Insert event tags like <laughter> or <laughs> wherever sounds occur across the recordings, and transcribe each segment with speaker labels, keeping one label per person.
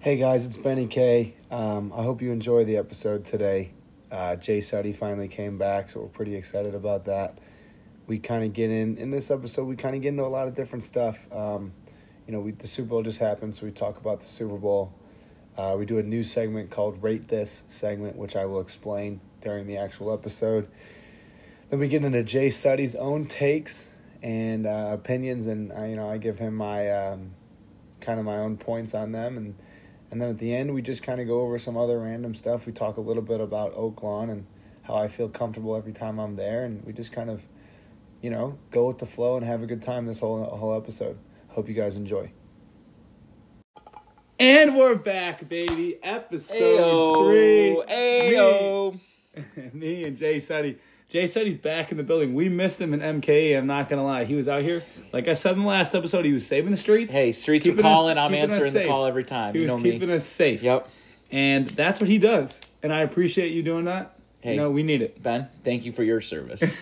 Speaker 1: Hey guys, it's Benny K. Um, I hope you enjoy the episode today. Uh, Jay Suddy finally came back, so we're pretty excited about that. We kind of get in in this episode. We kind of get into a lot of different stuff. Um, you know, we, the Super Bowl just happened, so we talk about the Super Bowl. Uh, we do a new segment called "Rate This" segment, which I will explain during the actual episode. Then we get into Jay Suddy's own takes and uh, opinions, and I, you know, I give him my um, kind of my own points on them, and and then at the end, we just kind of go over some other random stuff. We talk a little bit about Oaklawn and how I feel comfortable every time I'm there, and we just kind of, you know, go with the flow and have a good time this whole whole episode. Hope you guys enjoy.
Speaker 2: And we're back, baby. Episode
Speaker 3: Ayo.
Speaker 2: three.
Speaker 3: Ayo.
Speaker 2: Me, <laughs> me and Jay Suddy. Jay Suddy's back in the building. We missed him in MK. I'm not gonna lie. He was out here. Like I said in the last episode, he was saving the streets.
Speaker 3: Hey, streets are
Speaker 2: Keeping us-
Speaker 3: calling. I'm
Speaker 2: keeping us
Speaker 3: answering the
Speaker 2: safe.
Speaker 3: call every time.
Speaker 2: He
Speaker 3: You
Speaker 2: was
Speaker 3: know me.
Speaker 2: keeping us safe.
Speaker 3: Yep.
Speaker 2: And that's what he does. And I appreciate you doing that.
Speaker 3: Hey.
Speaker 2: You know, we need it.
Speaker 3: Ben, thank you for
Speaker 2: <laughs>
Speaker 3: your service.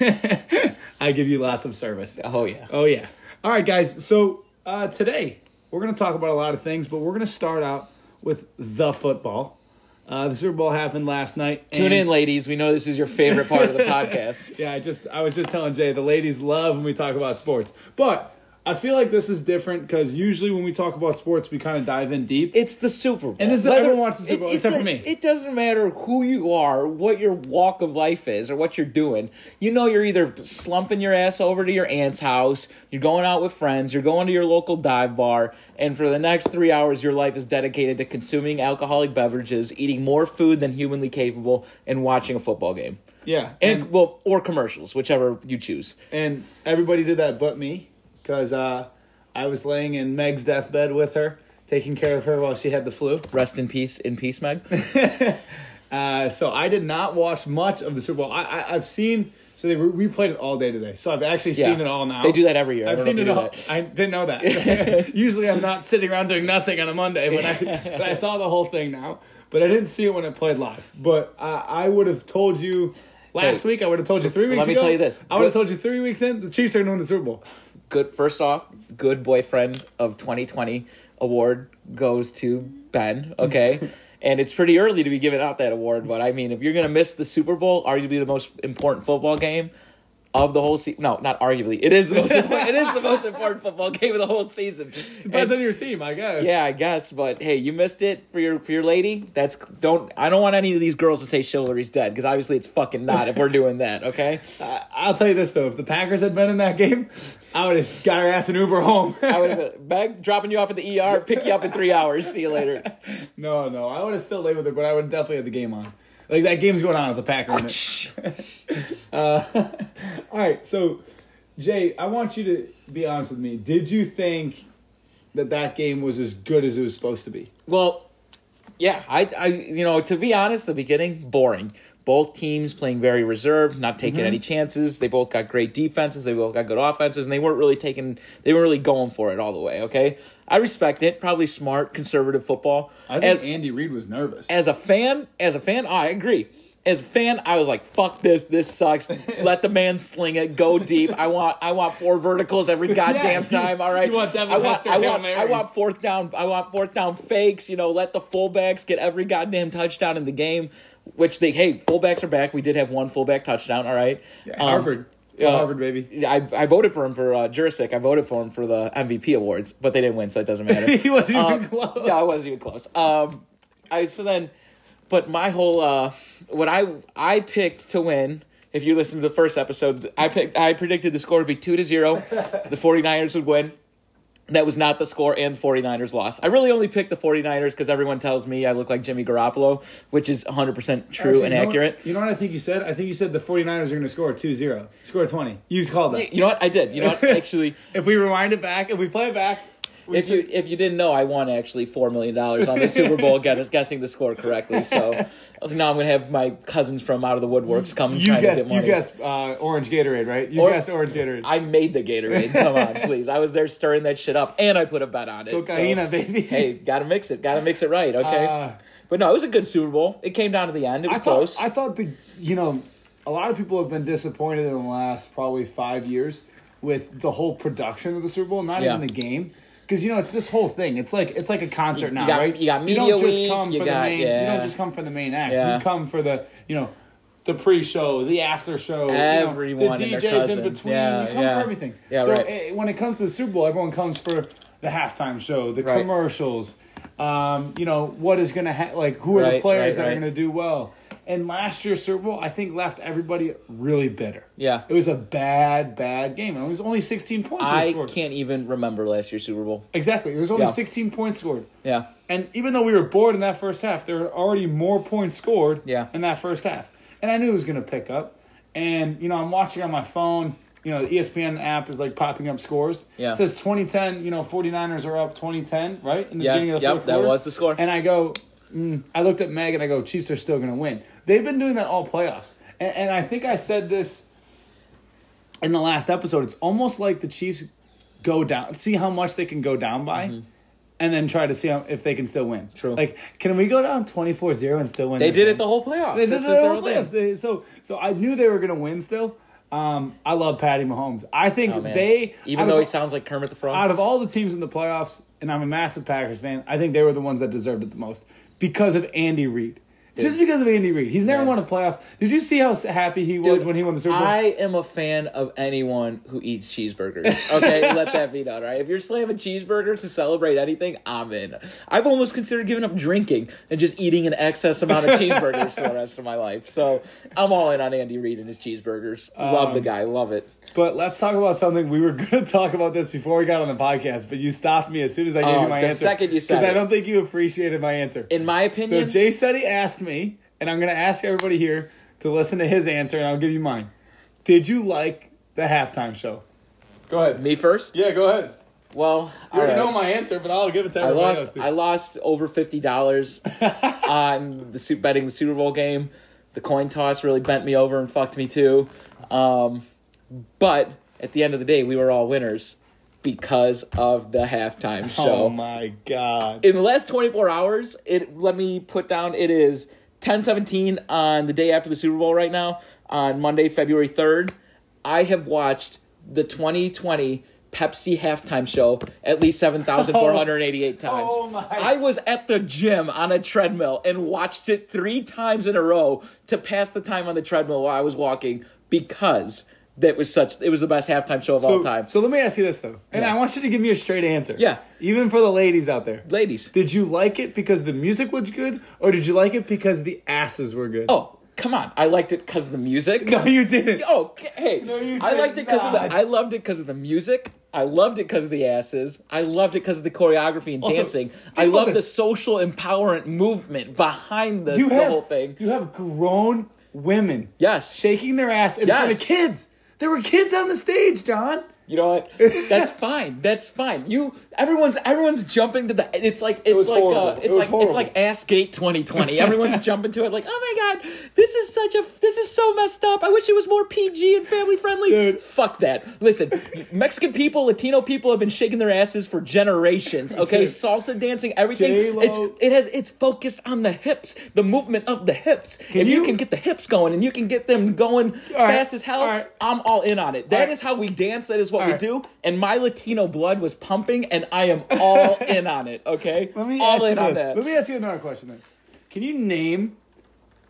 Speaker 2: I give you lots of service.
Speaker 3: oh yeah.
Speaker 2: Oh yeah. All right, guys. So uh, today we're going to talk about a lot of things, but we're going to start out with the football. Uh, the Super Bowl happened last night.
Speaker 3: Tune
Speaker 2: and-
Speaker 3: in, ladies. We know this is your favorite part of
Speaker 2: <laughs>
Speaker 3: the podcast.
Speaker 2: Yeah, I just I was just telling Jay the ladies love when we talk about sports, but I feel like this is different because usually when we talk about sports, we kind of dive in deep.
Speaker 3: It's the Super Bowl.
Speaker 2: And this is- everyone wants the Super Bowl,
Speaker 3: it
Speaker 2: except for
Speaker 3: do-
Speaker 2: me.
Speaker 3: It doesn't matter who you are, what your walk of life is, or what you're doing. You know, you're either slumping your ass over to your aunt's house, you're going out with friends, you're going to your local dive bar, and for the next three hours, your life is dedicated to consuming alcoholic beverages, eating more food than humanly capable, and watching a football game.
Speaker 2: yeah,
Speaker 3: And, well, or commercials, whichever you choose.
Speaker 2: and everybody did that but me because uh, I was laying in Meg's deathbed with her, taking care of her while she had the flu.
Speaker 3: Rest in peace, in peace, Meg.
Speaker 2: Uh, so I did not watch much of the Super Bowl. I, I I've seen so they re- replayed it all day today. So I've actually
Speaker 3: Yeah.
Speaker 2: seen it all now.
Speaker 3: They do that every year. I
Speaker 2: I've
Speaker 3: don't
Speaker 2: seen
Speaker 3: know
Speaker 2: it
Speaker 3: if you
Speaker 2: all.
Speaker 3: knew
Speaker 2: I didn't know that. <laughs>
Speaker 3: <laughs>
Speaker 2: Usually I'm not sitting around doing nothing on a Monday, but I but I saw the whole thing now. But I didn't see it when it played live. But I, I would have told you. Last
Speaker 3: Hey,
Speaker 2: week I would have told you three weeks
Speaker 3: me
Speaker 2: ago.
Speaker 3: tell you this.
Speaker 2: I would have
Speaker 3: Good-
Speaker 2: told you three weeks in the Chiefs are going to win the Super Bowl.
Speaker 3: good first off good boyfriend of 2020 award goes to ben <laughs> okay and it's pretty early to be giving out that award but i mean if you're gonna miss the super bowl arguably the most important football game of the whole season no not arguably it is the most important, it is the most important football game of the whole season
Speaker 2: Depends
Speaker 3: And-
Speaker 2: on your team, I guess.
Speaker 3: yeah i guess but hey you missed it for your for your lady that's don't i don't want any of these girls to say chivalry's dead because obviously it's fucking not if we're doing that okay
Speaker 2: I- I'll tell you this though: if the Packers had been in that game, I would have got our ass an Uber home.
Speaker 3: <laughs> i <laughs> would have bag dropping you off at the er pick you up in three hours see you later <laughs>
Speaker 2: No, no, I would have still laid with her, but I would definitely have the game on. Like that game's going on with the Packers. All right, so Jay, I want you to be honest with me. Did you think that that game was as good as it was supposed to be?
Speaker 3: <laughs> Well, yeah, I, I, you know, to be honest, the beginning boring. Both teams playing very reserved, not taking
Speaker 2: Mm-hmm.
Speaker 3: any chances. They both got great defenses. They both got good offenses, and they weren't really taking. They weren't really going for it all the way. Okay, I respect it. Probably smart, conservative football.
Speaker 2: I think
Speaker 3: as
Speaker 2: Andy Reid was nervous.
Speaker 3: as a fan, as a fan, I agree. As a fan, I was like, "Fuck this! This sucks. Let the man sling it. Go deep. I want, I want four verticals every goddamn
Speaker 2: you-
Speaker 3: time. All right,
Speaker 2: you want Devin
Speaker 3: I want,
Speaker 2: Hester
Speaker 3: I
Speaker 2: Hail
Speaker 3: want, I
Speaker 2: Marys.
Speaker 3: want fourth down. I want fourth down fakes. You know, let the fullbacks get every goddamn touchdown in the game. Which they, hey, fullbacks are back. We did have one fullback touchdown. All right,
Speaker 2: Yeah,
Speaker 3: Um,
Speaker 2: Harvard,
Speaker 3: yeah.
Speaker 2: Harvard baby.
Speaker 3: I, I voted for him for uh, Jurisic. I voted for him for the MVP awards, but they didn't win, so it
Speaker 2: <laughs>
Speaker 3: doesn't
Speaker 2: <laughs>
Speaker 3: matter.
Speaker 2: He wasn't even
Speaker 3: Um,
Speaker 2: close.
Speaker 3: Yeah, I wasn't even close. Um, I so then, but my whole uh, what I I picked to win. If you listen to the first episode, I picked I predicted the score to be two to zero.
Speaker 2: <laughs>
Speaker 3: the 49ers would win. That was not the score, and the 49ers lost. I really only picked the 49ers because everyone tells me I look like Jimmy Garoppolo, which is 100% true
Speaker 2: Actually,
Speaker 3: and
Speaker 2: you know what-
Speaker 3: accurate.
Speaker 2: you know what I think you said? I think you said the 49ers are going to score 2-0. Score 20. You called that.
Speaker 3: You know what? I did. You know
Speaker 2: <laughs>
Speaker 3: what? Actually,
Speaker 2: If we rewind it back, if we play it back, we
Speaker 3: if you if you didn't know, I won actually four million dollars on the
Speaker 2: <laughs>
Speaker 3: Super Bowl guess, guessing the score correctly. So now I'm gonna have my cousins from out of the woodworks come and
Speaker 2: you
Speaker 3: try
Speaker 2: guessed
Speaker 3: to get
Speaker 2: you
Speaker 3: money.
Speaker 2: guessed uh, orange Gatorade, right? You
Speaker 3: Or-
Speaker 2: guessed orange Gatorade.
Speaker 3: I made the Gatorade. Come
Speaker 2: <laughs>
Speaker 3: on, please. I was there stirring that shit up, and I put a bet on it. so-
Speaker 2: Cocaina, baby.
Speaker 3: Hey, gotta mix it. Gotta mix it right. Okay.
Speaker 2: Uh,
Speaker 3: but no, it was a good Super Bowl. It came down to the end. It was
Speaker 2: I
Speaker 3: close.
Speaker 2: Thought, I thought the you know, a lot of people have been disappointed in the last probably five years with the whole production of the Super Bowl, not
Speaker 3: Yeah.
Speaker 2: even the game. because you know it's this whole thing. It's like it's like a concert now,
Speaker 3: got-
Speaker 2: right?
Speaker 3: you got
Speaker 2: don't
Speaker 3: media
Speaker 2: just
Speaker 3: week,
Speaker 2: come
Speaker 3: you
Speaker 2: for
Speaker 3: got-
Speaker 2: the main. You
Speaker 3: yeah.
Speaker 2: don't just come for the main act.
Speaker 3: Yeah.
Speaker 2: You come for the you know the pre-show, the after show, you know,
Speaker 3: Everyone and
Speaker 2: the
Speaker 3: their
Speaker 2: DJs
Speaker 3: cousin.
Speaker 2: in between.
Speaker 3: Yeah,
Speaker 2: you come
Speaker 3: yeah.
Speaker 2: for everything.
Speaker 3: Yeah,
Speaker 2: so
Speaker 3: right.
Speaker 2: eh, when it comes to the Super Bowl, everyone comes for the halftime show, the
Speaker 3: Right.
Speaker 2: commercials. Um, you know what is going to ha- like who are
Speaker 3: Right,
Speaker 2: the players
Speaker 3: right,
Speaker 2: that
Speaker 3: right.
Speaker 2: are going to do well? And last year's Super Bowl, I think left everybody really bitter.
Speaker 3: Yeah.
Speaker 2: it was a bad, bad game. It was only sixteen points. we
Speaker 3: I
Speaker 2: scored.
Speaker 3: can't even remember last year's Super Bowl.
Speaker 2: Exactly. There was only
Speaker 3: Yeah.
Speaker 2: 16 points scored.
Speaker 3: Yeah.
Speaker 2: And even though we were bored in that first half, there were already more points scored
Speaker 3: Yeah.
Speaker 2: in that first half. And I knew it was going to pick up. And, you know, I'm watching on my phone. You know, the E ESPN app is like popping up scores.
Speaker 3: Yeah.
Speaker 2: It says 2010, you know, 49ers are up 2010, right? In the
Speaker 3: Yes.
Speaker 2: beginning of the
Speaker 3: Yep,
Speaker 2: fourth
Speaker 3: that
Speaker 2: quarter.
Speaker 3: was the score.
Speaker 2: And I go, mm, I looked at Meg and I go, Chiefs are still going to win. They've been doing that all playoffs. And, and I think I said this in the last episode. It's almost like the Chiefs go down, see how much they can go down by, and then try to see how, if they can still win.
Speaker 3: Mm-hmm. True.
Speaker 2: Like, can we go down 24 0 and still win?
Speaker 3: They
Speaker 2: this
Speaker 3: did
Speaker 2: game?
Speaker 3: it the whole playoffs.
Speaker 2: They did
Speaker 3: That's
Speaker 2: it
Speaker 3: just
Speaker 2: the
Speaker 3: their
Speaker 2: whole
Speaker 3: thing.
Speaker 2: playoffs. They- So, so I knew they were going to win still. Um, I love Patty Mahomes. I think
Speaker 3: Oh, man.
Speaker 2: they.
Speaker 3: even
Speaker 2: out
Speaker 3: though
Speaker 2: of-
Speaker 3: he sounds like Kermit the Frog.
Speaker 2: out of all the teams in the playoffs, and I'm a massive Packers fan, I think they were the ones that deserved it the most because of Andy Reid. Just because of Andy Reid, he's never
Speaker 3: Yeah.
Speaker 2: won a playoff. Did you see how happy he was
Speaker 3: Dude,
Speaker 2: when he won the Super Bowl?
Speaker 3: I am a fan of anyone who eats cheeseburgers. Okay, let that be known, all right? If you're slamming cheeseburgers to celebrate anything, I'm in. I've almost considered giving up drinking and just eating an excess amount of cheeseburgers for the rest of my life. So I'm all in on Andy Reid and his cheeseburgers. love
Speaker 2: Um,
Speaker 3: the guy, love it.
Speaker 2: But let's talk about something. We were <laughs> going to talk about this before we got on the podcast, but you stopped me as soon as I gave
Speaker 3: Oh,
Speaker 2: you my
Speaker 3: the
Speaker 2: answer.
Speaker 3: second you said
Speaker 2: Because
Speaker 3: it.
Speaker 2: I don't think you appreciated my answer.
Speaker 3: In my
Speaker 2: so
Speaker 3: opinion,
Speaker 2: Jay said he asked me, and I'm going to ask everybody here to listen to his answer, and I'll give you mine. Did you like the halftime show? Go ahead.
Speaker 3: me first.
Speaker 2: Yeah, go ahead.
Speaker 3: Well,
Speaker 2: You already
Speaker 3: all
Speaker 2: know
Speaker 3: right.
Speaker 2: my answer, but I'll give it to
Speaker 3: I
Speaker 2: everybody else.
Speaker 3: lost.
Speaker 2: dude.
Speaker 3: I lost over
Speaker 2: <laughs>
Speaker 3: fifty dollars on the Su- betting the Super Bowl game. The coin toss really bent me over and fucked me too. Um, but at the end of the day, we were all winners because of the halftime show.
Speaker 2: Oh my god.
Speaker 3: In the last twenty four hours, it let me put down. It is ten seventeen on the day after the Super Bowl. Right now, on Monday, February third, I have watched the twenty twenty. Pepsi halftime show at least 7,488 times.
Speaker 2: <laughs> Oh my
Speaker 3: I was at the gym on a treadmill and watched it three times in a row to pass the time on the treadmill while I was walking because that was such it was the best halftime show of all time.
Speaker 2: So let me ask you this though. And
Speaker 3: Yeah.
Speaker 2: I want you to give me a straight answer.
Speaker 3: Yeah.
Speaker 2: Even for the ladies out there.
Speaker 3: Ladies.
Speaker 2: Did you like it because the music was good or did you like it because the asses were good?
Speaker 3: Oh, come on. I liked it cuz of the music.
Speaker 2: No, you didn't.
Speaker 3: Oh, c- hey.
Speaker 2: you
Speaker 3: I
Speaker 2: did
Speaker 3: liked it cuz of
Speaker 2: not.
Speaker 3: the I loved it cuz of the music. I loved it cuz of the asses. I loved it cuz of the choreography and
Speaker 2: Also,
Speaker 3: dancing.
Speaker 2: think
Speaker 3: I
Speaker 2: about
Speaker 3: loved the
Speaker 2: this.
Speaker 3: social empowerment movement behind the,
Speaker 2: You
Speaker 3: the
Speaker 2: have
Speaker 3: whole thing.
Speaker 2: You have grown women
Speaker 3: Yes.
Speaker 2: shaking their ass in front of
Speaker 3: Yes.
Speaker 2: kids. There were kids on the stage, John.
Speaker 3: You know
Speaker 2: <laughs>
Speaker 3: what? That's fine. That's fine. You everyone's everyone's jumping to the. It's like it's
Speaker 2: was
Speaker 3: like
Speaker 2: horrible.
Speaker 3: uh,
Speaker 2: It
Speaker 3: it's
Speaker 2: was
Speaker 3: like
Speaker 2: horrible.
Speaker 3: it's like
Speaker 2: <laughs>
Speaker 3: Assgate 2020. Everyone's jumping to it like, oh my god, this is such a this is so messed up. I wish it was more PG and family friendly.
Speaker 2: Dude.
Speaker 3: Fuck that.
Speaker 2: <laughs>
Speaker 3: Listen, Mexican people, Latino people have been shaking their asses for generations. Okay,
Speaker 2: Dude.
Speaker 3: salsa dancing, everything.
Speaker 2: J-Lo.
Speaker 3: It's it has it's focused on the hips, the movement of the hips. if you,
Speaker 2: you-
Speaker 3: can get the hips going and you can get them going
Speaker 2: right.
Speaker 3: fast as hell,
Speaker 2: All right.
Speaker 3: I'm all in on it. That is
Speaker 2: right.
Speaker 3: how we dance. That is what
Speaker 2: All
Speaker 3: we
Speaker 2: right.
Speaker 3: do. And my Latino blood was pumping, and I am
Speaker 2: <laughs>
Speaker 3: all in on it. Okay,
Speaker 2: Let me
Speaker 3: all
Speaker 2: ask you
Speaker 3: in on
Speaker 2: this.
Speaker 3: that.
Speaker 2: Let me ask you another question then. Can you name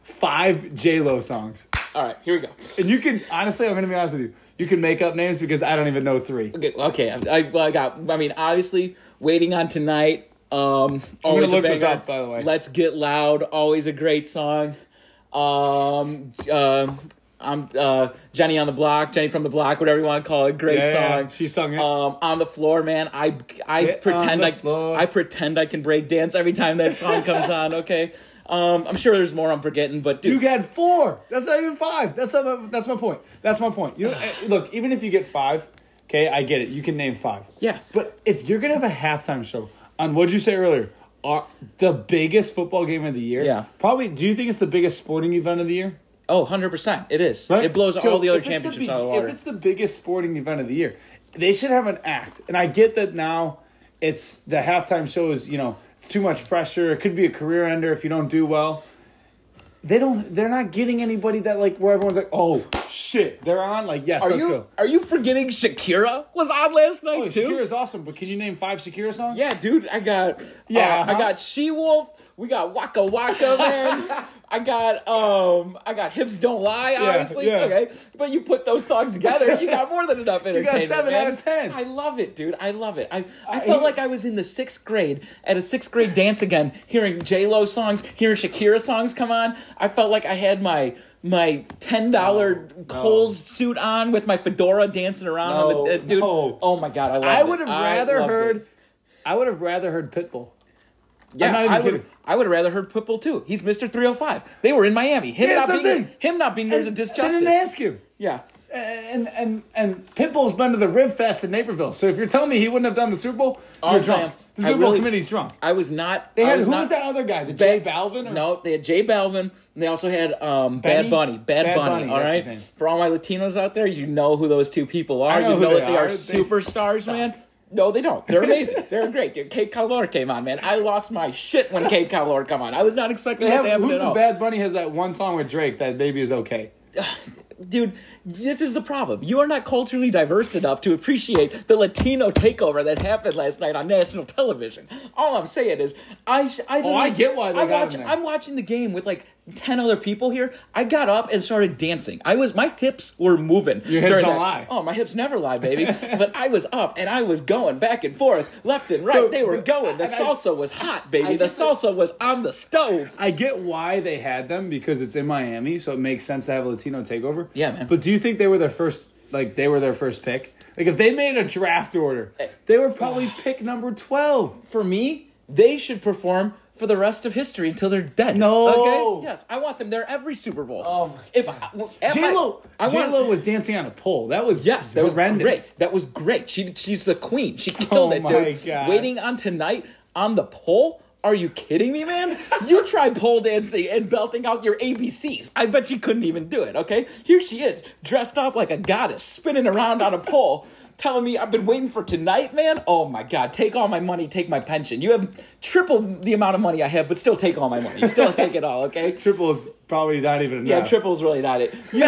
Speaker 2: five J Lo songs?
Speaker 3: all right, here we go.
Speaker 2: And you can honestly, I'm gonna be honest with you. You can make up names because I don't even know three.
Speaker 3: Okay, okay. I, I, well, I got. I mean, obviously, waiting on tonight. Um, always
Speaker 2: look
Speaker 3: a
Speaker 2: this
Speaker 3: banger.
Speaker 2: up, by the way.
Speaker 3: Let's get loud. Always a great song. Um, um, I'm uh, Jenny on the block, Jenny from the block, whatever you want to call it. Great
Speaker 2: Yeah, yeah,
Speaker 3: song.
Speaker 2: yeah. She sung it.
Speaker 3: Um, on the floor, man. I I
Speaker 2: Get on
Speaker 3: pretend
Speaker 2: the
Speaker 3: I
Speaker 2: floor.
Speaker 3: I pretend I can break dance every time that song comes on. Okay. Um, I'm sure there's more I'm forgetting, but dude,
Speaker 2: You got four. That's not even five. That's not my, that's my point. That's my point.
Speaker 3: Ah.
Speaker 2: You eh, look, even if you get five, okay, I get it. You can name five.
Speaker 3: Yeah.
Speaker 2: But if you're gonna have a halftime show on what'd you say earlier, are the biggest football game of the year?
Speaker 3: Yeah.
Speaker 2: Probably. Do you think it's the biggest sporting event of the year?
Speaker 3: oh, 100 percent, it is.
Speaker 2: Right?
Speaker 3: It blows
Speaker 2: So
Speaker 3: all the other
Speaker 2: if it's
Speaker 3: championships
Speaker 2: big-
Speaker 3: out of the water.
Speaker 2: If it's the biggest sporting event of the year, they should have an act. And I get that now it's the halftime show is, you know, it's too much pressure. It could be a career ender if you don't do well. They don't they're not getting anybody that like where everyone's like, "Oh, shit, they're on. Like, yes,
Speaker 3: Are
Speaker 2: let's
Speaker 3: you
Speaker 2: go.
Speaker 3: are you forgetting Shakira was on last night
Speaker 2: Oh,
Speaker 3: too?
Speaker 2: Shakira's awesome, but can you name five Shakira songs?
Speaker 3: Yeah, dude, I got
Speaker 2: Yeah,
Speaker 3: yeah, I
Speaker 2: uh-huh.
Speaker 3: got She Wolf. We got Waka
Speaker 2: <laughs>
Speaker 3: Waka Man. I got um, I got Hips Don't Lie. Obviously,
Speaker 2: yeah.
Speaker 3: okay, but you put those songs together, you got more
Speaker 2: <laughs>
Speaker 3: than enough
Speaker 2: got
Speaker 3: entertainment.
Speaker 2: seven
Speaker 3: man.
Speaker 2: out of Uh, 10.
Speaker 3: I love it, dude. I love it. I I felt like I was in the sixth grade at a sixth grade dance again, hearing J Lo songs, hearing Shakira songs come on. I felt like I had my my ten dollar Kohl's suit on with my fedora dancing around on
Speaker 2: No,
Speaker 3: the uh, dude.
Speaker 2: no.
Speaker 3: Oh my god, I love it.
Speaker 2: I would have
Speaker 3: I
Speaker 2: rather
Speaker 3: loved it.
Speaker 2: heard. I would have rather heard Pitbull.
Speaker 3: Yeah,
Speaker 2: I'm not even
Speaker 3: I would.
Speaker 2: kidding.
Speaker 3: I would rather heard Pitbull too. He's Mister Three Hundred Five. They were in Miami. Him
Speaker 2: Yeah, that's
Speaker 3: not
Speaker 2: what I'm
Speaker 3: being.
Speaker 2: saying.
Speaker 3: Him not being there's a disjustice.
Speaker 2: They didn't ask him.
Speaker 3: Yeah.
Speaker 2: And and and Pitbull's been to the Rib Fest in Naperville. So if you're telling me he wouldn't have done the Super Bowl,
Speaker 3: All
Speaker 2: you're
Speaker 3: I'm
Speaker 2: drunk.
Speaker 3: saying,
Speaker 2: the
Speaker 3: I
Speaker 2: Super Bowl
Speaker 3: really-
Speaker 2: committee's drunk.
Speaker 3: I was not.
Speaker 2: They
Speaker 3: I
Speaker 2: had
Speaker 3: was
Speaker 2: who
Speaker 3: not-
Speaker 2: was that other guy? The
Speaker 3: Ba-
Speaker 2: Jay Balvin? Or,
Speaker 3: No, they had Jay Balvin. and They also had um, Bad
Speaker 2: Benny?
Speaker 3: Bunny. Bad,
Speaker 2: Bad
Speaker 3: Bunny.
Speaker 2: Bunny,
Speaker 3: All
Speaker 2: that's his
Speaker 3: right.
Speaker 2: name.
Speaker 3: For all my Latinos out there, you know who those two people are.
Speaker 2: I know
Speaker 3: you
Speaker 2: who
Speaker 3: know
Speaker 2: they
Speaker 3: that they are,
Speaker 2: are. They
Speaker 3: superstars,
Speaker 2: suck.
Speaker 3: man. No, they don't. They're amazing. <laughs> They're great. Dude, Kate Calor came on, man. I lost my shit when Kate Calor come on. I was not expecting
Speaker 2: They
Speaker 3: that
Speaker 2: have,
Speaker 3: to happen
Speaker 2: who's
Speaker 3: at
Speaker 2: the
Speaker 3: all.
Speaker 2: Bad Bunny has that one song with Drake that baby is okay.
Speaker 3: dude, this is the problem. You are not culturally diverse enough to appreciate the Latino takeover that happened last night on national television. All I'm saying is, I sh- I,
Speaker 2: Oh, I get why they
Speaker 3: I
Speaker 2: got
Speaker 3: watch,
Speaker 2: him there.
Speaker 3: I'm watching the game with like ten other people here. I got up and started dancing. I was my hips were moving.
Speaker 2: Your hips
Speaker 3: during
Speaker 2: don't
Speaker 3: that-
Speaker 2: lie.
Speaker 3: Oh, my hips never lie,
Speaker 2: <laughs>
Speaker 3: baby. but I was up and I was going back and forth, left and right.
Speaker 2: So-
Speaker 3: they were going. The
Speaker 2: and I-
Speaker 3: salsa was hot, baby.
Speaker 2: I
Speaker 3: the
Speaker 2: get-
Speaker 3: salsa was on the stove.
Speaker 2: I get why they had them because it's in Miami, so it makes sense to have a Latino takeover.
Speaker 3: Yeah, man.
Speaker 2: But do you think they were their first? Like they were their first pick. Like if they made a draft order, they were probably pick number twelve.
Speaker 3: for me, they should perform for the rest of history until they're dead.
Speaker 2: No.
Speaker 3: Okay. Yes, I want them there every Super Bowl.
Speaker 1: Oh my
Speaker 3: If I, well, am
Speaker 2: J Lo,
Speaker 3: I, I
Speaker 2: J
Speaker 3: want
Speaker 2: Lo was dancing on a pole. That was
Speaker 3: Yes, that was
Speaker 2: horrendous.
Speaker 3: great. That was great. She she's the queen. She killed
Speaker 2: Oh
Speaker 3: it,
Speaker 2: my
Speaker 3: dude.
Speaker 2: God.
Speaker 3: Waiting on tonight on the pole. Are you kidding
Speaker 2: <laughs>
Speaker 3: me, man? you tried pole dancing and belting out your ABCs. I bet you couldn't even do it. Okay, here she is, dressed up like a goddess, spinning around on
Speaker 2: <laughs>
Speaker 3: a pole, telling me I've been waiting for tonight, man. Oh my God, take all my money, take my pension. You have triple the amount of money I have, but still take all my money. Still take it all. Okay,
Speaker 2: Triple is probably not even enough.
Speaker 3: yeah, triple's really not it.
Speaker 2: <laughs>
Speaker 3: You,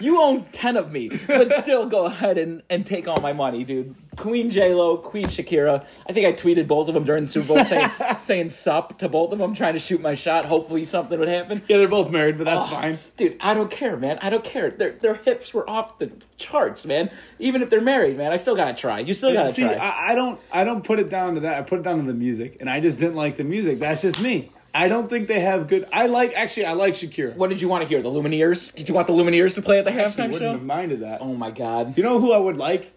Speaker 3: you own 10 of me, but still go ahead and, and take all my money, dude. Queen J-Lo, Queen Shakira. I think I tweeted both of them during the Super
Speaker 2: <laughs>
Speaker 3: Bowl saying, saying sup to both of them, trying to shoot my shot. Hopefully something would happen.
Speaker 2: Yeah, they're both married, but that's fine.
Speaker 3: <sighs> Dude, I don't care, man. I don't care. Their, their hips were off the charts, man. Even if they're married, man, I still gotta try. You still gotta
Speaker 2: See,
Speaker 3: try.
Speaker 2: I, I don't, I don't put it down to that. I put it down to the music, and I just didn't like the music. That's just me. I don't think they have good. I like actually, I like Shakira.
Speaker 3: what did you want to hear? The Lumineers? Did you want the Lumineers to play at the
Speaker 2: I
Speaker 3: halftime
Speaker 2: wouldn't
Speaker 3: show?
Speaker 2: have minded that.
Speaker 3: Oh my god.
Speaker 2: You know who I would like?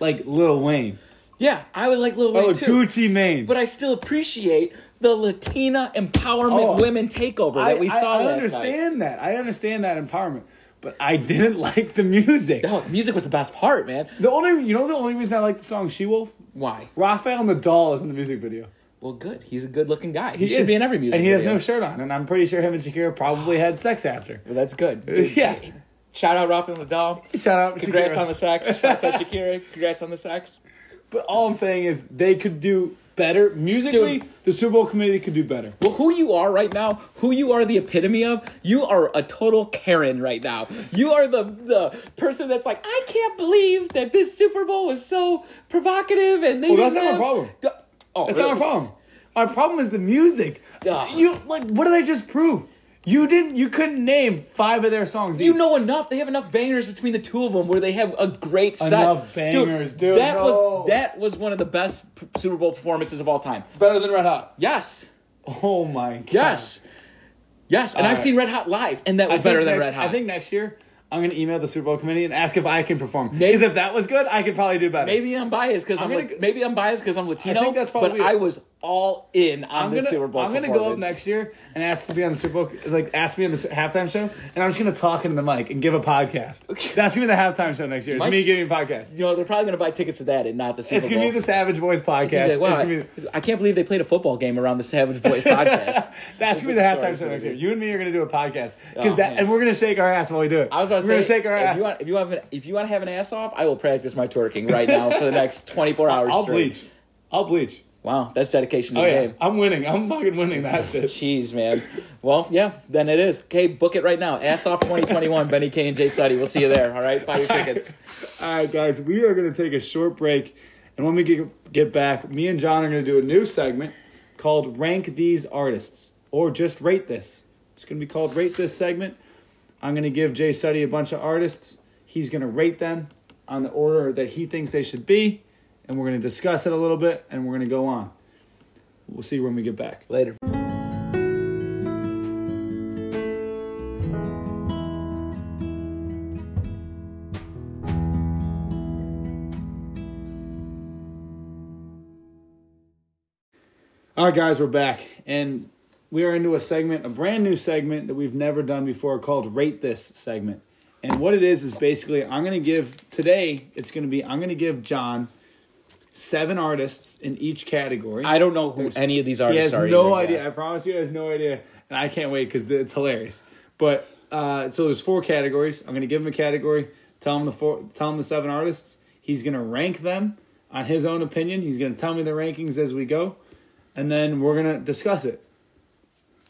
Speaker 2: Like Lil Wayne.
Speaker 3: Yeah, I would like Lil
Speaker 2: Oh,
Speaker 3: Wayne too.
Speaker 2: Gucci Mane.
Speaker 3: but I still appreciate the Latina empowerment
Speaker 2: Oh.
Speaker 3: women takeover that we
Speaker 2: I-
Speaker 3: saw
Speaker 2: I,
Speaker 3: last night.
Speaker 2: understand that. I understand that empowerment. But I didn't <laughs> like the music.
Speaker 3: Oh, the music was the best part, man.
Speaker 2: The only, you know, the only reason I like the song "She Wolf."
Speaker 3: Why?
Speaker 2: Raphael Nadal is in the music video.
Speaker 3: Well, good. He's a good-looking guy. He, should
Speaker 2: is.
Speaker 3: be in every music.
Speaker 2: and he
Speaker 3: video.
Speaker 2: has no shirt on. And I'm pretty sure him and Shakira probably had sex after.
Speaker 3: Well, that's good.
Speaker 2: <laughs> Yeah.
Speaker 3: Shout out Rafael Nadal.
Speaker 2: Shout out,
Speaker 3: Congrats
Speaker 2: <laughs> Shakira.
Speaker 3: on
Speaker 2: <laughs>
Speaker 3: the sacks. Shout out Shakira. Congrats on the sacks.
Speaker 2: But all I'm saying is they could do better musically.
Speaker 3: Dude.
Speaker 2: The Super Bowl committee could do better.
Speaker 3: Well, who you are right now, who you are the epitome of, you are a total Karen right now. You are the the person that's like, I can't believe that this Super Bowl was so provocative and they.
Speaker 2: Well, that's not my
Speaker 3: didn't have-
Speaker 2: problem.
Speaker 3: Duh. Oh,
Speaker 2: That's
Speaker 3: really?
Speaker 2: not our problem. Our problem is the music.
Speaker 3: Ugh.
Speaker 2: You like what did I just prove? You didn't. You couldn't name five of their songs.
Speaker 3: You
Speaker 2: each.
Speaker 3: know enough. They have enough bangers between the two of them where they have a great set.
Speaker 2: Enough bangers, dude,
Speaker 3: That
Speaker 2: no.
Speaker 3: was that was one of the best p- Super Bowl performances of all time.
Speaker 2: better than Red Hot.
Speaker 3: Yes,
Speaker 2: Oh my god.
Speaker 3: yes, yes. And I've
Speaker 2: right.
Speaker 3: seen Red Hot live, and that was
Speaker 2: I think
Speaker 3: better than
Speaker 2: next-
Speaker 3: Red Hot.
Speaker 2: I think next year I'm gonna email the Super Bowl committee and ask if I can perform. Because if that was good, I could probably do better.
Speaker 3: maybe I'm biased because I'm,
Speaker 2: gonna
Speaker 3: like,
Speaker 2: go-
Speaker 3: maybe I'm biased because I'm Latino.
Speaker 2: think that's
Speaker 3: but
Speaker 2: probably
Speaker 3: I
Speaker 2: it.
Speaker 3: was all in on
Speaker 2: I'm
Speaker 3: this
Speaker 2: gonna,
Speaker 3: Super Bowl.
Speaker 2: I'm gonna go up
Speaker 3: performance.
Speaker 2: next year and ask to be on the Super Bowl, like ask me on the s- halftime show, and I'm just gonna talk into the mic and give a podcast. That's gonna be the halftime show next year. It's
Speaker 3: Mike's-
Speaker 2: me giving a podcast.
Speaker 3: You know they're probably gonna buy tickets to that and not the Super
Speaker 2: It's
Speaker 3: Bowl.
Speaker 2: gonna be the Savage Boys podcast.
Speaker 3: It's gonna be like, wow,
Speaker 2: It's
Speaker 3: <laughs>
Speaker 2: gonna be-
Speaker 3: I can't believe they played a football game around the Savage Boys podcast.
Speaker 2: <laughs> That's gonna be the
Speaker 3: That's what
Speaker 2: halftime
Speaker 3: the story's
Speaker 2: show
Speaker 3: gonna
Speaker 2: next
Speaker 3: be.
Speaker 2: year. You and me are gonna do a podcast because
Speaker 3: Oh,
Speaker 2: that,
Speaker 3: man.
Speaker 2: and we're gonna shake our ass while we do it.
Speaker 3: I was about to
Speaker 2: we're gonna
Speaker 3: say,
Speaker 2: shake our
Speaker 3: if
Speaker 2: ass.
Speaker 3: you want, if you have, an, if you want to have an ass off, I will practice my twerking right now for
Speaker 2: <laughs>
Speaker 3: the next twenty four hours.
Speaker 2: I'll
Speaker 3: straight.
Speaker 2: bleach. I'll bleach.
Speaker 3: Wow, that's dedication to
Speaker 2: Oh
Speaker 3: the
Speaker 2: yeah,
Speaker 3: game.
Speaker 2: I'm winning. I'm fucking winning that shit.
Speaker 3: Jeez, man. Well, yeah, then it is. Okay, book it right now. Ass off 2021, Benny K and Jay Suddy. We'll see you there. All right,
Speaker 2: <laughs>
Speaker 3: buy your tickets.
Speaker 2: All right, guys, we are going to take a short break. And when we get, get back, me and John are going to do a new segment called Rank These Artists or just Rate This. It's going to be called Rate This segment. I'm going to give Jay Suddy a bunch of artists. He's going to rate them on the order that he thinks they should be. And we're going to discuss it a little bit and we're going to go on. We'll see when we get back.
Speaker 3: Later.
Speaker 2: All right, guys, we're back, and we are into a segment, a brand new segment that we've never done before, called "Rate This" segment. And what it is is basically, I'm gonna give today. It's gonna be I'm gonna give John seven artists in each category.
Speaker 3: I don't know who
Speaker 2: There's-
Speaker 3: any of these
Speaker 2: He
Speaker 3: artists
Speaker 2: has
Speaker 3: are.
Speaker 2: no
Speaker 3: either,
Speaker 2: idea.
Speaker 3: yeah.
Speaker 2: I promise you, he has no idea, and I can't wait because it's hilarious. But uh, so there's four categories. I'm gonna give him a category. Tell him the four. Tell him the seven artists. He's gonna rank them on his own opinion. He's gonna tell me the rankings as we go, and then we're gonna discuss it.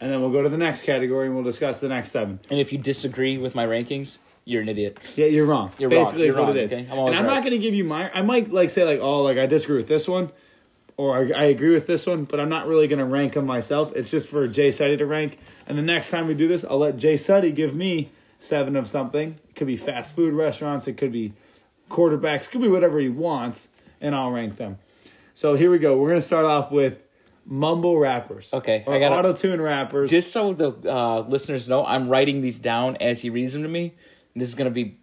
Speaker 2: And then we'll go to the next category and we'll discuss the next seven.
Speaker 3: And if you disagree with my rankings, you're an idiot.
Speaker 2: Yeah, you're wrong.
Speaker 3: You're wrong.
Speaker 2: Basically,
Speaker 3: You're
Speaker 2: is what
Speaker 3: wrong,
Speaker 2: it is.
Speaker 3: okay? I'm
Speaker 2: and
Speaker 3: always
Speaker 2: I'm
Speaker 3: right.
Speaker 2: not gonna give you my. I might like say like, oh, like I disagree with this one, or I, I agree with this one, but I'm not really gonna rank them myself. It's just for Jay Suddy to rank. And the next time we do this, I'll let Jay Suddy give me seven of something. It could be fast food restaurants. It could be quarterbacks. It could be whatever he wants, and I'll rank them. So here we go. We're gonna start off with mumble rappers.
Speaker 3: Okay,
Speaker 2: or
Speaker 3: I gotta-
Speaker 2: auto tune rappers.
Speaker 3: Just so the uh, listeners know, I'm writing these down as he reads them to me. This is gonna be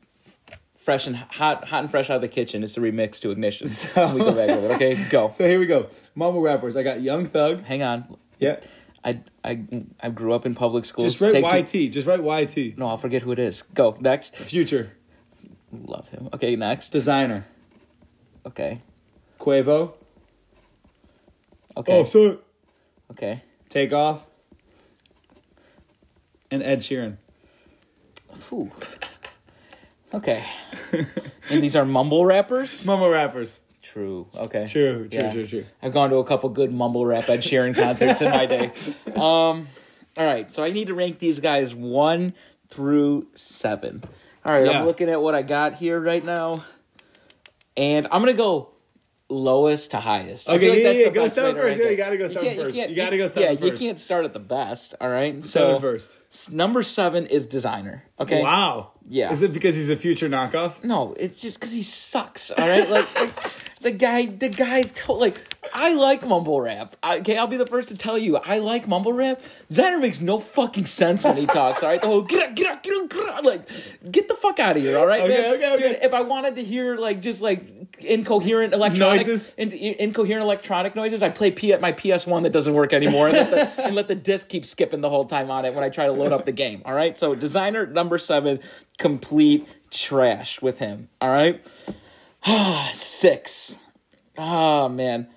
Speaker 3: fresh and hot, hot and fresh out of the kitchen. It's a remix to ignition. we go back with it. Okay,
Speaker 2: <laughs>
Speaker 3: go.
Speaker 2: so here we go. Mumble rappers. I got Young Thug.
Speaker 3: Hang on.
Speaker 2: Yeah.
Speaker 3: I, I I grew up in public schools.
Speaker 2: Just write
Speaker 3: Takes me-
Speaker 2: YT. just write YT.
Speaker 3: no, I'll forget who it is. Go next.
Speaker 2: Future
Speaker 3: Love him. Okay, next.
Speaker 2: designer
Speaker 3: Okay.
Speaker 2: Quavo.
Speaker 3: Okay.
Speaker 2: sir.
Speaker 3: okay.
Speaker 2: Take off. And Ed Sheeran.
Speaker 3: Phew.
Speaker 2: <laughs>
Speaker 3: Okay. and these are mumble rappers.
Speaker 2: Mumble rappers.
Speaker 3: True. Okay.
Speaker 2: True, true,
Speaker 3: Yeah.
Speaker 2: true, true.
Speaker 3: I've gone to a couple good mumble rap Ed Sheeran concerts in my day. Um, all right, so I need to rank these guys one through seven. All right,
Speaker 2: Yeah.
Speaker 3: I'm looking at what I got here right now, and I'm gonna go lowest to highest. I
Speaker 2: Okay,
Speaker 3: feel like
Speaker 2: yeah,
Speaker 3: that's
Speaker 2: yeah,
Speaker 3: the
Speaker 2: go
Speaker 3: best way
Speaker 2: seven
Speaker 3: to
Speaker 2: first.
Speaker 3: rank
Speaker 2: Yeah,
Speaker 3: it.
Speaker 2: you gotta go seven
Speaker 3: can't-
Speaker 2: first.
Speaker 3: can't-
Speaker 2: You gotta go seven
Speaker 3: Yeah,
Speaker 2: first.
Speaker 3: you can't start at the best. All right,
Speaker 2: Seven
Speaker 3: so
Speaker 2: first.
Speaker 3: s- number seven is designer. Okay,
Speaker 2: Wow.
Speaker 3: Yeah.
Speaker 2: Is it because he's a future knockoff? <laughs>
Speaker 3: no, it's just because he sucks. All right, like, <laughs> like, the guy, the guy's to- like, I like mumble rap. I, okay, I'll be the first to tell you, I like mumble rap. Zyner makes no fucking sense when he talks. All right, the whole get up, get up, get up, get up, like, get the fuck out of here. All right,
Speaker 2: Okay,
Speaker 3: man?
Speaker 2: okay, okay.
Speaker 3: Dude, if I wanted to hear like just like incoherent electronic
Speaker 2: Noises?
Speaker 3: in, in- incoherent electronic noises, I play P at my PS One that doesn't work anymore, and let, the, <laughs> and let the disc keep skipping the whole time on it when I try to load up the game. All right, so designer number seven, complete trash with him. All right, <sighs> six. Oh man,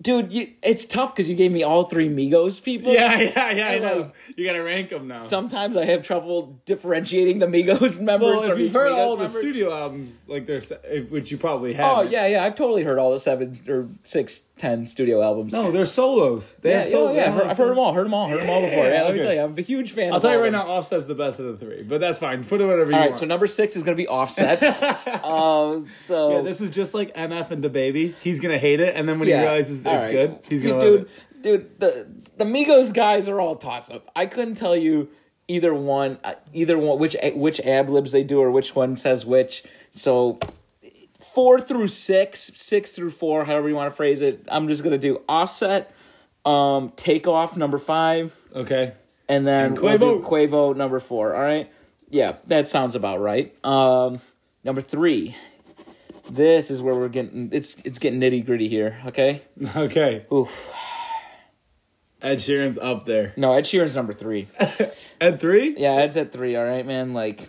Speaker 3: dude, you, it's tough because you gave me all three Migos people.
Speaker 2: Yeah, yeah, yeah, I
Speaker 3: And,
Speaker 2: know.
Speaker 3: like,
Speaker 2: You gotta rank them now.
Speaker 3: Sometimes I have trouble differentiating the Migos <laughs> members.
Speaker 2: well,
Speaker 3: from
Speaker 2: if you've
Speaker 3: each
Speaker 2: heard
Speaker 3: Migos
Speaker 2: all the
Speaker 3: members.
Speaker 2: studio albums, like there's, if- which you probably
Speaker 3: Oh
Speaker 2: have.
Speaker 3: yeah, yeah. I've totally heard all the seven or six, ten studio albums.
Speaker 2: No, Oh, they're solos. They
Speaker 3: yeah,
Speaker 2: have
Speaker 3: yeah,
Speaker 2: solos.
Speaker 3: yeah, I've heard- I've heard them all. Heard them all. Heard them all before. Yeah,
Speaker 2: Yeah,
Speaker 3: let me
Speaker 2: okay.
Speaker 3: tell you, I'm a huge fan.
Speaker 2: I'll
Speaker 3: of
Speaker 2: tell you
Speaker 3: all
Speaker 2: right
Speaker 3: of them.
Speaker 2: now, Offset's the best of the three, but that's fine. Put it whatever you
Speaker 3: All right,
Speaker 2: want.
Speaker 3: so number six is going to
Speaker 2: <laughs>
Speaker 3: be Offset. um, so
Speaker 2: Yeah, this is just like MF and the baby. He's gonna hate it, and then when
Speaker 3: Yeah.
Speaker 2: he realizes it's
Speaker 3: All right.
Speaker 2: good, he's gonna
Speaker 3: dude,
Speaker 2: love it.
Speaker 3: dude. The the Migos guys are all toss up. I couldn't tell you either one, uh, either one, which which ad libs they do or which one says which. So four through six, six through four, however you want to phrase it. I'm just gonna do Offset, um, Takeoff number five,
Speaker 2: Okay. <laughs>
Speaker 3: and then
Speaker 2: Quavo.
Speaker 3: We'll do Quavo number four. All right, yeah, that sounds about right. Um, number three. This is where we're getting it's it's getting nitty gritty here. Okay.
Speaker 2: Okay.
Speaker 3: Oof.
Speaker 2: Ed Sheeran's up there.
Speaker 3: No, Ed Sheeran's number three.
Speaker 2: Ed three?
Speaker 3: Yeah, Ed's at three. All right,
Speaker 2: <laughs>
Speaker 3: man. Like,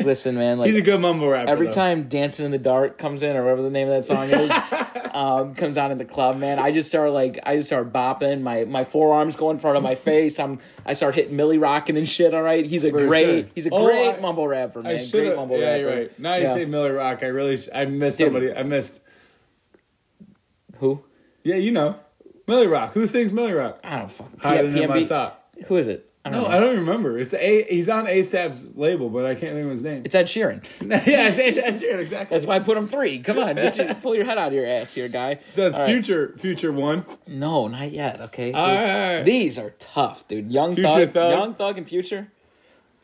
Speaker 3: listen, man. Like
Speaker 2: He's a good mumble rapper.
Speaker 3: every
Speaker 2: though.
Speaker 3: time "Dancing in the Dark" comes in, or whatever the name of that song is,
Speaker 2: <laughs>
Speaker 3: um, comes on in the club, man. I just start like I just start bopping. My my forearms go in front
Speaker 2: <laughs>
Speaker 3: of my face. I'm I start hitting Millie rocking and shit. All right. He's a great.
Speaker 2: sure.
Speaker 3: He's a
Speaker 2: Oh,
Speaker 3: great
Speaker 2: I-
Speaker 3: mumble rapper,
Speaker 2: I
Speaker 3: man.
Speaker 2: should
Speaker 3: Great
Speaker 2: have.
Speaker 3: mumble
Speaker 2: Yeah,
Speaker 3: rapper.
Speaker 2: you're right. Now you
Speaker 3: Yeah.
Speaker 2: say Miller Rock. I really, sh- I missed somebody. I missed.
Speaker 3: who?
Speaker 2: Yeah, you know, Miller Rock. Who sings Miller Rock?
Speaker 3: I don't fucking.
Speaker 2: Hiding in my
Speaker 3: PMB
Speaker 2: sock.
Speaker 3: Who is it?
Speaker 2: No, I don't remember. It's a he's on ASAP's label, but I can't think of his
Speaker 3: <laughs>
Speaker 2: name.
Speaker 3: It's Ed Sheeran.
Speaker 2: <laughs> yeah, it's, that's right, exactly.
Speaker 3: That's why I put him three. Come on,
Speaker 2: <laughs>
Speaker 3: get your- pull your head out of your ass here, guy.
Speaker 2: so it's
Speaker 3: All right.
Speaker 2: future future one.
Speaker 3: No, not yet. Okay. Dude,
Speaker 2: Alright.
Speaker 3: These are tough, dude. Young
Speaker 2: Future
Speaker 3: thug,
Speaker 2: Thug.
Speaker 3: young thug, and future.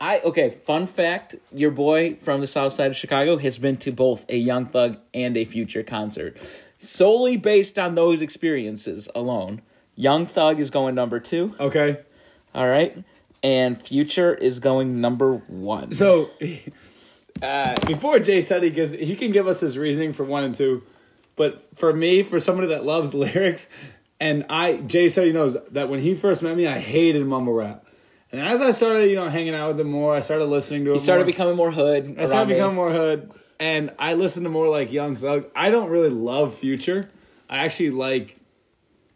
Speaker 3: I okay. Fun fact: Your boy from the South Side of Chicago has been to both a Young Thug and a Future concert, solely based on those experiences alone. Young Thug is going number two.
Speaker 2: Okay,
Speaker 3: All right, and Future is going number
Speaker 2: <laughs>
Speaker 3: one.
Speaker 2: so uh, before Jay said he gives, he can give us his reasoning for one and two, but for me, for somebody that loves <laughs> lyrics, and I Jay said he knows that when he first met me, I hated mumble rap, and as I started, you know, hanging out with him more, I started listening to him.
Speaker 3: he started
Speaker 2: more.
Speaker 3: becoming more hood.
Speaker 2: I started
Speaker 3: around me.
Speaker 2: becoming more hood, and I listen to more like Young Thug. I don't really love Future. I actually like,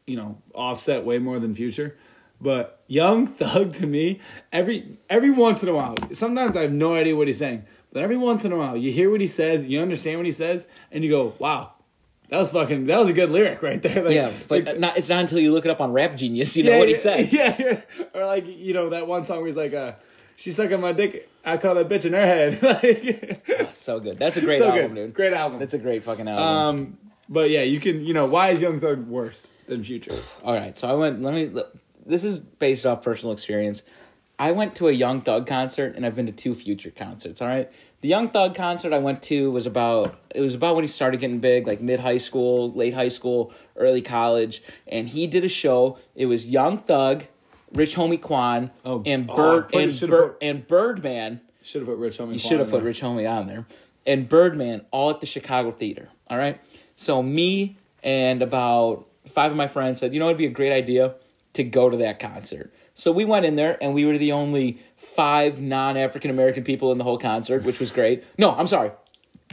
Speaker 2: you know, Offset way more than Future. But Young <laughs> Thug to me, every every once in a while, sometimes I have no idea what he's saying, but every once in a while, you hear what he says, you understand what he says, and you go, "Wow, that was fucking that was a good lyric right there." <laughs> Like,
Speaker 3: Yeah, but
Speaker 2: like-
Speaker 3: not, it's not until you look it up on Rap Genius you know what he
Speaker 2: yeah, <laughs>
Speaker 3: said.
Speaker 2: Yeah, yeah. or like you know that one song where he's like, uh, "She's sucking my dick." I call that bitch in her head. <laughs> like,
Speaker 3: So good. That's a great
Speaker 2: so
Speaker 3: album,
Speaker 2: good.
Speaker 3: dude.
Speaker 2: Great album.
Speaker 3: That's a great fucking album.
Speaker 2: um, but yeah, you can. You know, why is Young Thug worse than Future?
Speaker 3: All right, so I went. Let me. This is based off personal experience. I went to a Young Thug concert, and I've been to two Future concerts. All right, the Young Thug concert I went to was about. It was about when he started getting big, like mid high school, late high school, early college, and he did a show. It was Young Thug, Rich Homie Quan,
Speaker 2: Oh,
Speaker 3: and
Speaker 2: oh,
Speaker 3: Bird
Speaker 2: I
Speaker 3: and,
Speaker 2: should've
Speaker 3: Bird
Speaker 2: put-
Speaker 3: and Birdman.
Speaker 2: Should have put Rich Homie.
Speaker 3: You should have put Rich Homie on there. And Birdman, all at the Chicago Theater. All right. So me and about five of my friends said, you know, it'd be a great idea to go to that concert. So we went in there, and we were the only five non African American people in the whole concert, which was great. No, I'm sorry.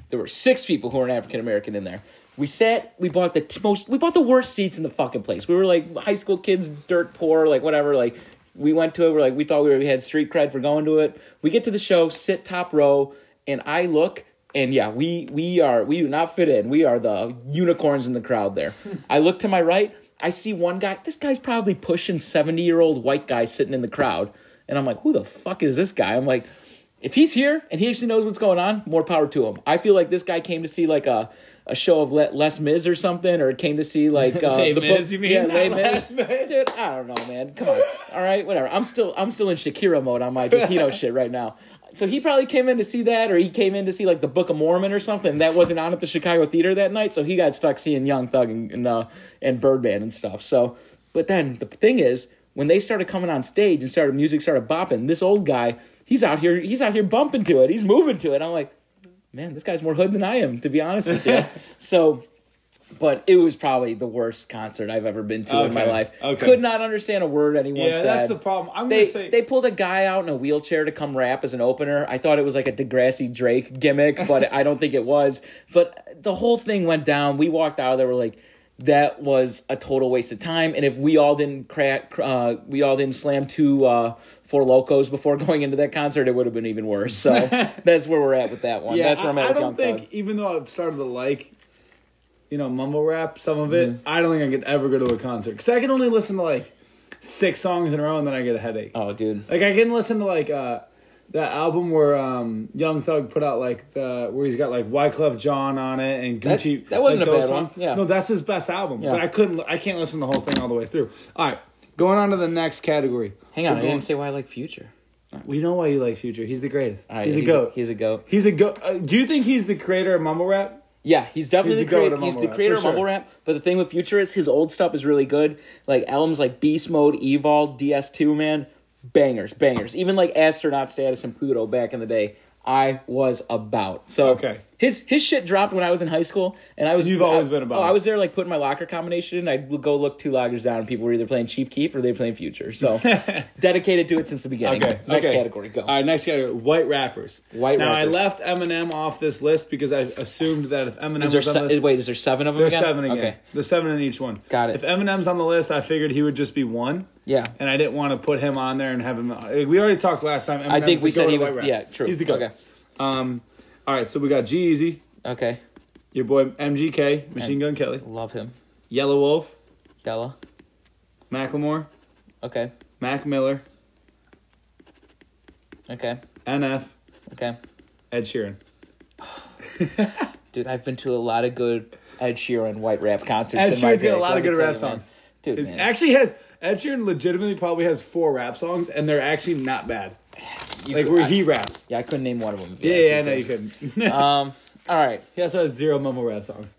Speaker 3: There were six people who were African American in there. We sat. We bought the t- most. We bought the worst seats in the fucking place. We were like high school kids, dirt poor, like whatever. Like we went to it. We're like we thought we, were, we had street cred for going to it. We get to the show, sit top row, and I look. And yeah, we we are we do not fit in. We are the unicorns in the crowd there. I look to my right. I see one guy. This guy's probably pushing seventy year old white guy sitting in the crowd. And I'm like, who the fuck is this guy? I'm like, if he's here and he actually knows what's going on, more power to him. I feel like this guy came to see like a, a show of Le- Les Mis or something, or came to
Speaker 2: <laughs>
Speaker 3: see like uh,
Speaker 2: Les
Speaker 3: the
Speaker 2: Mis, you mean?
Speaker 3: Yeah,
Speaker 2: <laughs> Not Les
Speaker 3: Les Mis. Dude, I don't know, man. Come on. All right, whatever. I'm still I'm still in Shakira mode on my Patino shit right now. So he probably came in to see that, or he came in to see like the Book of Mormon or something that wasn't on at the Chicago Theater that night. So he got stuck seeing Young Thug and and, uh, and Birdman and stuff. So, but then the thing is, when they started coming on stage and started music started bopping, this old guy he's out here he's out here bumping to it, he's moving to it. I'm like, man, this guy's more hood than I am, to be honest
Speaker 2: <laughs>
Speaker 3: with you. so, but it was probably the worst concert I've ever been to in my
Speaker 2: Okay,
Speaker 3: life.
Speaker 2: okay.
Speaker 3: Could not understand a word anyone
Speaker 2: yeah,
Speaker 3: said.
Speaker 2: that's the problem. I'm
Speaker 3: They,
Speaker 2: gonna say
Speaker 3: they pulled a guy out in a wheelchair to come rap as an opener. I thought it was like a Degrassi
Speaker 2: <laughs>
Speaker 3: Drake gimmick, but I don't think it was. But the whole thing went down. We walked out of there. We're like, that was a total waste of time. And if we all didn't crack, uh, we all didn't slam two uh, four locos before <laughs> going into that concert, it would have been even worse.
Speaker 2: <laughs>
Speaker 3: So that's where we're at with that one.
Speaker 2: yeah,
Speaker 3: that's where I'm
Speaker 2: I,
Speaker 3: at.
Speaker 2: I
Speaker 3: with
Speaker 2: don't
Speaker 3: Young Thug.
Speaker 2: think even though I've started to like, you know, mumble rap some of it,
Speaker 3: Mm-hmm.
Speaker 2: I don't think I could ever go to a concert because I can only listen to like six songs in a row and then I get a headache.
Speaker 3: Oh, dude.
Speaker 2: Like I can listen to like uh that album where um Young Thug put out like the where he's got like Wyclef John on it and
Speaker 3: That-
Speaker 2: Gucci.
Speaker 3: that wasn't
Speaker 2: like,
Speaker 3: a
Speaker 2: those
Speaker 3: bad
Speaker 2: songs.
Speaker 3: one. Yeah.
Speaker 2: No, that's his best album.
Speaker 3: Yeah.
Speaker 2: But I couldn't. I can't listen to the whole thing all the way through. All right, going on to the next category.
Speaker 3: Hang on,
Speaker 2: We're
Speaker 3: I
Speaker 2: going-
Speaker 3: didn't say why I like Future.
Speaker 2: We know why you like Future. He's the greatest.
Speaker 3: All right,
Speaker 2: he's, a goat.
Speaker 3: He's a goat.
Speaker 2: he's a goat. Uh, do you think he's the creator of mumble rap?
Speaker 3: Yeah, he's definitely
Speaker 2: He's
Speaker 3: the,
Speaker 2: the goat
Speaker 3: creator.
Speaker 2: of
Speaker 3: He's
Speaker 2: mumble
Speaker 3: the
Speaker 2: rap,
Speaker 3: creator
Speaker 2: for
Speaker 3: of mumble
Speaker 2: sure.
Speaker 3: rap. But the thing with Future is his old stuff is really good. Like albums like Beast Mode, Evolve, DS2, man, bangers, bangers. Even like Astronaut Status and Pluto back in the day, I was about. So
Speaker 2: Okay.
Speaker 3: his his shit dropped when I was in high school, and I was
Speaker 2: You've always
Speaker 3: I-
Speaker 2: been about
Speaker 3: Oh,
Speaker 2: it.
Speaker 3: I was there like putting my locker combination in. I'd go look two lockers down, and people were either playing Chief Keef or they were playing Future.
Speaker 2: <laughs>
Speaker 3: So dedicated to it since the beginning.
Speaker 2: Okay.
Speaker 3: Next
Speaker 2: okay.
Speaker 3: category, go.
Speaker 2: All right, next category. White rappers.
Speaker 3: White
Speaker 2: now,
Speaker 3: rappers.
Speaker 2: I left Eminem off this list because I assumed that if Eminem
Speaker 3: Is there
Speaker 2: was on
Speaker 3: se-
Speaker 2: this,
Speaker 3: wait? Is there seven of them?
Speaker 2: There's
Speaker 3: again?
Speaker 2: seven again.
Speaker 3: Okay.
Speaker 2: There's seven in each one.
Speaker 3: Got it.
Speaker 2: If Eminem's on the list, I figured he would just be one.
Speaker 3: Yeah.
Speaker 2: And I didn't want to put him on there and have him. We already talked last time.
Speaker 3: I think
Speaker 2: Eminem's
Speaker 3: we
Speaker 2: the
Speaker 3: said
Speaker 2: goat
Speaker 3: he
Speaker 2: of
Speaker 3: was.
Speaker 2: white rap.
Speaker 3: Yeah, true.
Speaker 2: He's the goat.
Speaker 3: Okay.
Speaker 2: Um, all right, so we got G Easy,
Speaker 3: Okay.
Speaker 2: your boy MGK, Machine Gun Kelly,
Speaker 3: Love him.
Speaker 2: Yellow Wolf,
Speaker 3: Della.
Speaker 2: Macklemore,
Speaker 3: Okay.
Speaker 2: Mac Miller,
Speaker 3: Okay.
Speaker 2: NF,
Speaker 3: Okay.
Speaker 2: Ed Sheeran.
Speaker 3: Dude, I've been to a lot of good Ed Sheeran white rap concerts.
Speaker 2: Ed
Speaker 3: in my
Speaker 2: Sheeran's
Speaker 3: day.
Speaker 2: got a lot
Speaker 3: Let
Speaker 2: of
Speaker 3: me
Speaker 2: good
Speaker 3: tell
Speaker 2: rap
Speaker 3: you, man.
Speaker 2: songs.
Speaker 3: Dude,
Speaker 2: It's
Speaker 3: man.
Speaker 2: actually has Ed Sheeran legitimately probably has four rap songs, and they're actually not bad. like
Speaker 3: could-
Speaker 2: where
Speaker 3: I-
Speaker 2: he raps.
Speaker 3: yeah, I couldn't name one of them.
Speaker 2: Yeah, yeah, I know
Speaker 3: did.
Speaker 2: you couldn't. <laughs>
Speaker 3: Um, all right.
Speaker 2: he also has zero mumble rap songs.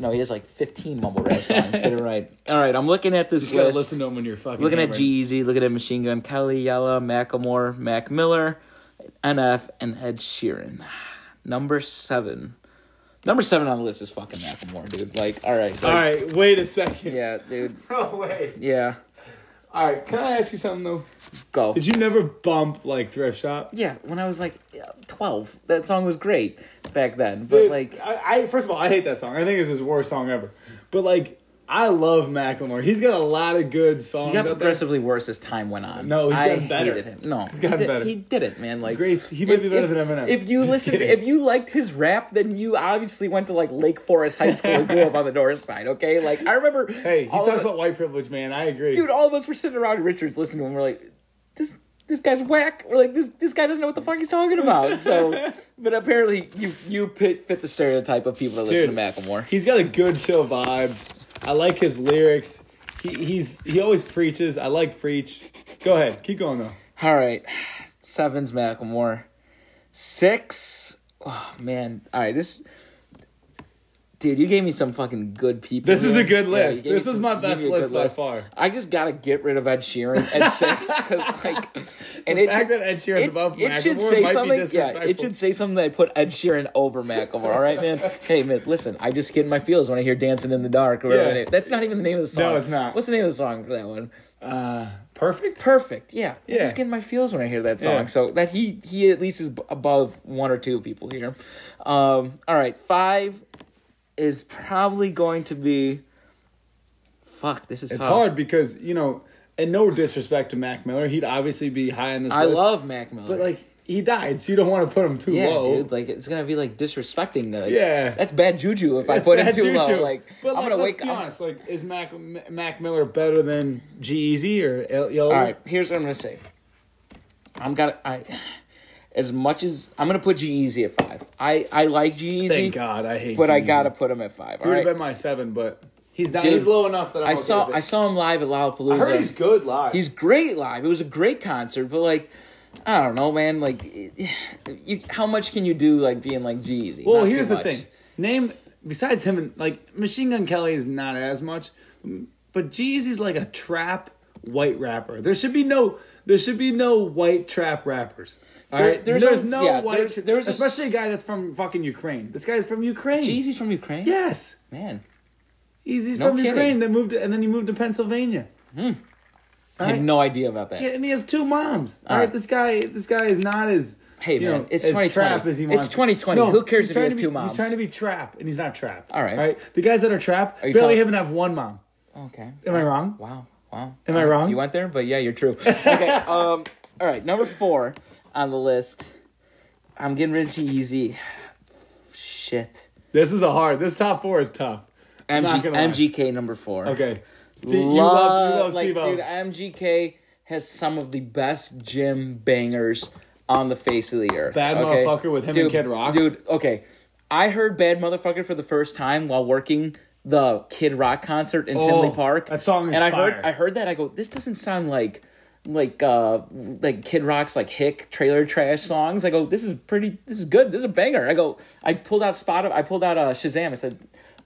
Speaker 3: No, he has like 15 mumble rap songs. Get it right. All right, I'm looking at this
Speaker 2: You gotta
Speaker 3: list.
Speaker 2: listen to him when you're fucking.
Speaker 3: looking at
Speaker 2: hammered.
Speaker 3: Jeezy, looking at Machine Gun Kelly, Yella, Macklemore, Mac Miller, NF, and Ed Sheeran. Number seven. Number seven on the list is fucking Macklemore, dude. Like, all right.
Speaker 2: All
Speaker 3: like-
Speaker 2: right, wait a second.
Speaker 3: Yeah, dude.
Speaker 2: No way.
Speaker 3: Yeah.
Speaker 2: All right, can I ask you something though?
Speaker 3: Go.
Speaker 2: Did you never bump like thrift shop?
Speaker 3: yeah, when I was like yeah, 12, that song was great back then. But
Speaker 2: Dude,
Speaker 3: like,
Speaker 2: I, I first of all, I hate that song. I think it's his worst song ever. But like, I love Macklemore. He's got a lot of good songs.
Speaker 3: he got
Speaker 2: out there.
Speaker 3: progressively worse as time went on.
Speaker 2: No, he's
Speaker 3: I
Speaker 2: gotten better.
Speaker 3: hated him. No, he's
Speaker 2: gotten
Speaker 3: he did,
Speaker 2: better.
Speaker 3: He did it, man. Like,
Speaker 2: Grace, he might
Speaker 3: if-
Speaker 2: be better
Speaker 3: if-
Speaker 2: than Eminem.
Speaker 3: If you
Speaker 2: Just
Speaker 3: listened,
Speaker 2: kidding.
Speaker 3: if you liked his rap, then you obviously went to like Lake Forest High School and grew up on the North Side. Okay, like I remember.
Speaker 2: <laughs> Hey, he
Speaker 3: all
Speaker 2: talks
Speaker 3: of,
Speaker 2: about white privilege, man. I agree.
Speaker 3: dude. All of us were sitting around Richards listening to him. We're like, this this guy's whack. We're like, this this guy doesn't know what the fuck he's talking
Speaker 2: <laughs>
Speaker 3: about. So, but apparently you you fit, fit the stereotype of people that listen
Speaker 2: Dude.
Speaker 3: to Macklemore.
Speaker 2: He's got a good chill vibe. I like his lyrics. He he's he always preaches. I like preach. Go ahead, keep going though.
Speaker 3: All right. Seven's Macklemore. Six. Oh, man. All right. This. Dude, you gave me some fucking good people.
Speaker 2: This is
Speaker 3: man.
Speaker 2: a good
Speaker 3: Yeah, you
Speaker 2: list.
Speaker 3: gave me
Speaker 2: this is
Speaker 3: some-
Speaker 2: my
Speaker 3: you gave
Speaker 2: best
Speaker 3: me a good
Speaker 2: list by far.
Speaker 3: I just gotta get rid of Ed
Speaker 2: <laughs>
Speaker 3: Sheeran at six because like, and it
Speaker 2: fact
Speaker 3: should,
Speaker 2: that Ed Sheeran's
Speaker 3: it,
Speaker 2: above
Speaker 3: it should
Speaker 2: Macklemore
Speaker 3: say
Speaker 2: might be
Speaker 3: something. Yeah, it
Speaker 2: disrespectful.
Speaker 3: should say something that I put Ed Sheeran over Macklemore. All right,
Speaker 2: <laughs>
Speaker 3: man. hey, man, listen. I just get in my feels when I hear "Dancing in the Dark." Or whatever
Speaker 2: Yeah.
Speaker 3: it is. that's not even the name of the song.
Speaker 2: it's not.
Speaker 3: What's the name of the song for that one?
Speaker 2: Perfect.
Speaker 3: perfect. Yeah, I
Speaker 2: Yeah.
Speaker 3: just get in my feels when I hear that song.
Speaker 2: Yeah.
Speaker 3: So that he he at least is b- above one or two people here. Um, all right, five is probably going to be. Fuck, this is
Speaker 2: It's
Speaker 3: tough.
Speaker 2: hard because you know, and no disrespect to Mac Miller, he'd obviously be high on this
Speaker 3: I
Speaker 2: list.
Speaker 3: love Mac Miller,
Speaker 2: but like he died, so you don't want to put him too
Speaker 3: yeah,
Speaker 2: low. <laughs>
Speaker 3: dude, like it's gonna be like disrespecting the. Like,
Speaker 2: Yeah.
Speaker 3: that's bad juju if I
Speaker 2: It's
Speaker 3: put him
Speaker 2: bad
Speaker 3: too
Speaker 2: juju.
Speaker 3: low. Like
Speaker 2: But,
Speaker 3: I'm
Speaker 2: like,
Speaker 3: gonna
Speaker 2: let's
Speaker 3: wake
Speaker 2: Be
Speaker 3: up.
Speaker 2: honest, like is Mac Mac Miller better than G-Eazy or El- Yellow?
Speaker 3: All right, here's what I'm gonna say. I'm gonna I. <sighs> As much as I'm gonna put G Easy at five, I I like G Easy.
Speaker 2: Thank God, I hate.
Speaker 3: but I
Speaker 2: G-Eazy.
Speaker 3: gotta put him at five. All
Speaker 2: He would have
Speaker 3: right.
Speaker 2: been my seven, but he's down.
Speaker 3: Dude,
Speaker 2: he's low enough that I'm
Speaker 3: I
Speaker 2: okay
Speaker 3: saw
Speaker 2: with it.
Speaker 3: I saw him live at Lollapalooza.
Speaker 2: I heard he's good live.
Speaker 3: He's great live. It was a great concert, but like, I don't know, man. Like, <sighs> you, how much can you do like being like Jeezy?
Speaker 2: well.
Speaker 3: Not too
Speaker 2: here's the
Speaker 3: much.
Speaker 2: thing. Name besides him and like Machine Gun Kelly is not as much, but Jeezy's like a trap white rapper. There should be no. There should be no white trap rappers. All right,
Speaker 3: There-
Speaker 2: there's,
Speaker 3: there's a-
Speaker 2: no
Speaker 3: yeah,
Speaker 2: white.
Speaker 3: there's-
Speaker 2: tra-
Speaker 3: there's a s-
Speaker 2: especially a, guy that's from fucking Ukraine. This guy's from Ukraine.
Speaker 3: Jeezy's from Ukraine.
Speaker 2: Yes,
Speaker 3: man.
Speaker 2: he's, he's
Speaker 3: No
Speaker 2: from
Speaker 3: kidding.
Speaker 2: Ukraine. Then moved to, and then he moved to Pennsylvania.
Speaker 3: I had
Speaker 2: right.
Speaker 3: no idea about that.
Speaker 2: Yeah, and he has two moms. All
Speaker 3: All
Speaker 2: right.
Speaker 3: right.
Speaker 2: this guy, this guy is not as
Speaker 3: Hey,
Speaker 2: you
Speaker 3: man, it's
Speaker 2: as
Speaker 3: 2020.
Speaker 2: trap as he
Speaker 3: It's
Speaker 2: wants.
Speaker 3: 2020. Who cares
Speaker 2: he's
Speaker 3: if he
Speaker 2: trying
Speaker 3: has
Speaker 2: to be-
Speaker 3: two moms?
Speaker 2: He's trying to be trap, and he's not trap.
Speaker 3: All right.
Speaker 2: right. The guys that are trap
Speaker 3: you
Speaker 2: barely
Speaker 3: telling-
Speaker 2: even have one mom.
Speaker 3: Okay.
Speaker 2: Am I wrong?
Speaker 3: Wow. Wow.
Speaker 2: Am I wrong?
Speaker 3: You went there, but yeah,
Speaker 2: <laughs>
Speaker 3: you're true. Okay. um. All right. Number four on the list. I'm getting rid of Jeezy. Shit.
Speaker 2: This is a hard. This top four is tough. I'm
Speaker 3: MG,
Speaker 2: not gonna lie.
Speaker 3: MGK number four.
Speaker 2: Okay. See,
Speaker 3: love,
Speaker 2: you love, you love
Speaker 3: like,
Speaker 2: Steve-O.
Speaker 3: dude, MGK has some of the best gym bangers on the face of the earth.
Speaker 2: Bad Motherfucker with him and
Speaker 3: dude,
Speaker 2: Kid Rock?
Speaker 3: Dude, okay. I heard Bad Motherfucker for the first time while working the Kid Rock concert in Tinley Park.
Speaker 2: Oh, that song is
Speaker 3: And I
Speaker 2: fire.
Speaker 3: heard I heard that I go, this doesn't sound like like uh like Kid Rock's like hick trailer trash songs. I go, this is pretty this is good. This is a banger. I go, I pulled out Spotify I pulled out uh Shazam. I said,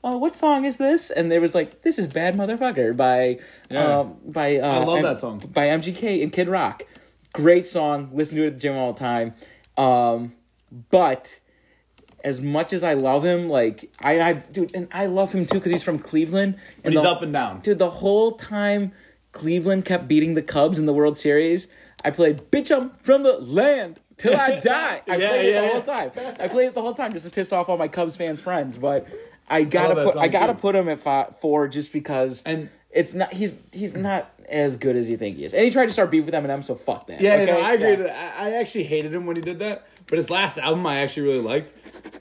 Speaker 3: Oh, what song is this? And there was like, This is Bad Motherfucker by
Speaker 2: Yeah.
Speaker 3: um by uh I
Speaker 2: love that song.
Speaker 3: By MGK and Kid Rock. Great song. Listen to it at the gym all the time. Um but as much as I love him, like I, I dude, and I love him too because he's from Cleveland. And
Speaker 2: he's
Speaker 3: the-
Speaker 2: up and down.
Speaker 3: dude. The whole time Cleveland kept beating the Cubs in the World Series, I played "Bitch, I'm from the land till
Speaker 2: <laughs>
Speaker 3: I die." I
Speaker 2: Yeah,
Speaker 3: played it
Speaker 2: yeah,
Speaker 3: the
Speaker 2: yeah.
Speaker 3: whole time. I played it the whole time just to piss off all my Cubs fans friends. But I gotta
Speaker 2: that
Speaker 3: put, I
Speaker 2: song,
Speaker 3: gotta
Speaker 2: too.
Speaker 3: put him at five, four just because.
Speaker 2: And-
Speaker 3: it's not he's he's not as good as you think he is. And he tried to start beef with Eminem, so fuck that.
Speaker 2: Yeah,
Speaker 3: okay?
Speaker 2: no, I agree.
Speaker 3: Yeah.
Speaker 2: with that. I, I actually hated him when he did that, but his last album I actually really liked.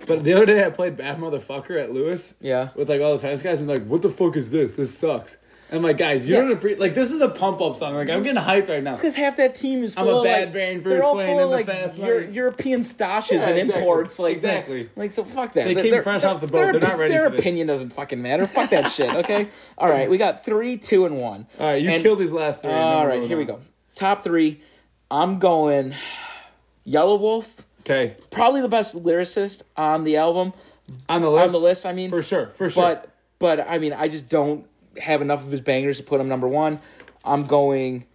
Speaker 2: But the other day I played Bad Motherfucker at Lewis.
Speaker 3: Yeah.
Speaker 2: With like all the tennis guys, and like, what the fuck is this? This sucks. And I'm like, guys, you
Speaker 3: Yeah.
Speaker 2: don't appreciate. Like, this is a pump up song. Like, I'm getting hyped right now.
Speaker 3: Because half that team is
Speaker 2: I'm a
Speaker 3: full of,
Speaker 2: bad
Speaker 3: like,
Speaker 2: brain Bruce
Speaker 3: they're all
Speaker 2: Wayne
Speaker 3: full of
Speaker 2: in the
Speaker 3: like
Speaker 2: fast
Speaker 3: Eur-
Speaker 2: lane.
Speaker 3: European stashes
Speaker 2: Yeah,
Speaker 3: and
Speaker 2: exactly.
Speaker 3: imports like that.
Speaker 2: Exactly.
Speaker 3: Like so, fuck that.
Speaker 2: They
Speaker 3: They're-
Speaker 2: came
Speaker 3: they're-
Speaker 2: fresh
Speaker 3: they're-
Speaker 2: off the boat. They're not ready
Speaker 3: Their
Speaker 2: for this.
Speaker 3: opinion doesn't fucking matter.
Speaker 2: <laughs>
Speaker 3: Fuck that shit. Okay. all right, we got three, two, and one.
Speaker 2: All right, you
Speaker 3: And-
Speaker 2: killed these last three. and then
Speaker 3: All
Speaker 2: we're
Speaker 3: right,
Speaker 2: moving
Speaker 3: here we
Speaker 2: on.
Speaker 3: go. Top three. I'm going Yellow Wolf.
Speaker 2: Okay,
Speaker 3: Probably the best lyricist on the album.
Speaker 2: on the list.
Speaker 3: On the list, I mean.
Speaker 2: for sure, for sure.
Speaker 3: But but I mean, I just don't have enough of his bangers to put him number one. I'm going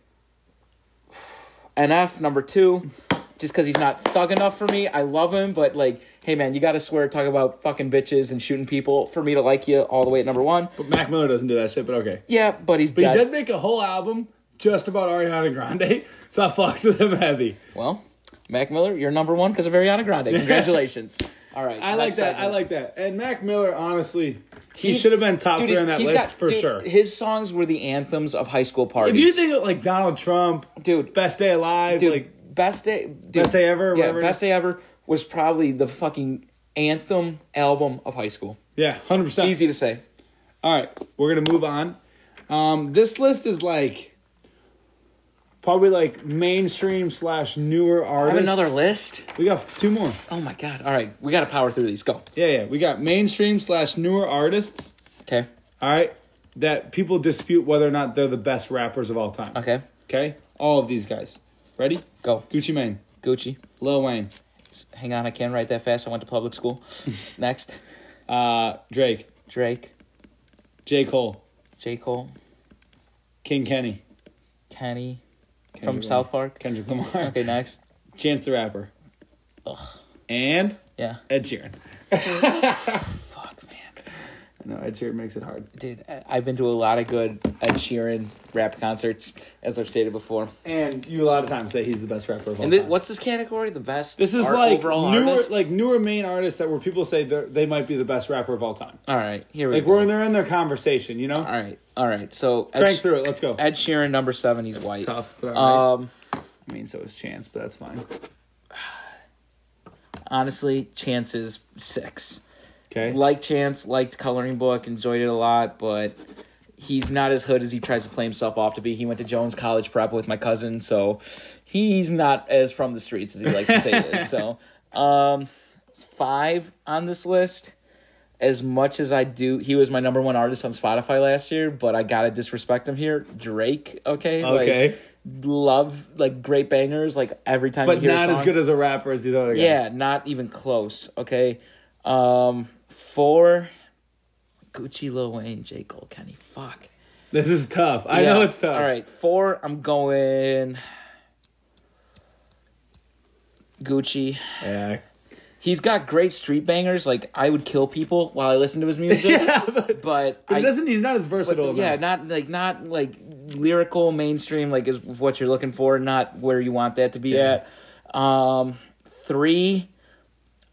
Speaker 3: NF number two, just because he's not thug enough for me. I love him, but like, hey man, you got to swear, talk about fucking bitches and shooting people for me to like you all the way at number one.
Speaker 2: but Mac Miller doesn't do that shit. But okay,
Speaker 3: Yeah, but he's
Speaker 2: but
Speaker 3: dead.
Speaker 2: he did make a whole album just about Ariana Grande, <laughs> so I fucks with him heavy.
Speaker 3: Well, Mac Miller, you're number one because of Ariana Grande. Congratulations. all right,
Speaker 2: I like
Speaker 3: next
Speaker 2: that. I
Speaker 3: segment.
Speaker 2: like that. And Mac Miller, honestly, he
Speaker 3: He's-
Speaker 2: should have been top
Speaker 3: dude,
Speaker 2: three
Speaker 3: he's-
Speaker 2: on that
Speaker 3: he's
Speaker 2: list
Speaker 3: got-
Speaker 2: for
Speaker 3: dude,
Speaker 2: sure.
Speaker 3: His songs were the anthems of high school parties.
Speaker 2: If you think of like Donald Trump,
Speaker 3: Dude.
Speaker 2: best day alive,
Speaker 3: dude,
Speaker 2: like
Speaker 3: best day, dude,
Speaker 2: Best Day Ever,
Speaker 3: Yeah,
Speaker 2: whatever it
Speaker 3: best
Speaker 2: is.
Speaker 3: day ever was probably the fucking anthem album of high school.
Speaker 2: yeah, hundred percent.
Speaker 3: Easy to say.
Speaker 2: All right, we're gonna move on. Um, this list is like probably like mainstream slash newer
Speaker 3: I
Speaker 2: artists.
Speaker 3: have another list.
Speaker 2: We got two more.
Speaker 3: Oh my god! All right, we got to power through these. Go.
Speaker 2: Yeah, yeah. We got mainstream slash newer artists.
Speaker 3: Okay.
Speaker 2: All right, that people dispute whether or not they're the best rappers of all time.
Speaker 3: Okay.
Speaker 2: Okay. All of these guys. Ready?
Speaker 3: Go.
Speaker 2: Gucci Mane,
Speaker 3: Gucci.
Speaker 2: Lil Wayne,
Speaker 3: S- Hang on, I can't write that fast. I went to public
Speaker 2: <laughs>
Speaker 3: school. Next,
Speaker 2: uh, Drake,
Speaker 3: Drake,
Speaker 2: J Cole,
Speaker 3: J Cole,
Speaker 2: King Kenny,
Speaker 3: Kenny from
Speaker 2: Kendrick <laughs>
Speaker 3: South Park.
Speaker 2: Kendrick Lamar,
Speaker 3: Okay, next.
Speaker 2: Chance the Rapper, and
Speaker 3: Yeah.
Speaker 2: Ed Sheeran.
Speaker 3: Fuck, man.
Speaker 2: No, Ed Sheeran makes it hard.
Speaker 3: Dude, I- I've been to a lot of good Ed Sheeran rap concerts, as I've stated before.
Speaker 2: And you a lot of times say he's the best rapper of all
Speaker 3: And thi-
Speaker 2: time.
Speaker 3: what's this category? The best.
Speaker 2: This is
Speaker 3: art-
Speaker 2: like newer,
Speaker 3: overall artist?
Speaker 2: like newer main artists that where people say they're- they might be the best rapper of all time.
Speaker 3: all right, here we
Speaker 2: Like
Speaker 3: go.
Speaker 2: we're in they're in their conversation, you know.
Speaker 3: all right, all right. So Ed,
Speaker 2: Crank
Speaker 3: Sh-
Speaker 2: through it. Let's go.
Speaker 3: Ed Sheeran, number seven. He's white.
Speaker 2: Tough. but all right.
Speaker 3: Um,
Speaker 2: I mean, so is Chance, but that's fine.
Speaker 3: honestly, chances six.
Speaker 2: Okay.
Speaker 3: Like Chance, liked Coloring Book, enjoyed it a lot, but he's not as hood as he tries to play himself off to be. He went to Jones College Prep with my cousin, so he's not as from the streets as he likes to say he is.
Speaker 2: <laughs>
Speaker 3: So, um, five on this list. As much as I do, he was my number one artist on Spotify last year, but I gotta disrespect him here. Drake, okay, Like,
Speaker 2: Okay.
Speaker 3: love like great bangers, like every time.
Speaker 2: but
Speaker 3: you hear
Speaker 2: not
Speaker 3: a
Speaker 2: as
Speaker 3: song.
Speaker 2: good as a rapper as these other guys.
Speaker 3: Yeah, not even close. Okay. Um four Gucci Lil Wayne, J. Cole, Kenny. Fuck.
Speaker 2: This is tough. I
Speaker 3: Yeah.
Speaker 2: know it's tough.
Speaker 3: All right, four, I'm going Gucci.
Speaker 2: Yeah.
Speaker 3: <laughs> He's got great street bangers. Like I would kill people while I listen to his music.
Speaker 2: <laughs>
Speaker 3: but,
Speaker 2: But
Speaker 3: I
Speaker 2: he doesn't. He's not as versatile.
Speaker 3: yeah,
Speaker 2: enough.
Speaker 3: not like not like lyrical mainstream like is what you're looking for, not where you want that to be at. Um, three,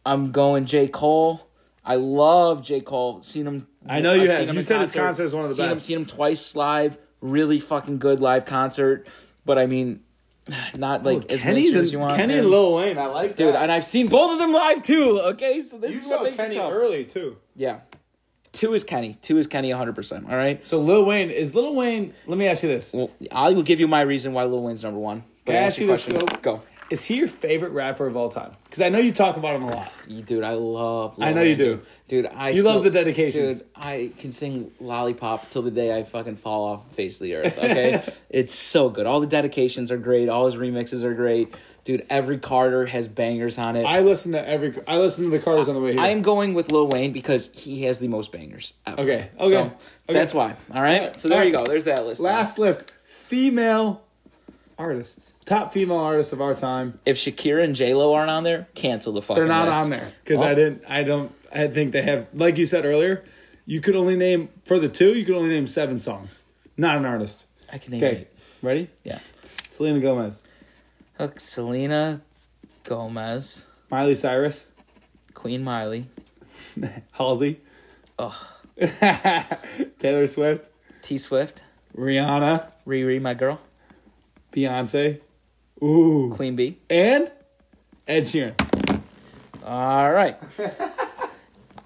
Speaker 3: I'm going J Cole. I love J Cole. Seen him.
Speaker 2: I know you
Speaker 3: I've
Speaker 2: have.
Speaker 3: seen him
Speaker 2: You
Speaker 3: in
Speaker 2: said his concert is one of the
Speaker 3: seen Him,
Speaker 2: best.
Speaker 3: seen him twice live. Really fucking good live concert. But I mean, <sighs> not like as
Speaker 2: Oh, Kenny's
Speaker 3: mainstream
Speaker 2: and,
Speaker 3: as you want.
Speaker 2: Kenny and
Speaker 3: and-
Speaker 2: Lil Wayne. I like
Speaker 3: Dude,
Speaker 2: that.
Speaker 3: and I've seen both of them live too. Okay, so this
Speaker 2: you
Speaker 3: is what
Speaker 2: saw
Speaker 3: makes
Speaker 2: Kenny
Speaker 3: it tough.
Speaker 2: early too.
Speaker 3: Yeah, two is Kenny. Two is Kenny, 100. percent All right.
Speaker 2: So Lil Wayne is Lil Wayne. Let me ask you this:
Speaker 3: Well, I will give you my reason why Lil Wayne's number one. But
Speaker 2: Can I
Speaker 3: answer
Speaker 2: ask
Speaker 3: your
Speaker 2: you this, Phil?
Speaker 3: Go.
Speaker 2: Is he your favorite rapper of all time? Because I know you talk about him a lot.
Speaker 3: You- Dude, I love. Lil
Speaker 2: I know you
Speaker 3: Wayne,
Speaker 2: do.
Speaker 3: dude. Dude, I.
Speaker 2: You love the dedications.
Speaker 3: dude. I can sing "Lollipop" till the day I fucking fall off the face of the
Speaker 2: <laughs>
Speaker 3: earth. Okay, it's so good. All the dedications are great. All his remixes are great, dude. Every Carter has bangers on it.
Speaker 2: I listen to every. I listen to the Carters on the way here.
Speaker 3: I am going with Lil Wayne because he has the most bangers. Ever.
Speaker 2: Okay,
Speaker 3: So,
Speaker 2: okay,
Speaker 3: That's
Speaker 2: okay.
Speaker 3: why. All right.
Speaker 2: All right,
Speaker 3: So there
Speaker 2: all
Speaker 3: you
Speaker 2: right.
Speaker 3: go. There's that list.
Speaker 2: Last list: female artists, top female artists of our time.
Speaker 3: if Shakira and J Lo aren't on there, cancel the fucking.
Speaker 2: They're not
Speaker 3: list.
Speaker 2: on there because I didn't. I don't. I think they have. Like you said earlier, you could only name for the two. You could only name seven songs. Not an artist.
Speaker 3: I can name
Speaker 2: Okay,
Speaker 3: it.
Speaker 2: ready?
Speaker 3: Yeah.
Speaker 2: Selena Gomez,
Speaker 3: Look, Selena Gomez,
Speaker 2: Miley Cyrus,
Speaker 3: Queen Miley,
Speaker 2: Halsey,
Speaker 3: Ugh.
Speaker 2: <laughs> Taylor Swift,
Speaker 3: T Swift,
Speaker 2: Rihanna,
Speaker 3: Riri, my girl,
Speaker 2: Beyonce, ooh,
Speaker 3: Queen B.
Speaker 2: and Ed Sheeran.
Speaker 3: All right.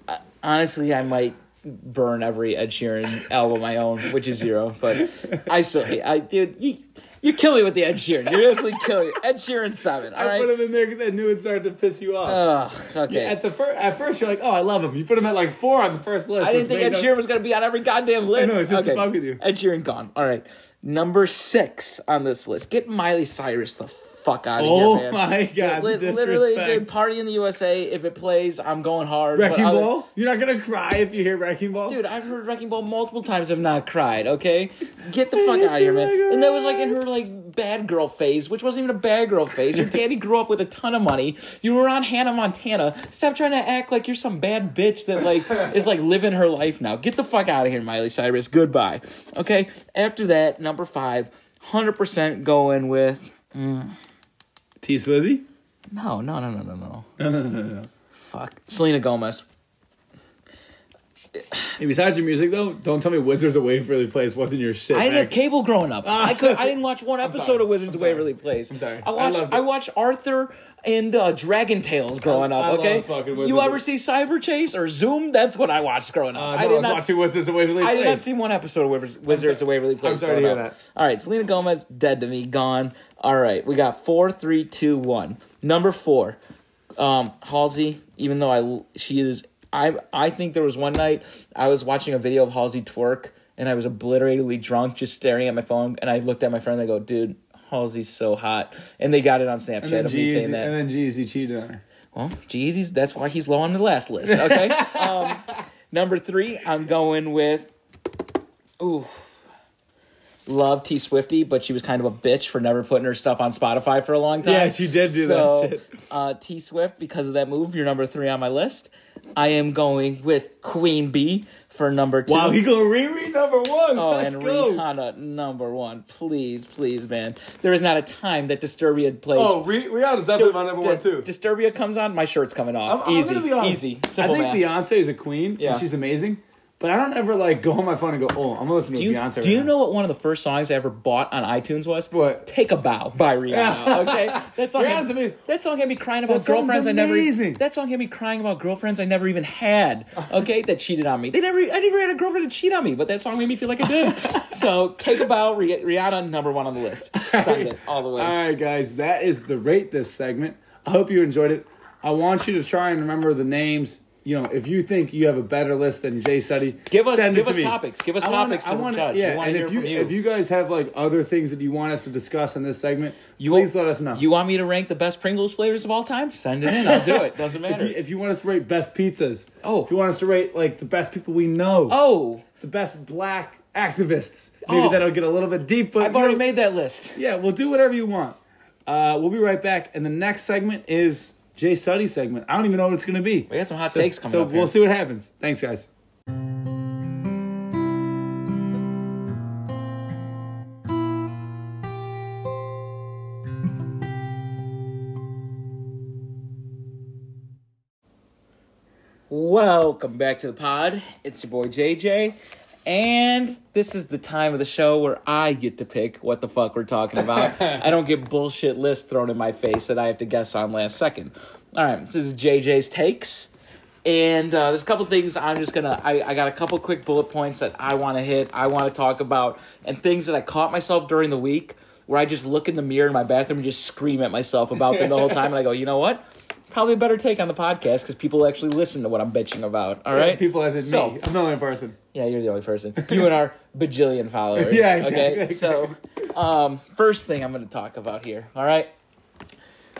Speaker 3: Uh, honestly, I might burn every Ed Sheeran album I own, which is zero. But I still, I dude, you you kill me with the Ed Sheeran. You absolutely kill me. Ed Sheeran seven. All
Speaker 2: I
Speaker 3: right. Oh.
Speaker 2: put him in there because I knew it started to piss you off.
Speaker 3: Ugh, okay.
Speaker 2: at the first, at first you're like, oh, I love him. You put him at like four on the first list.
Speaker 3: I didn't
Speaker 2: which
Speaker 3: think Ed
Speaker 2: made
Speaker 3: Sheeran was gonna be on every goddamn list.
Speaker 2: know, it's just to fuck with you.
Speaker 3: Ed Sheeran gone. All right, number six on this list. Get Miley Cyrus the fuck out of
Speaker 2: Oh
Speaker 3: here, man.
Speaker 2: my God,
Speaker 3: Li-
Speaker 2: the
Speaker 3: literally,
Speaker 2: disrespect.
Speaker 3: dude. Party in the USA. If it plays, I'm going hard.
Speaker 2: no-
Speaker 3: but
Speaker 2: Wrecking
Speaker 3: other-
Speaker 2: Ball. You're not gonna cry if you hear Wrecking Ball,
Speaker 3: Dude, I've heard Wrecking Ball multiple times. I've not cried. Okay, get the fuck
Speaker 2: hate
Speaker 3: out of here,
Speaker 2: you,
Speaker 3: man.
Speaker 2: Michael.
Speaker 3: And that was like in her like bad girl phase, which wasn't even a bad girl phase. Your daddy grew up with a ton of money. You were on Hannah Montana. Stop trying to act like you're some bad bitch that like is like living her life now. Get the fuck out of here, Miley Cyrus. Goodbye. Okay. After that, number five, hundred percent going with
Speaker 2: T Swizzy.
Speaker 3: no, no, no, no, no, no, no, no, no, no. Fuck, Selena Gomez.
Speaker 2: Hey, besides your music though, don't tell me Wizards of Waverly Place wasn't your shit.
Speaker 3: I didn't have
Speaker 2: back-
Speaker 3: cable growing up. I could. I didn't watch one episode
Speaker 2: sorry.
Speaker 3: of
Speaker 2: <laughs>
Speaker 3: Wizards
Speaker 2: I'm
Speaker 3: of
Speaker 2: sorry.
Speaker 3: Waverly Place. I'm
Speaker 2: sorry.
Speaker 3: I
Speaker 2: I
Speaker 3: watched.
Speaker 2: loved it.
Speaker 3: I, watched Arthur and uh, Dragon Tales growing
Speaker 2: I- I
Speaker 3: up.
Speaker 2: love
Speaker 3: Okay.
Speaker 2: fucking Wizards
Speaker 3: you
Speaker 2: of-
Speaker 3: ever see Cyber Chase or Zoom? That's what I watched growing up.
Speaker 2: Uh, no,
Speaker 3: I did not.
Speaker 2: watching Wizards of Waverly
Speaker 3: I
Speaker 2: Place.
Speaker 3: did not see one episode of Wizards, Wizards of Waverly Place.
Speaker 2: sorry to
Speaker 3: growing
Speaker 2: hear
Speaker 3: up. All right, Selena Gomez dead to me, gone. All right, we got four, three, two, one. Number four, um, Halsey. Even though I, she is. I I think there was one night I was watching a video of Halsey twerk and I was obliteratedly drunk, just staring at my phone. And I looked at my friend. and I go, dude. Halsey's so hot, and they got it on Snapchat
Speaker 2: And then,
Speaker 3: of me
Speaker 2: Jeezy,
Speaker 3: saying that.
Speaker 2: and then Jeezy cheated on her.
Speaker 3: Well, Jeezy's. That's why he's low on the last list.
Speaker 2: <laughs>
Speaker 3: Okay. um, number three, I'm going with. Ooh. Love T Swifty, but she was kind of a bitch for never putting her stuff on Spotify for a long time.
Speaker 2: Yeah, she did do that
Speaker 3: So,
Speaker 2: shit.
Speaker 3: Uh, T Swift, because of that move, you're number three on my list. I am going with Queen Bee for number two.
Speaker 2: Wow, he go Riri number one.
Speaker 3: Oh,
Speaker 2: Let's
Speaker 3: and
Speaker 2: go.
Speaker 3: Rihanna number one. Please, please, man. There is not a time that Disturbia plays
Speaker 2: Oh, Rih- Rihanna's definitely my number one
Speaker 3: Di-
Speaker 2: too.
Speaker 3: Disturbia comes on, my shirt's coming off.
Speaker 2: I'm- I'm
Speaker 3: easy,
Speaker 2: gonna be honest.
Speaker 3: easy.
Speaker 2: I
Speaker 3: Simple
Speaker 2: think
Speaker 3: math.
Speaker 2: Beyonce is a queen.
Speaker 3: Yeah.
Speaker 2: and she's amazing. But I don't ever like go on my phone and go, "Oh, I'm gonna listen to
Speaker 3: do you,
Speaker 2: Beyonce."
Speaker 3: do you
Speaker 2: right now."
Speaker 3: know what one of the first songs I ever bought on iTunes was?
Speaker 2: What?
Speaker 3: Take a Bow by Rihanna.
Speaker 2: <laughs>
Speaker 3: Okay, that song.
Speaker 2: Rihanna's
Speaker 3: Had,
Speaker 2: amazing.
Speaker 3: that song had me crying about
Speaker 2: That song's
Speaker 3: girlfriends I never. e-
Speaker 2: amazing.
Speaker 3: That song had me crying about girlfriends I never even had. Okay, that cheated on me. They never. I never had a girlfriend to cheat on me, but that song made me feel like
Speaker 2: <laughs>
Speaker 3: I did. so Take a Bow, Rih- Rihanna, number one on the list. Send it all the way.
Speaker 2: All right, guys, that is the rate this segment. I hope you enjoyed it. I want you to try and remember the names. You know, if you think you have a better list than Jay Suddy,
Speaker 3: Give us-
Speaker 2: send it
Speaker 3: give
Speaker 2: to
Speaker 3: us
Speaker 2: me.
Speaker 3: topics. Give us
Speaker 2: I wanna-
Speaker 3: topics
Speaker 2: I
Speaker 3: to
Speaker 2: wanna-
Speaker 3: judge. We
Speaker 2: Yeah,
Speaker 3: wanna
Speaker 2: and
Speaker 3: hear
Speaker 2: if you,
Speaker 3: from you.
Speaker 2: if you guys have like other things that you want us to discuss in this segment,
Speaker 3: You
Speaker 2: please
Speaker 3: want-
Speaker 2: let us know.
Speaker 3: You want me to rank the best Pringles flavors of all time? Send it in. I'll do it.
Speaker 2: <laughs>
Speaker 3: Doesn't
Speaker 2: if,
Speaker 3: matter.
Speaker 2: you, if you want us to rate best pizzas,
Speaker 3: Oh.
Speaker 2: if you want us to rate like the best people we know,
Speaker 3: oh,
Speaker 2: the best black activists, maybe
Speaker 3: Oh.
Speaker 2: that'll get a little bit deep. But
Speaker 3: I've
Speaker 2: you
Speaker 3: already
Speaker 2: know-
Speaker 3: made that list.
Speaker 2: Yeah, we'll do whatever you want. Uh, we'll be right back, and the next segment is Jay Suddy segment. I don't even know what it's going to be.
Speaker 3: We got some hot
Speaker 2: so,
Speaker 3: takes coming
Speaker 2: So
Speaker 3: up
Speaker 2: we'll
Speaker 3: here.
Speaker 2: see what happens. Thanks, guys.
Speaker 3: Welcome back to the pod. It's your boy JJ, and this is the time of the show where I get to pick what the fuck we're talking <laughs> about. I don't get bullshit lists thrown in my face that I have to guess on last second. All right, this is JJ's takes, and uh, there's a couple things I'm just gonna. I, I got a couple quick bullet points that I want to hit. I want to talk about, and things that I caught myself during the week where I just look in the mirror in my bathroom and just scream at myself about them the whole time, and I go, you know what? Probably a better take on the podcast because people actually listen to what I'm bitching about. All right,
Speaker 2: People as in
Speaker 3: So-
Speaker 2: me. I'm the only person.
Speaker 3: yeah, you're the only person. You
Speaker 2: <laughs>
Speaker 3: and our bajillion followers.
Speaker 2: Yeah, exactly,
Speaker 3: Okay. So, um, first thing I'm going to talk about here. All right.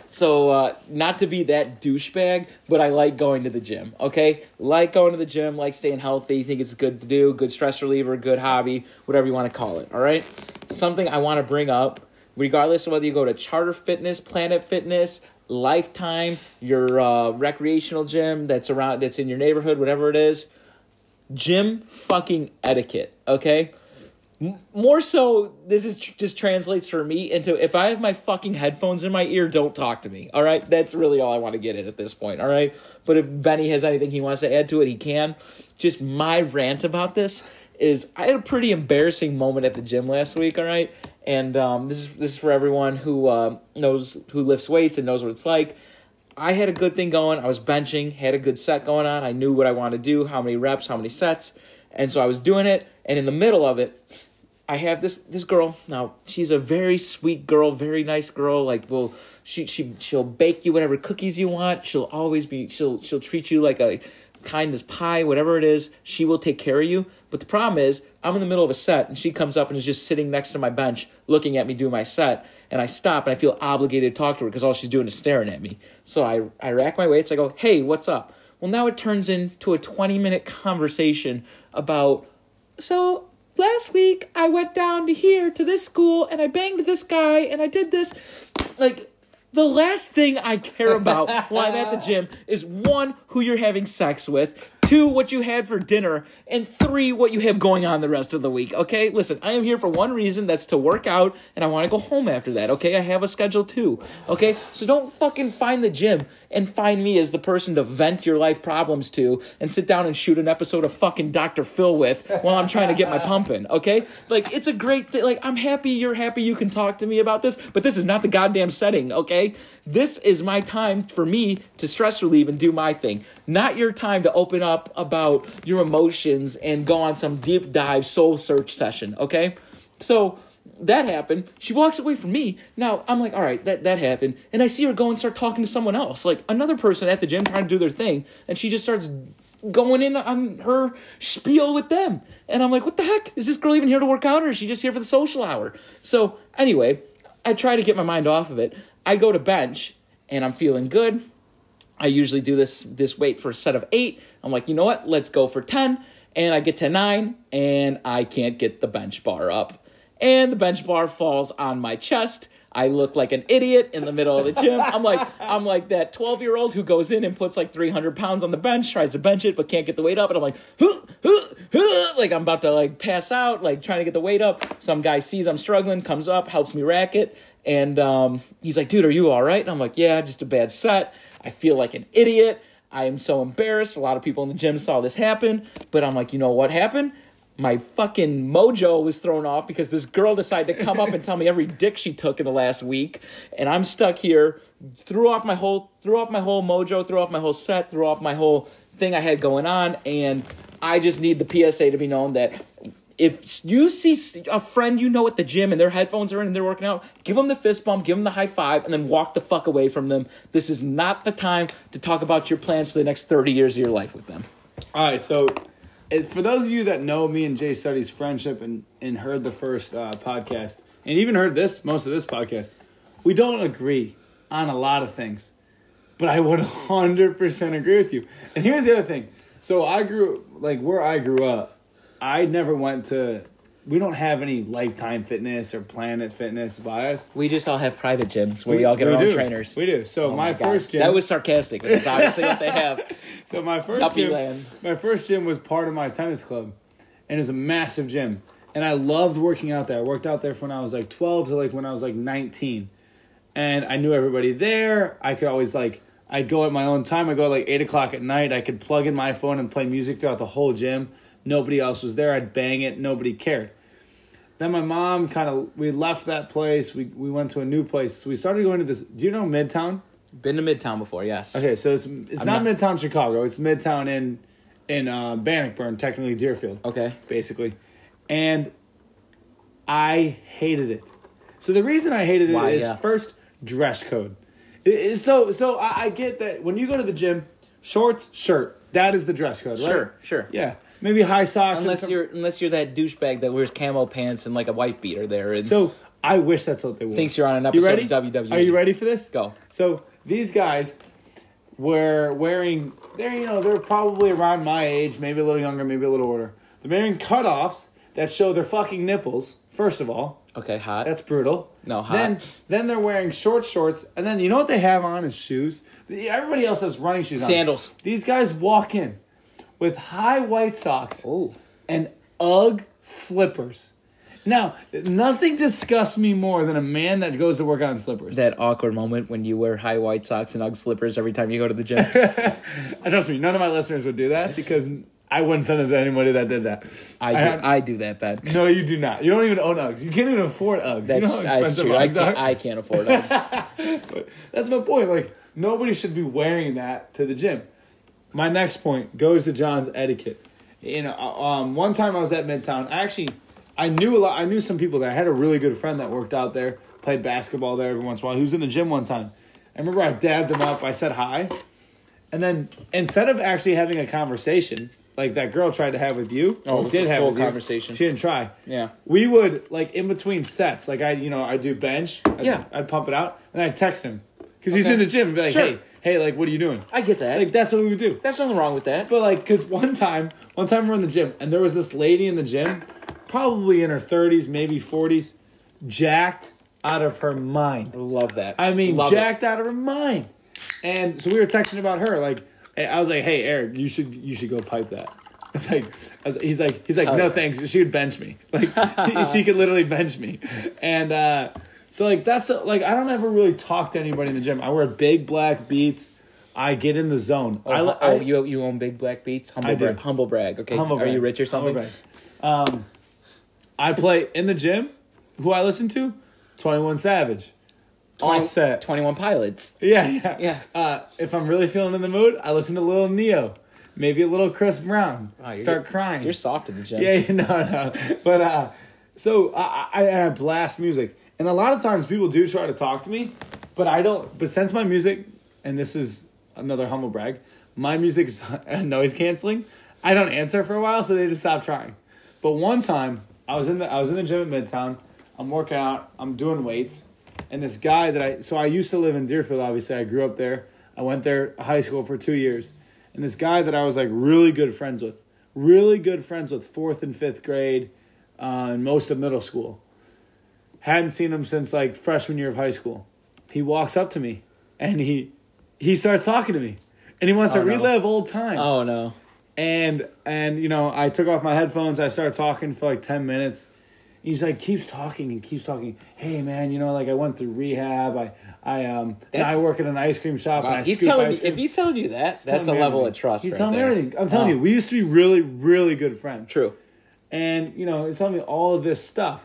Speaker 3: So, uh, not to be that douchebag, but I like going to the gym. Okay, like going to the gym, like staying healthy. Think it's good to do, good stress reliever, good hobby, whatever you want to call it. All right. Something I want to bring up, regardless of whether you go to Charter Fitness, Planet Fitness, Lifetime, your uh, recreational gym that's around, that's in your neighborhood, whatever it is gym fucking etiquette, okay? M- More so, this is tr- just translates for me into if I have my fucking headphones in my ear, don't talk to me. All right, that's really all I want to get in at this point. All right, but if Benny has anything he wants to add to it, he can. Just my rant about this is I had a pretty embarrassing moment at the gym last week. All right, uh, and um, this is this is for everyone who um knows who lifts weights and knows what it's like. I had a good thing going. I was benching, had a good set going on. I knew what I wanted to do, how many reps, how many sets, and so I was doing it. And in the middle of it, I have this this girl. Now she's a very sweet girl, very nice girl. Like, well, she she she'll bake you whatever cookies you want. She'll always be she'll she'll treat you like a kind as pie, whatever it is. She will take care of you. But the problem is, I'm in the middle of a set, and she comes up and is just sitting next to my bench, looking at me do my set. And I stop, and I feel obligated to talk to her because all she's doing is staring at me. So I I rack my weights. I go, hey, what's up? Well, now it turns into a 20 minute conversation about so last week I went down to here to this school and I banged this guy and I did this. Like, the last thing I care about while I'm at the gym is one, who you're having sex with, two, what you had for dinner, and three, what you have going on the rest of the week. Okay? Listen, I am here for one reason that's to work out and I want to go home after that. Okay? I have a schedule too. Okay? So don't fucking find the gym and find me as the person to vent your life problems to and sit down and shoot an episode of fucking Dr. Phil with while I'm trying to get my pump in. Okay? Like, it's a great thing. Like, I'm happy you're happy you can talk to me about this, but this is not the goddamn setting. Okay? This is my time for me to stress relieve and do my thing. Not your time to open up about your emotions and go on some deep dive soul search session. Okay? So, that happened. She walks away from me. Now I'm like, all right, that that happened, and I see her go and start talking to someone else, like another person at the gym trying to do their thing, and she just starts going in on her spiel with them, and I'm like, what the heck? Is this girl even here to work out, or is she just here for the social hour? So anyway, I try to get my mind off of it. I go to bench, and I'm feeling good. I usually do this this weight for a set of eight. I'm like, you know what? Let's go for ten. And I get to nine, and I can't get the bench bar up and the bench bar falls on my chest. I look like an idiot in the middle of the gym. I'm like, I'm like that 12 year old who goes in and puts like 300 pounds on the bench, tries to bench it, but can't get the weight up. And I'm like, "Huh, huh, huh," like I'm about to like pass out, like trying to get the weight up. Some guy sees I'm struggling, comes up, helps me rack it. And um, he's like, dude, are you all right? And I'm like, yeah, just a bad set. I feel like an idiot. I am so embarrassed. A lot of people in the gym saw this happen, but I'm like, you know what happened? my fucking mojo was thrown off because this girl decided to come up and tell me every dick she took in the last week and i'm stuck here threw off my whole threw off my whole mojo threw off my whole set threw off my whole thing i had going on and i just need the psa to be known that if you see a friend you know at the gym and their headphones are in and they're working out, give them the fist bump, give them the high five, and then walk the fuck away from them. This is not the time to talk about your plans for the next 30 years of your life with them.
Speaker 2: All right, so and for those of you that know me and Jay Study's friendship and, and heard the first uh, podcast, and even heard this, most of this podcast, we don't agree on a lot of things. But I would <laughs> 100% agree with you. And here's the other thing. So I grew, like where I grew up, I never went to, we don't have any Lifetime Fitness or Planet Fitness bias.
Speaker 3: We just all have private gyms where we, all get our own
Speaker 2: do.
Speaker 3: trainers.
Speaker 2: We do. So
Speaker 3: Oh
Speaker 2: my,
Speaker 3: God.
Speaker 2: first gym.
Speaker 3: That was sarcastic, but that's obviously what they have. <laughs>
Speaker 2: So my first
Speaker 3: Duppy
Speaker 2: gym,
Speaker 3: land.
Speaker 2: my first gym was part of my tennis club, and it was a massive gym, and I loved working out there. I worked out there from when I was like twelve to like when I was like nineteen, and I knew everybody there. I could always like I'd go at my own time. I go at like eight o'clock at night. I could plug in my phone and play music throughout the whole gym. Nobody else was there. I'd bang it. Nobody cared. Then my mom kind of we left that place. We we went to a new place. So we started going to this. Do you know Midtown?
Speaker 3: Been to Midtown before, yes.
Speaker 2: Okay, so it's it's not, Midtown Chicago. It's Midtown in in uh, Bannockburn, technically Deerfield,
Speaker 3: Okay.
Speaker 2: basically. And I hated it. So the reason I hated it is
Speaker 3: Why, yeah.
Speaker 2: first dress code. It- it- so so I, I get that when you go to the gym, shorts, shirt, that is the dress code, right?
Speaker 3: Sure, sure.
Speaker 2: Yeah, maybe high socks. and
Speaker 3: Unless
Speaker 2: some-
Speaker 3: you're unless you're that douchebag that wears camo pants and like a wife beater there and
Speaker 2: So I wish that's what they were.
Speaker 3: Thinks you're on an episode of E. WWE.
Speaker 2: Are you ready for this?
Speaker 3: Go.
Speaker 2: So these guys were wearing. They're you know they're probably around my age, maybe a little younger, maybe a little older. They're wearing cutoffs that show their fucking nipples. First of all,
Speaker 3: okay, hot.
Speaker 2: that's brutal.
Speaker 3: No, hot.
Speaker 2: Then then they're wearing short shorts, and then you know what they have on is shoes. Everybody else has running shoes. on.
Speaker 3: Sandals.
Speaker 2: These guys walk in with high white socks
Speaker 3: Ooh.
Speaker 2: and UGG slippers. Now, nothing disgusts me more than a man that goes to work out in slippers.
Speaker 3: That awkward moment when you wear high white socks and UGG slippers every time you go to
Speaker 2: <laughs>
Speaker 3: the gym.
Speaker 2: Uh, Trust me, none of my listeners would do
Speaker 3: <laughs>
Speaker 2: that because I wouldn't send it to anybody that did that.
Speaker 3: I do,
Speaker 2: have-
Speaker 3: I do that bad.
Speaker 2: no, you do not. You don't even own Uggs. You can't even afford Uggs. you
Speaker 3: That's,
Speaker 2: know how
Speaker 3: that's
Speaker 2: expensive
Speaker 3: true. I
Speaker 2: Uggs <laughs>
Speaker 3: can't,
Speaker 2: are?
Speaker 3: I can't afford Uggs.
Speaker 2: But that's my point. Like Nobody should be wearing that to the gym. My next point goes to John's etiquette. You know, um, one time I was at Midtown. I actually, I knew a lot. I knew some people there. I had a really good friend that worked out there, played basketball there every once in a while. He was in the gym one time. I remember I dabbed him up. I said hi, and then instead of actually having a conversation like that girl tried to have with you,
Speaker 3: Oh, it was
Speaker 2: did
Speaker 3: a
Speaker 2: have
Speaker 3: full
Speaker 2: with you,
Speaker 3: conversation.
Speaker 2: She didn't try
Speaker 3: Yeah.
Speaker 2: we would like in between sets like i you know i do bench I'd,
Speaker 3: Yeah.
Speaker 2: i'd pump it out and i'd text him because he's
Speaker 3: Okay.
Speaker 2: in the gym and be like
Speaker 3: Sure.
Speaker 2: hey hey like what are you doing
Speaker 3: I get that.
Speaker 2: like that's what we would do
Speaker 3: That's nothing wrong with that.
Speaker 2: but like because one time one time we're in the gym and there was this lady in the gym probably in her 30s maybe 40s jacked out of her mind
Speaker 3: Love that.
Speaker 2: I mean,
Speaker 3: Love it.
Speaker 2: jacked out of her mind. And so we were texting about her. Like, and I was like, "Hey, Eric, you should you should go pipe that." <laughs> I was like, I was, he's like, he's like,
Speaker 3: Oh,
Speaker 2: no
Speaker 3: yeah.
Speaker 2: thanks. She would bench me. <laughs> Like, she could literally bench me. And uh, so like that's like I don't ever really talk to anybody in the gym. I wear big black beats. I get in the zone. I,
Speaker 3: Oh,
Speaker 2: li-
Speaker 3: oh,
Speaker 2: I-
Speaker 3: you you own Big Black Beats? Humble
Speaker 2: I do.
Speaker 3: brag. Humble brag. Okay.
Speaker 2: Humble
Speaker 3: Are
Speaker 2: brag.
Speaker 3: you rich or
Speaker 2: Humble
Speaker 3: something?
Speaker 2: brag. Um, I play in the gym. Who I listen to? Twenty One Savage. Offset.
Speaker 3: Twenty One Pilots.
Speaker 2: Yeah, yeah,
Speaker 3: Yeah.
Speaker 2: Uh, if I'm really feeling in the mood, I listen to Little Neo, maybe a little Chris Brown.
Speaker 3: Wow, Oh, you're-
Speaker 2: Start crying.
Speaker 3: You're soft in the gym.
Speaker 2: yeah, <laughs> yeah, no, no. But uh, so I, I, I blast music, and a lot of times people do try to talk to me, but I don't. But since my music, and this is another humble brag, my <laughs> music's noise canceling. I don't answer for a while, so they just stop trying. But one time, I was in the I was in the gym at Midtown. I'm working out. I'm doing weights, and this guy that I so I used to live in Deerfield. Obviously, I grew up there. I went there high school for two years, and this guy that I was like really good friends with, really good friends with fourth and fifth grade, uh, and most of middle school. Hadn't seen him since like freshman year of high school. He walks up to me, and he he starts talking to me, and he wants to
Speaker 3: Oh, no.
Speaker 2: relive old times
Speaker 3: Oh no.
Speaker 2: and and you know i took off my headphones i started talking for like 10 minutes he's like keeps talking and keeps talking hey man you know like i went through rehab i i um and i
Speaker 3: That's-
Speaker 2: work at an ice cream shop and i
Speaker 3: he's
Speaker 2: scoop
Speaker 3: telling
Speaker 2: ice
Speaker 3: you, if
Speaker 2: cream."
Speaker 3: he's telling you that,
Speaker 2: He's telling
Speaker 3: that's a
Speaker 2: me
Speaker 3: level
Speaker 2: everything.
Speaker 3: of trust.
Speaker 2: he's
Speaker 3: right
Speaker 2: telling
Speaker 3: there.
Speaker 2: me everything i'm telling
Speaker 3: Oh,
Speaker 2: you we used to be really really good friends
Speaker 3: True.
Speaker 2: and you know he's telling me all of this stuff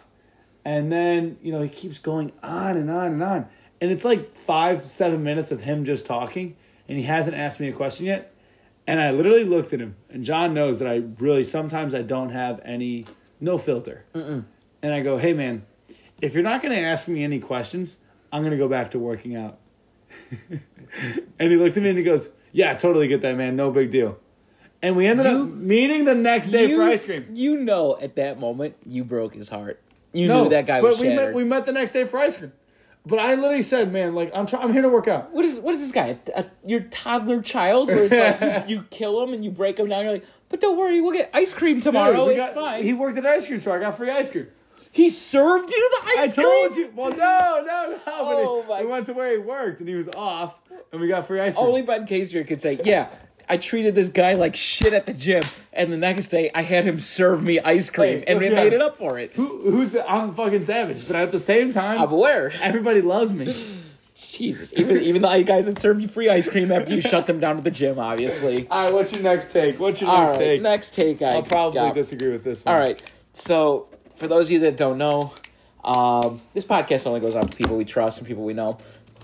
Speaker 2: and then you know he keeps going on and on and on and it's like five seven minutes of him just talking and he hasn't asked me a question yet and i literally looked at him and john knows that i really sometimes i don't have any no filter and i go hey man if you're not going to ask me any questions i'm going to go back to working out <laughs> and he looked at me and he goes yeah I totally get that man no big deal and we ended
Speaker 3: You-
Speaker 2: up meeting the next day for ice cream
Speaker 3: You know, at that moment, you broke his heart. You
Speaker 2: no,
Speaker 3: knew that guy
Speaker 2: but
Speaker 3: was
Speaker 2: we
Speaker 3: shattered.
Speaker 2: met, we met the next day for ice cream. But I literally said, man, like I'm try- I'm here to work out.
Speaker 3: what is what is this guy? A, a- your toddler child? Where
Speaker 2: <laughs>
Speaker 3: it's like you, you kill him and you break him down. You're like, but don't worry, we'll get ice cream tomorrow.
Speaker 2: Dude, we
Speaker 3: it's
Speaker 2: got-
Speaker 3: fine.
Speaker 2: He
Speaker 3: He,
Speaker 2: worked at an ice cream store. I got free ice cream.
Speaker 3: served you the ice
Speaker 2: I
Speaker 3: cream.
Speaker 2: told you. Well, no, no, no.
Speaker 3: Oh,
Speaker 2: but
Speaker 3: my-
Speaker 2: he, we went to where he worked, and he was off, and we got free ice cream.
Speaker 3: Only Ben Kasier could say, yeah. I treated this guy like shit at the gym, and the next day I had him serve me ice cream,
Speaker 2: Wait,
Speaker 3: and
Speaker 2: let's
Speaker 3: we
Speaker 2: be
Speaker 3: made
Speaker 2: honest.
Speaker 3: it up for it.
Speaker 2: Who, who's the? I'm a fucking savage, but at the same time,
Speaker 3: I'm aware.
Speaker 2: everybody loves me.
Speaker 3: <laughs> Jesus, even even the guys that serve you free ice cream after you shut them down at the gym, obviously.
Speaker 2: All right, what's your next take? What's your
Speaker 3: All
Speaker 2: next
Speaker 3: right,
Speaker 2: take?
Speaker 3: next take. I
Speaker 2: I'll probably
Speaker 3: got.
Speaker 2: disagree with this one.
Speaker 3: All right, so for those of you that don't know, um, this podcast only goes out to people we trust and people we know.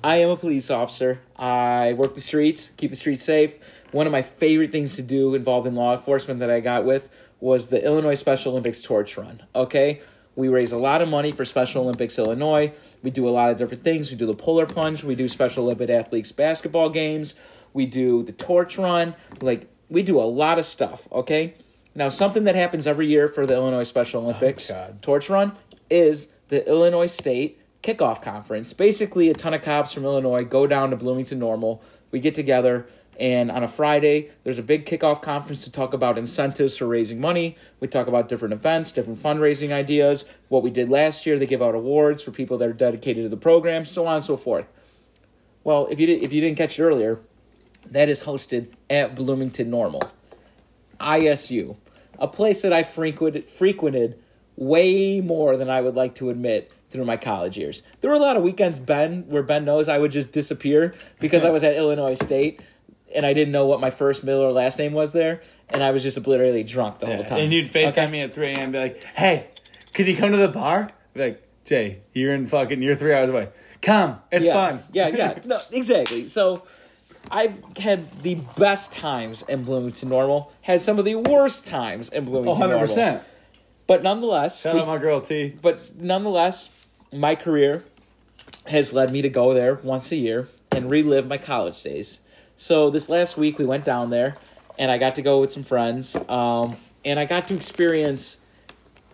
Speaker 3: I am a police officer. I work the streets, keep the streets safe. One of my favorite things to do involved in law enforcement that I got with was the Illinois Special Olympics torch run. Okay, we raise a lot of money for Special Olympics Illinois. We do a lot of different things. We do the polar plunge. We do Special Olympic athletes basketball games. We do the torch run. Like we do a lot of stuff. Okay. Now something that happens every year for the Illinois Special Olympics
Speaker 2: God.
Speaker 3: torch run is the Illinois State Kickoff Conference. Basically, a ton of cops from Illinois go down to Bloomington Normal. We get together, and on a Friday, there's a big kickoff conference to talk about incentives for raising money. We talk about different events, different fundraising ideas, what we did last year. They give out awards for people that are dedicated to the program, so on and so forth. Well, if you did, if you didn't catch it earlier, that is hosted at Bloomington Normal. ISU, a place that I frequented frequented way more than I would like to admit through my college years. There were a lot of weekends Ben where Ben knows I would just disappear because I was at Illinois State and I didn't know what my first middle or last name was there and I was just obliterated drunk the whole time.
Speaker 2: And you'd FaceTime me at 3 a.m. and be like, hey, can you come to the bar? I'd be like, Jay, you're in fucking, you're three hours away. Come, it's
Speaker 3: yeah.
Speaker 2: fun. <laughs>
Speaker 3: Yeah, yeah. No, exactly. So I've had the best times in Bloomington Normal, had some of the worst times in Bloomington
Speaker 2: Oh, 100
Speaker 3: Normal.
Speaker 2: percent.
Speaker 3: But nonetheless,
Speaker 2: Shout
Speaker 3: we-
Speaker 2: out my girl T.
Speaker 3: but nonetheless, my career has led me to go there once a year and relive my college days. So this last week we went down there and I got to go with some friends um, and I got to experience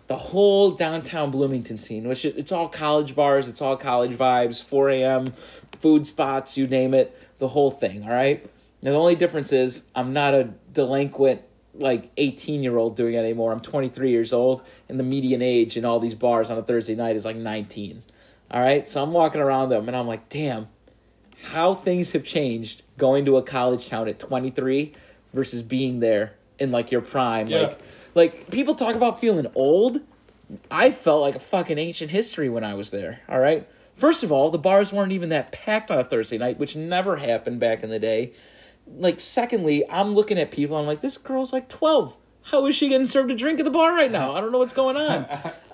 Speaker 3: the whole downtown Bloomington scene, which it- it's all college bars, it's all college vibes, 4 a.m., food spots, you name it, the whole thing, all right? Now, the only difference is I'm not a delinquent, like 18 year old doing it anymore. I'm 23 years old, and the median age in all these bars on a Thursday night is like 19. All right, so I'm walking around them and I'm like, damn, how things have changed going to a college town at 23 versus being there in like your prime.
Speaker 2: Yeah.
Speaker 3: Like, like people talk about feeling old. I felt like a fucking ancient history when I was there. All right. First of all, the bars weren't even that packed on a Thursday night, which never happened back in the day. Like, secondly, I'm looking at people. I'm like, this girl's like 12. How is she getting served a drink at the bar right now? I don't know what's
Speaker 2: <laughs>
Speaker 3: going on.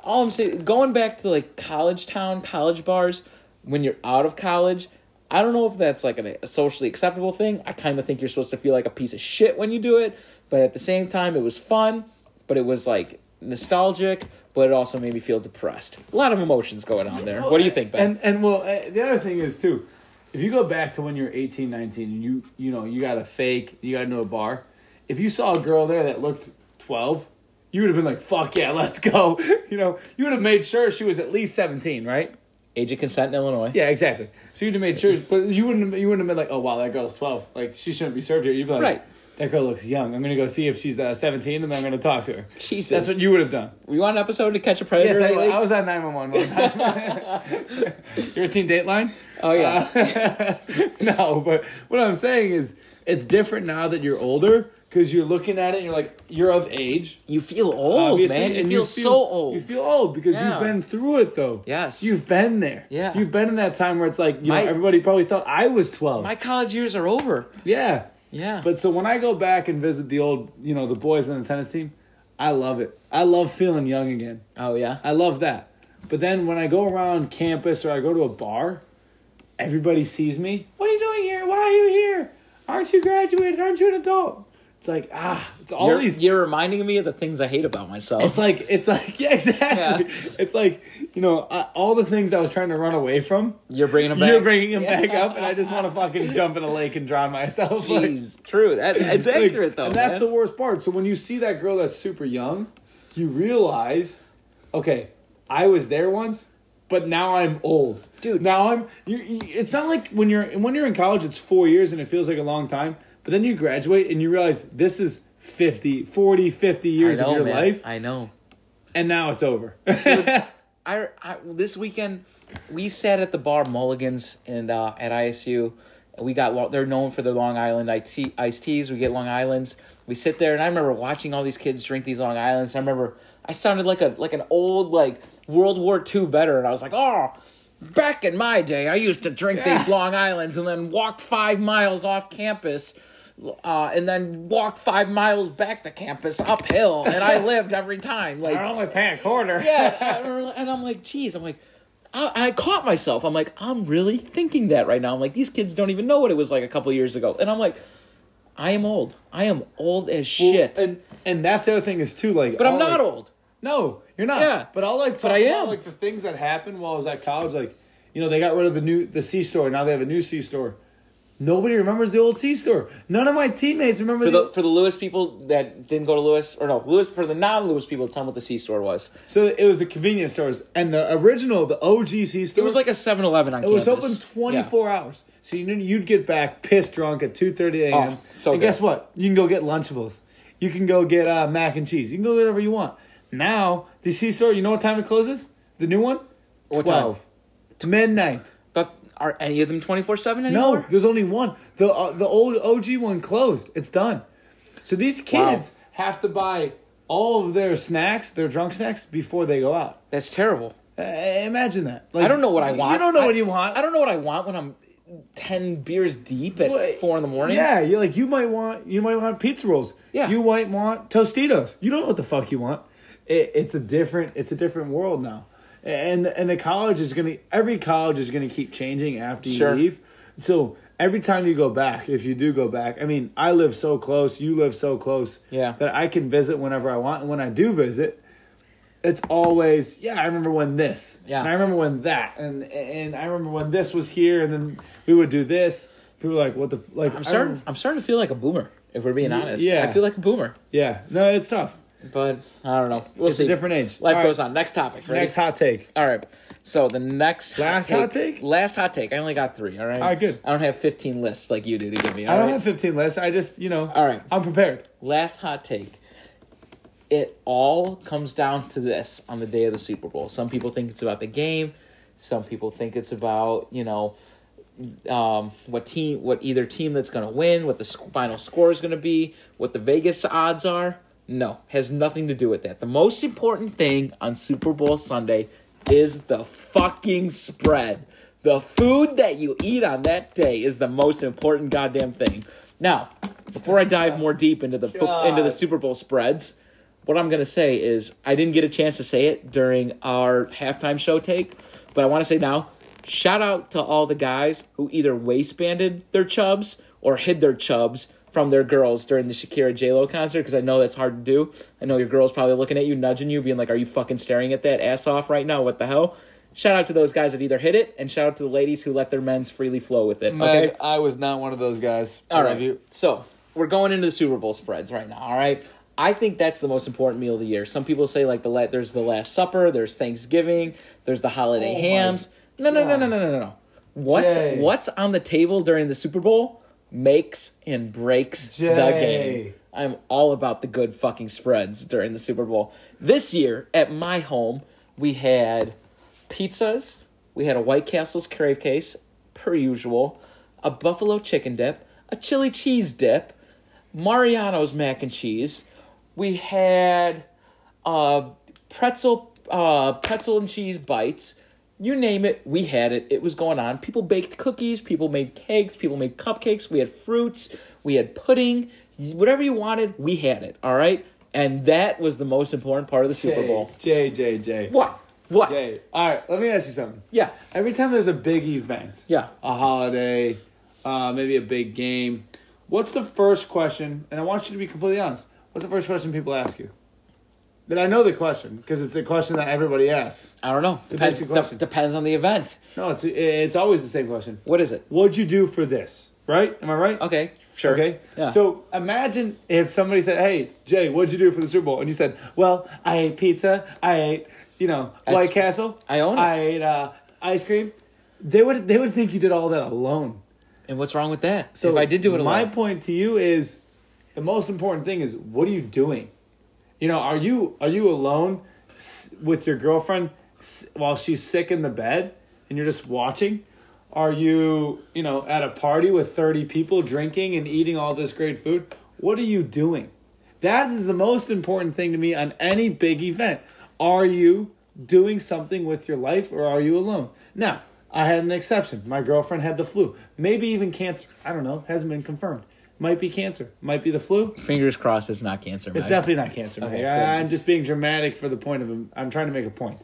Speaker 3: all I'm saying, going back to like college town, college bars, when you're out of college, I don't know if that's like an, a socially acceptable thing. I kind of think you're supposed to feel like a piece of shit when you do it, but at the same time, it was fun, but it was like nostalgic, but it also made me feel depressed. A lot of emotions going on there. What do you think, Ben?
Speaker 2: And and well, uh, the other thing is too, if you go back to when you're 18, 19, and you you know you got a fake, you got into a bar. If you saw a girl there that looked 12, you would have been like, "Fuck yeah, let's go!" <laughs> You know, you would have made sure she was at least 17, right?
Speaker 3: Age of consent in Illinois.
Speaker 2: Yeah, exactly. So you'd have made sure, but you wouldn't. have- You wouldn't have been like, "Oh wow, that girl's 12. Like she shouldn't be served here." You'd be like,
Speaker 3: Right.
Speaker 2: That girl looks young. I'm gonna go see if she's uh, 17, and then I'm gonna talk to her.
Speaker 3: Jesus.
Speaker 2: That's what you would have done.
Speaker 3: We want an episode to catch a predator.
Speaker 2: Yes, I,
Speaker 3: like-
Speaker 2: I was on 911 one time. <laughs> you ever seen Dateline? <laughs>
Speaker 3: oh
Speaker 2: Uh,
Speaker 3: yeah.
Speaker 2: no, but what I'm saying is it's different now that you're older because you're looking at it and you're like, you're of age.
Speaker 3: you feel old,
Speaker 2: obviously,
Speaker 3: man. You
Speaker 2: and
Speaker 3: feel so old.
Speaker 2: You feel old because
Speaker 3: Yeah.
Speaker 2: you've been through it though.
Speaker 3: Yes.
Speaker 2: You've been there.
Speaker 3: Yeah.
Speaker 2: You've been in that time where it's like, you
Speaker 3: My-
Speaker 2: know, everybody probably thought I was 12.
Speaker 3: My college years are over.
Speaker 2: yeah.
Speaker 3: Yeah.
Speaker 2: But so when I go back and visit the old, you know, the boys on the tennis team, I love it. I love feeling young again.
Speaker 3: oh yeah.
Speaker 2: I love that. But then when I go around campus or I go to a bar, everybody sees me. What are you doing here? Why are you here? Aren't you graduated? Aren't you an adult? It's like ah, it's all
Speaker 3: you're,
Speaker 2: these.
Speaker 3: you're reminding me of the things I hate about myself.
Speaker 2: It's like it's like <laughs> yeah, exactly.
Speaker 3: Yeah.
Speaker 2: It's like you know I, all the things I was trying to run away from.
Speaker 3: you're bringing them back.
Speaker 2: You're bringing them
Speaker 3: Yeah.
Speaker 2: back up, and I just want to fucking jump in a lake and drown myself. like-
Speaker 3: Jeez, true. That
Speaker 2: <laughs>
Speaker 3: it's
Speaker 2: like,
Speaker 3: accurate though.
Speaker 2: And that's
Speaker 3: man.
Speaker 2: the worst part. So when you see that girl that's super young, you realize, okay, I was there once, but now I'm old,
Speaker 3: Dude.
Speaker 2: Now I'm. You, you- it's not like when you're when you're in college, it's four years and it feels like a long time. But then you graduate and you realize this is 50, 40, 50 years
Speaker 3: I know,
Speaker 2: of your
Speaker 3: man.
Speaker 2: life,
Speaker 3: I know.
Speaker 2: and now it's over. <laughs>
Speaker 3: I, I this weekend we sat at the bar Mulligan's and uh, at ISU. and We got lo- they're known for their Long Island IT, iced teas. We get Long Island's. We sit there, and I remember watching all these kids drink these Long Island's. I remember I sounded like a like an old like World War II veteran. I was like, oh. Back in my day, I used to drink these Long Island's and then walk five miles off campus, uh, and then walk five miles back to campus uphill. And I lived every time. Like
Speaker 2: only paying a quarter.
Speaker 3: yeah, and- and I'm like, geez, I'm like, I, and I caught myself. I'm like, I'm really thinking that right now. I'm like, these kids don't even know what it was like a couple years ago, and I'm like, I am old. I am old as shit,
Speaker 2: And and that's the other thing is too like.
Speaker 3: but I'm
Speaker 2: all,
Speaker 3: not
Speaker 2: like-
Speaker 3: old.
Speaker 2: No, you're not.
Speaker 3: Yeah.
Speaker 2: but I'll like talk
Speaker 3: I
Speaker 2: about
Speaker 3: am.
Speaker 2: like the things that happened while I was at college. Like, you know, they got rid of the new the C store. Now they have a new C store. Nobody remembers the old C store. None of my teammates remember
Speaker 3: For
Speaker 2: the,
Speaker 3: the for the Lewis people that didn't go to Lewis, or no, Lewis for the non Lewis people, tell them what the C store was.
Speaker 2: So it was the convenience stores and the original the OG C store.
Speaker 3: It was like a 7-Eleven on
Speaker 2: it was
Speaker 3: campus.
Speaker 2: open twenty four hours. So you knew you'd get back pissed drunk at two thirty a.m.
Speaker 3: Oh, so
Speaker 2: and
Speaker 3: good.
Speaker 2: guess what? You can go get Lunchables. You can go get uh, mac and cheese. You can go get whatever you want. Now the C store. You know what time it closes? The new one.
Speaker 3: What time?
Speaker 2: Twelve. Midnight.
Speaker 3: Yeah. But are any of them twenty four seven anymore?
Speaker 2: No, there's only one. The uh, the old OG one closed. It's done. So these kids have to buy all of their snacks, their drunk snacks, before they go out.
Speaker 3: that's terrible.
Speaker 2: Uh, imagine that. Like,
Speaker 3: I don't know what I want.
Speaker 2: You don't know
Speaker 3: I-
Speaker 2: what you want.
Speaker 3: I don't know what I want when I'm ten beers deep at
Speaker 2: Well,
Speaker 3: four in the morning.
Speaker 2: Yeah, you like you might want you might want pizza rolls.
Speaker 3: Yeah.
Speaker 2: you might want Tostitos. You don't know what the fuck you want. It, it's a different it's a different world now, and and the college is gonna every college is gonna keep changing after you
Speaker 3: Sure.
Speaker 2: leave. So every time you go back, if you do go back, I mean, I live so close, you live so close,
Speaker 3: Yeah.
Speaker 2: that I can visit whenever I want. And when I do visit, it's always yeah. I remember when this,
Speaker 3: Yeah.
Speaker 2: and I remember when that, and and I remember when this was here, and then we would do this. People were like, what the f- like?
Speaker 3: I'm
Speaker 2: I
Speaker 3: starting.
Speaker 2: don't-
Speaker 3: I'm starting to feel like a boomer. If we're being honest,
Speaker 2: yeah.
Speaker 3: I feel like a boomer.
Speaker 2: Yeah, no, it's tough.
Speaker 3: But I don't know. We'll
Speaker 2: It's
Speaker 3: see.
Speaker 2: a different age.
Speaker 3: Life
Speaker 2: All right,
Speaker 3: goes on. Next topic. Ready?
Speaker 2: Next hot take.
Speaker 3: All right. So the next
Speaker 2: Last hot take?
Speaker 3: Last hot take. I only got three. All right.
Speaker 2: All right, good.
Speaker 3: I don't have fifteen lists like you do to give me.
Speaker 2: I
Speaker 3: all
Speaker 2: don't
Speaker 3: right?
Speaker 2: have 15 lists. I just, you know,
Speaker 3: All right.
Speaker 2: I'm prepared.
Speaker 3: Last hot take. It all comes down to this on the day of the Super Bowl. Some people think it's about the game. Some people think it's about you know um, what team, what either team that's going to win, what the sc- final score is going to be, what the Vegas odds are. No, has nothing to do with that. The most important thing on Super Bowl Sunday is the fucking spread. The food that you eat on that day is the most important goddamn thing. Now, before I dive more deep into the into the Super Bowl spreads, what I'm going to say is I didn't get a chance to say it during our halftime show take, but I want to say now shout out to all the guys who either waistbanded their chubs or hid their chubs from their girls during the Shakira J Lo concert because I know that's hard to do. I know your girl's probably looking at you, nudging you, being like, Are you fucking staring at that ass off right now? What the hell? Shout out to those guys that either hid it, and shout out to the ladies who let their men's freely flow with it. Okay.
Speaker 1: I was not one of those guys.
Speaker 3: All right. So we're going into the Super Bowl spreads right now. All right. I think that's the most important meal of the year. Some people say like the la- there's the Last Supper, there's Thanksgiving, there's the holiday
Speaker 1: Oh my
Speaker 3: hams. No, no, no, no, no, no, no, no. What's
Speaker 1: Jay.
Speaker 3: what's on the table during the Super Bowl makes and breaks the
Speaker 1: Jay.
Speaker 3: game. I'm all about the good fucking spreads during the Super Bowl. This year at my home, we had pizzas, we had a White Castle's crave case per usual, a buffalo chicken dip, a chili cheese dip, Mariano's mac and cheese. We had uh, pretzel uh, pretzel and cheese bites. You name it, we had it. It was going on. People baked cookies, people made cakes, people made cupcakes. We had fruits, we had pudding, whatever you wanted, we had it. All right, and that was the most important part of the Super Bowl.
Speaker 2: J, J, J.
Speaker 3: What? What?
Speaker 2: J. All right, let me ask you something.
Speaker 3: Yeah.
Speaker 2: Every time there's a big event,
Speaker 3: Yeah.
Speaker 2: a holiday, uh, maybe a big game, what's the first question? And I want you to be completely honest. What's the first question people ask you? Then I know the question because it's the question that everybody asks.
Speaker 3: I don't know.
Speaker 2: a
Speaker 3: Depends,
Speaker 2: basic
Speaker 3: de-
Speaker 2: question.
Speaker 3: depends on the event.
Speaker 2: No, it's it's always the same question.
Speaker 3: What is it?
Speaker 2: What'd you do for this? Right? Am I right?
Speaker 3: Okay. Sure.
Speaker 2: Okay.
Speaker 3: Yeah.
Speaker 2: So imagine if somebody said, "Hey, Jay, what'd you do for the Super Bowl?" And you said, "Well, I ate pizza. I ate, you know, White Castle.
Speaker 3: I own it."
Speaker 2: I ate uh, ice cream." They would they would think you did all that alone.
Speaker 3: And what's wrong with that? So if I did do it,
Speaker 2: my
Speaker 3: alone,
Speaker 2: point to you is, the most important thing is, what are you doing? You know, are you are you alone s- with your girlfriend s- while she's sick in the bed and you're just watching? Are you you know at a party with thirty people drinking and eating all this great food? What are you doing? That is the most important thing to me on any big event. Are you doing something with your life or are you alone? Now, I had an exception. My girlfriend had the flu, maybe even cancer. I don't know. Hasn't been confirmed. Might be cancer. Might be the flu.
Speaker 3: fingers crossed, it's not cancer.
Speaker 2: It's
Speaker 3: Mike.
Speaker 2: definitely not cancer. Mike.
Speaker 3: Okay, good.
Speaker 2: I, I'm just being dramatic for the point of I'm trying to make a point.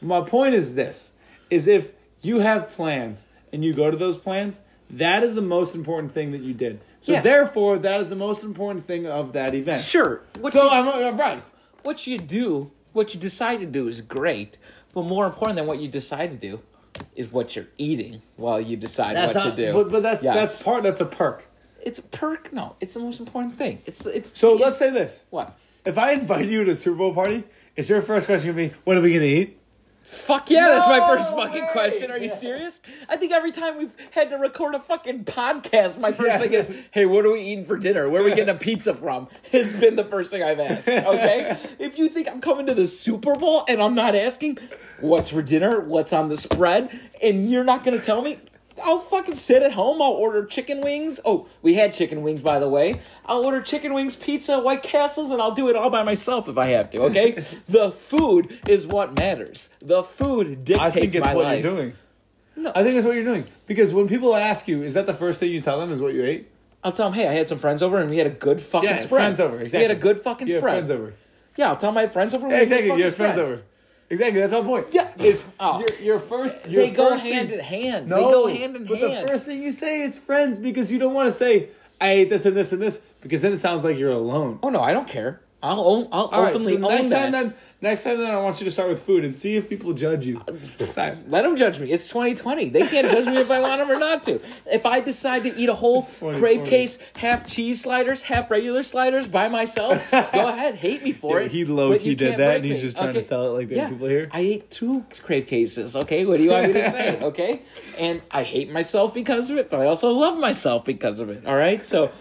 Speaker 2: My point is this: is if you have plans and you go to those plans, that is the most important thing that you did. So
Speaker 3: Yeah.
Speaker 2: therefore, that is the most important thing of that event.
Speaker 3: Sure. What
Speaker 2: So
Speaker 3: you-
Speaker 2: I'm, I'm right.
Speaker 3: what you do, what you decide to do is great, but more important than what you decide to do is what you're eating while you decide what
Speaker 2: not-
Speaker 3: to do.
Speaker 2: But, but that's
Speaker 3: Yes.
Speaker 2: that's part. That's a perk.
Speaker 3: it's a perk. No, it's the most important thing. It's it's
Speaker 2: So
Speaker 3: the-
Speaker 2: let's say this:
Speaker 3: what?
Speaker 2: if I invite you to a Super Bowl party, is your first question gonna be, "What are we gonna eat"?
Speaker 3: Fuck yeah, that's my first
Speaker 2: No
Speaker 3: fucking
Speaker 2: way!
Speaker 3: question. Are you serious? I think every time we've had to record a fucking podcast, my first
Speaker 2: Yeah.
Speaker 3: thing is, hey, what are we eating for dinner? Where are we getting a pizza from? <laughs> Has been the first thing I've
Speaker 2: <laughs>
Speaker 3: asked. Okay? if you think I'm coming to the Super Bowl and I'm not asking what's for dinner, what's on the spread, and you're not gonna tell me, I'll fucking sit at home, I'll order chicken wings. Oh, we had chicken wings by the way. I'll order chicken wings, pizza, White Castles, and I'll do it all by myself if I have to,
Speaker 2: <laughs>
Speaker 3: okay? the food is what matters. The food dictates
Speaker 2: I think it's
Speaker 3: my
Speaker 2: what
Speaker 3: life.
Speaker 2: you're doing. I think it's what you're doing because when people ask you, "Is that the first thing you tell them?" Is what you ate?
Speaker 3: I'll tell them, hey, I had some friends over and we had a good fucking
Speaker 2: Yeah,
Speaker 3: spread.
Speaker 2: friends over,
Speaker 3: We
Speaker 2: exactly.
Speaker 3: had a good fucking
Speaker 2: You have
Speaker 3: spread.
Speaker 2: friends over.
Speaker 3: Yeah, I'll tell my friends over. and we
Speaker 2: Yeah,
Speaker 3: had a good
Speaker 2: exactly. You
Speaker 3: fucking
Speaker 2: have friends
Speaker 3: spread.
Speaker 2: over.
Speaker 4: Exactly. That's our point.
Speaker 3: Yeah.
Speaker 4: Is
Speaker 3: Oh.
Speaker 4: your, your first. Your
Speaker 3: They go
Speaker 4: first thing-
Speaker 3: hand in hand.
Speaker 4: No,
Speaker 3: they go hand in
Speaker 4: but
Speaker 3: hand.
Speaker 4: the first thing you say is friends because you don't want to say I hate this and this and this because then it sounds like you're alone.
Speaker 3: oh no, I don't care. I'll own, I'll
Speaker 4: All right,
Speaker 3: openly
Speaker 4: so
Speaker 3: own
Speaker 4: next
Speaker 3: that.
Speaker 4: time then, next time then, I want you to start with food and see if people judge
Speaker 3: <laughs>
Speaker 4: you. Oh, Next time.
Speaker 3: Let them judge me. It's 2020. They can't judge me if I want them or not to. If I decide to eat a whole
Speaker 4: 2020.
Speaker 3: crave case, half cheese sliders, half regular sliders by myself,
Speaker 4: <laughs>
Speaker 3: go ahead, hate me for
Speaker 4: Yeah,
Speaker 3: it.
Speaker 4: he low
Speaker 3: but
Speaker 4: key
Speaker 3: you
Speaker 4: did
Speaker 3: can't
Speaker 4: that,
Speaker 3: break
Speaker 4: and he's
Speaker 3: me.
Speaker 4: just trying to sell it like the
Speaker 3: yeah,
Speaker 4: people here.
Speaker 3: I ate two crave cases. Okay, what do you want me to
Speaker 4: <laughs>
Speaker 3: say? Okay, and I hate myself because of it, but I also love myself because of it. All right, so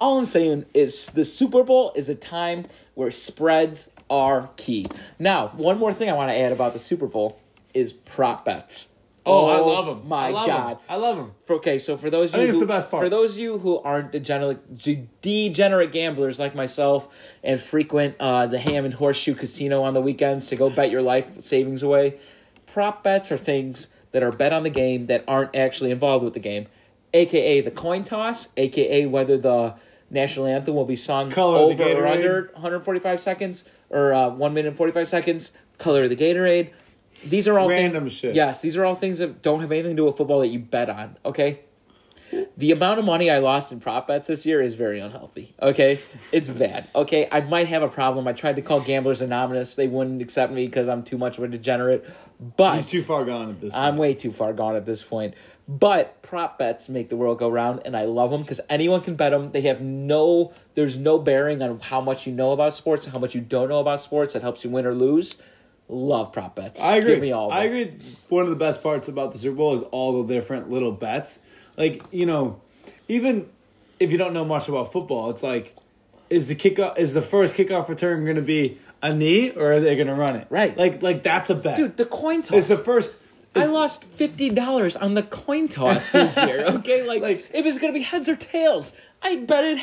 Speaker 3: all I'm saying is the Super Bowl is a time where spreads are key. Now, one more thing I want to add about the Super Bowl is prop bets.
Speaker 4: Oh, I love him.
Speaker 3: My
Speaker 4: I love 'em.
Speaker 3: God.
Speaker 4: I love him.
Speaker 3: Okay, so for those of you
Speaker 4: think it's
Speaker 3: who,
Speaker 4: the best part.
Speaker 3: for those of you who aren't degenerate g- degenerate gamblers like myself and frequent uh, the Ham and Horseshoe Casino on the weekends to go bet your life savings away, prop bets are things that are bet on the game that aren't actually involved with the game, aka the coin toss, aka whether the national anthem will be sung
Speaker 4: Color of the
Speaker 3: over or
Speaker 4: Gatorade.
Speaker 3: under 145 seconds or uh, 1 minute and 45 seconds, color of the Gatorade. These are all
Speaker 4: Random
Speaker 3: things,
Speaker 4: shit.
Speaker 3: Yes, these are all things that don't have anything to do with football that you bet on. Okay, the amount of money I lost in prop bets this year is very unhealthy. Okay, it's bad. Okay, I might have a problem. I tried to call Gamblers Anonymous; they wouldn't accept me because I'm too much of a degenerate. But
Speaker 2: He's too far gone at this point.
Speaker 3: I'm way too far gone at this point. But prop bets make the world go round, and I love them because anyone can bet them. They have no, there's no bearing on how much you know about sports and how much you don't know about sports. That helps you win or lose. Love prop bets.
Speaker 2: I agree.
Speaker 3: Give me all. Of
Speaker 2: I
Speaker 3: them.
Speaker 2: agree. One of the best parts about the Super Bowl is all the different little bets. Like you know, even if you don't know much about football, it's like, is the kickoff is the first kickoff return going to be a knee or are they going to run it?
Speaker 3: Right.
Speaker 2: Like like that's a bet.
Speaker 3: Dude, the coin toss.
Speaker 2: it's the first.
Speaker 3: I lost fifty dollars on the coin toss
Speaker 2: <laughs>
Speaker 3: this year. Okay, like,
Speaker 2: Like-
Speaker 3: if it's gonna be heads or tails, I betted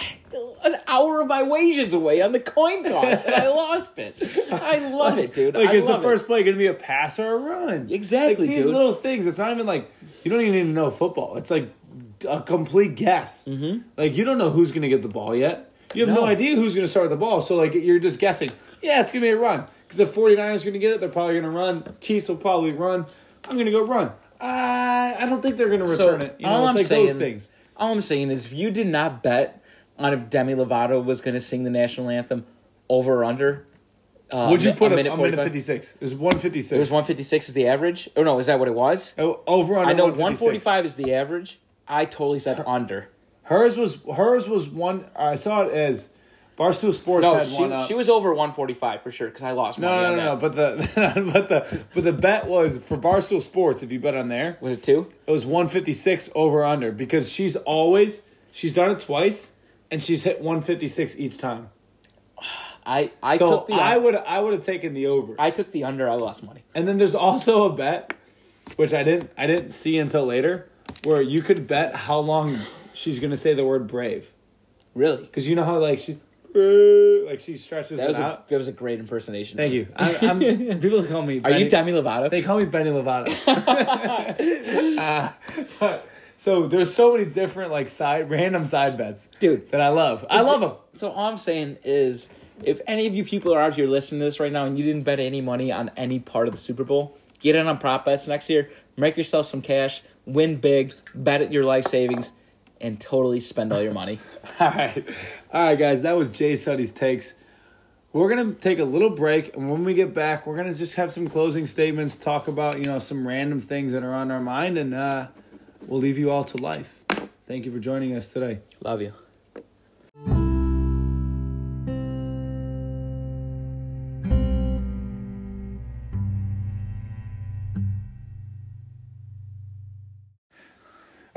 Speaker 3: an hour of my wages away on the coin toss,
Speaker 2: <laughs>
Speaker 3: and I lost it. I love it, dude.
Speaker 2: Like
Speaker 3: I
Speaker 2: is the
Speaker 3: love it.
Speaker 2: first play going to be a pass or a run?
Speaker 3: Exactly,
Speaker 2: Like, these
Speaker 3: dude.
Speaker 2: little things. It's not even like you don't even need to know football. It's like a complete guess. Mm-hmm. Like you don't know who's going to get the ball yet. You have no,
Speaker 3: No.
Speaker 2: idea who's going to start with the ball. So like you're just guessing. Yeah, it's going to be a run because the 49ers are going to get it. They're probably going to run. Chiefs will probably run. I'm going to go run. I I don't think they're going to return it. You know, it's like those things.
Speaker 3: All I'm saying is, if you did not bet on if Demi Lovato was going to sing the national anthem over or under, uh,
Speaker 2: Would you
Speaker 3: mi-
Speaker 2: put
Speaker 3: a
Speaker 2: a
Speaker 3: minute,
Speaker 2: a minute
Speaker 3: 45?
Speaker 2: 56? It was 156.
Speaker 3: It was 156 is the average. Oh no, is that what it was?
Speaker 2: O- Oh, over under
Speaker 3: I know
Speaker 2: 145.
Speaker 3: 145 is the average. I totally said under.
Speaker 2: Hers was hers was one. I saw it as Barstool Sports
Speaker 3: No,
Speaker 2: had one.
Speaker 3: she,
Speaker 2: up.
Speaker 3: she was over 145 for sure because I lost money
Speaker 2: no, no,
Speaker 3: on
Speaker 2: no,
Speaker 3: that.
Speaker 2: no. But the <laughs> but the but the bet was for Barstool Sports. If you bet on there,
Speaker 3: Was it two?
Speaker 2: it was one fifty six over under because she's always she's done it twice and she's hit one fifty six each time.
Speaker 3: I I
Speaker 2: so
Speaker 3: took the
Speaker 2: I
Speaker 3: I,
Speaker 2: would I would have taken the over.
Speaker 3: took the under. I lost money.
Speaker 2: And then there's also a bet, which I didn't I didn't see until later, where you could bet how long she's gonna say the word brave
Speaker 3: Really?
Speaker 2: because you know how like she brave, like she stretches
Speaker 3: That
Speaker 2: it
Speaker 3: was
Speaker 2: out.
Speaker 3: a, that was a great impersonation.
Speaker 2: Thank you. I, I'm,
Speaker 3: <laughs>
Speaker 2: people call me.
Speaker 3: Are
Speaker 2: Benny,
Speaker 3: you Demi Lovato?
Speaker 2: They call me Benny
Speaker 3: <laughs>
Speaker 2: Lovato. <laughs> Uh, but- so there's so many different like side random side bets,
Speaker 3: Dude.
Speaker 2: That I love. I love them.
Speaker 3: So all I'm saying is, if any of you people are out here listening to this right now and you didn't bet any money on any part of the Super Bowl, get in on prop bets next year. Make yourself some cash. Win big. Bet at your life savings, and totally spend all
Speaker 2: <laughs>
Speaker 3: your money.
Speaker 2: <laughs> All right, all right, guys. That was Jay Suddy's takes. We're gonna take a little break, and when we get back, we're gonna just have some closing statements, talk about you know some random things that are on our mind, and uh, we'll leave you all to life. Thank you for joining us today.
Speaker 3: Love you.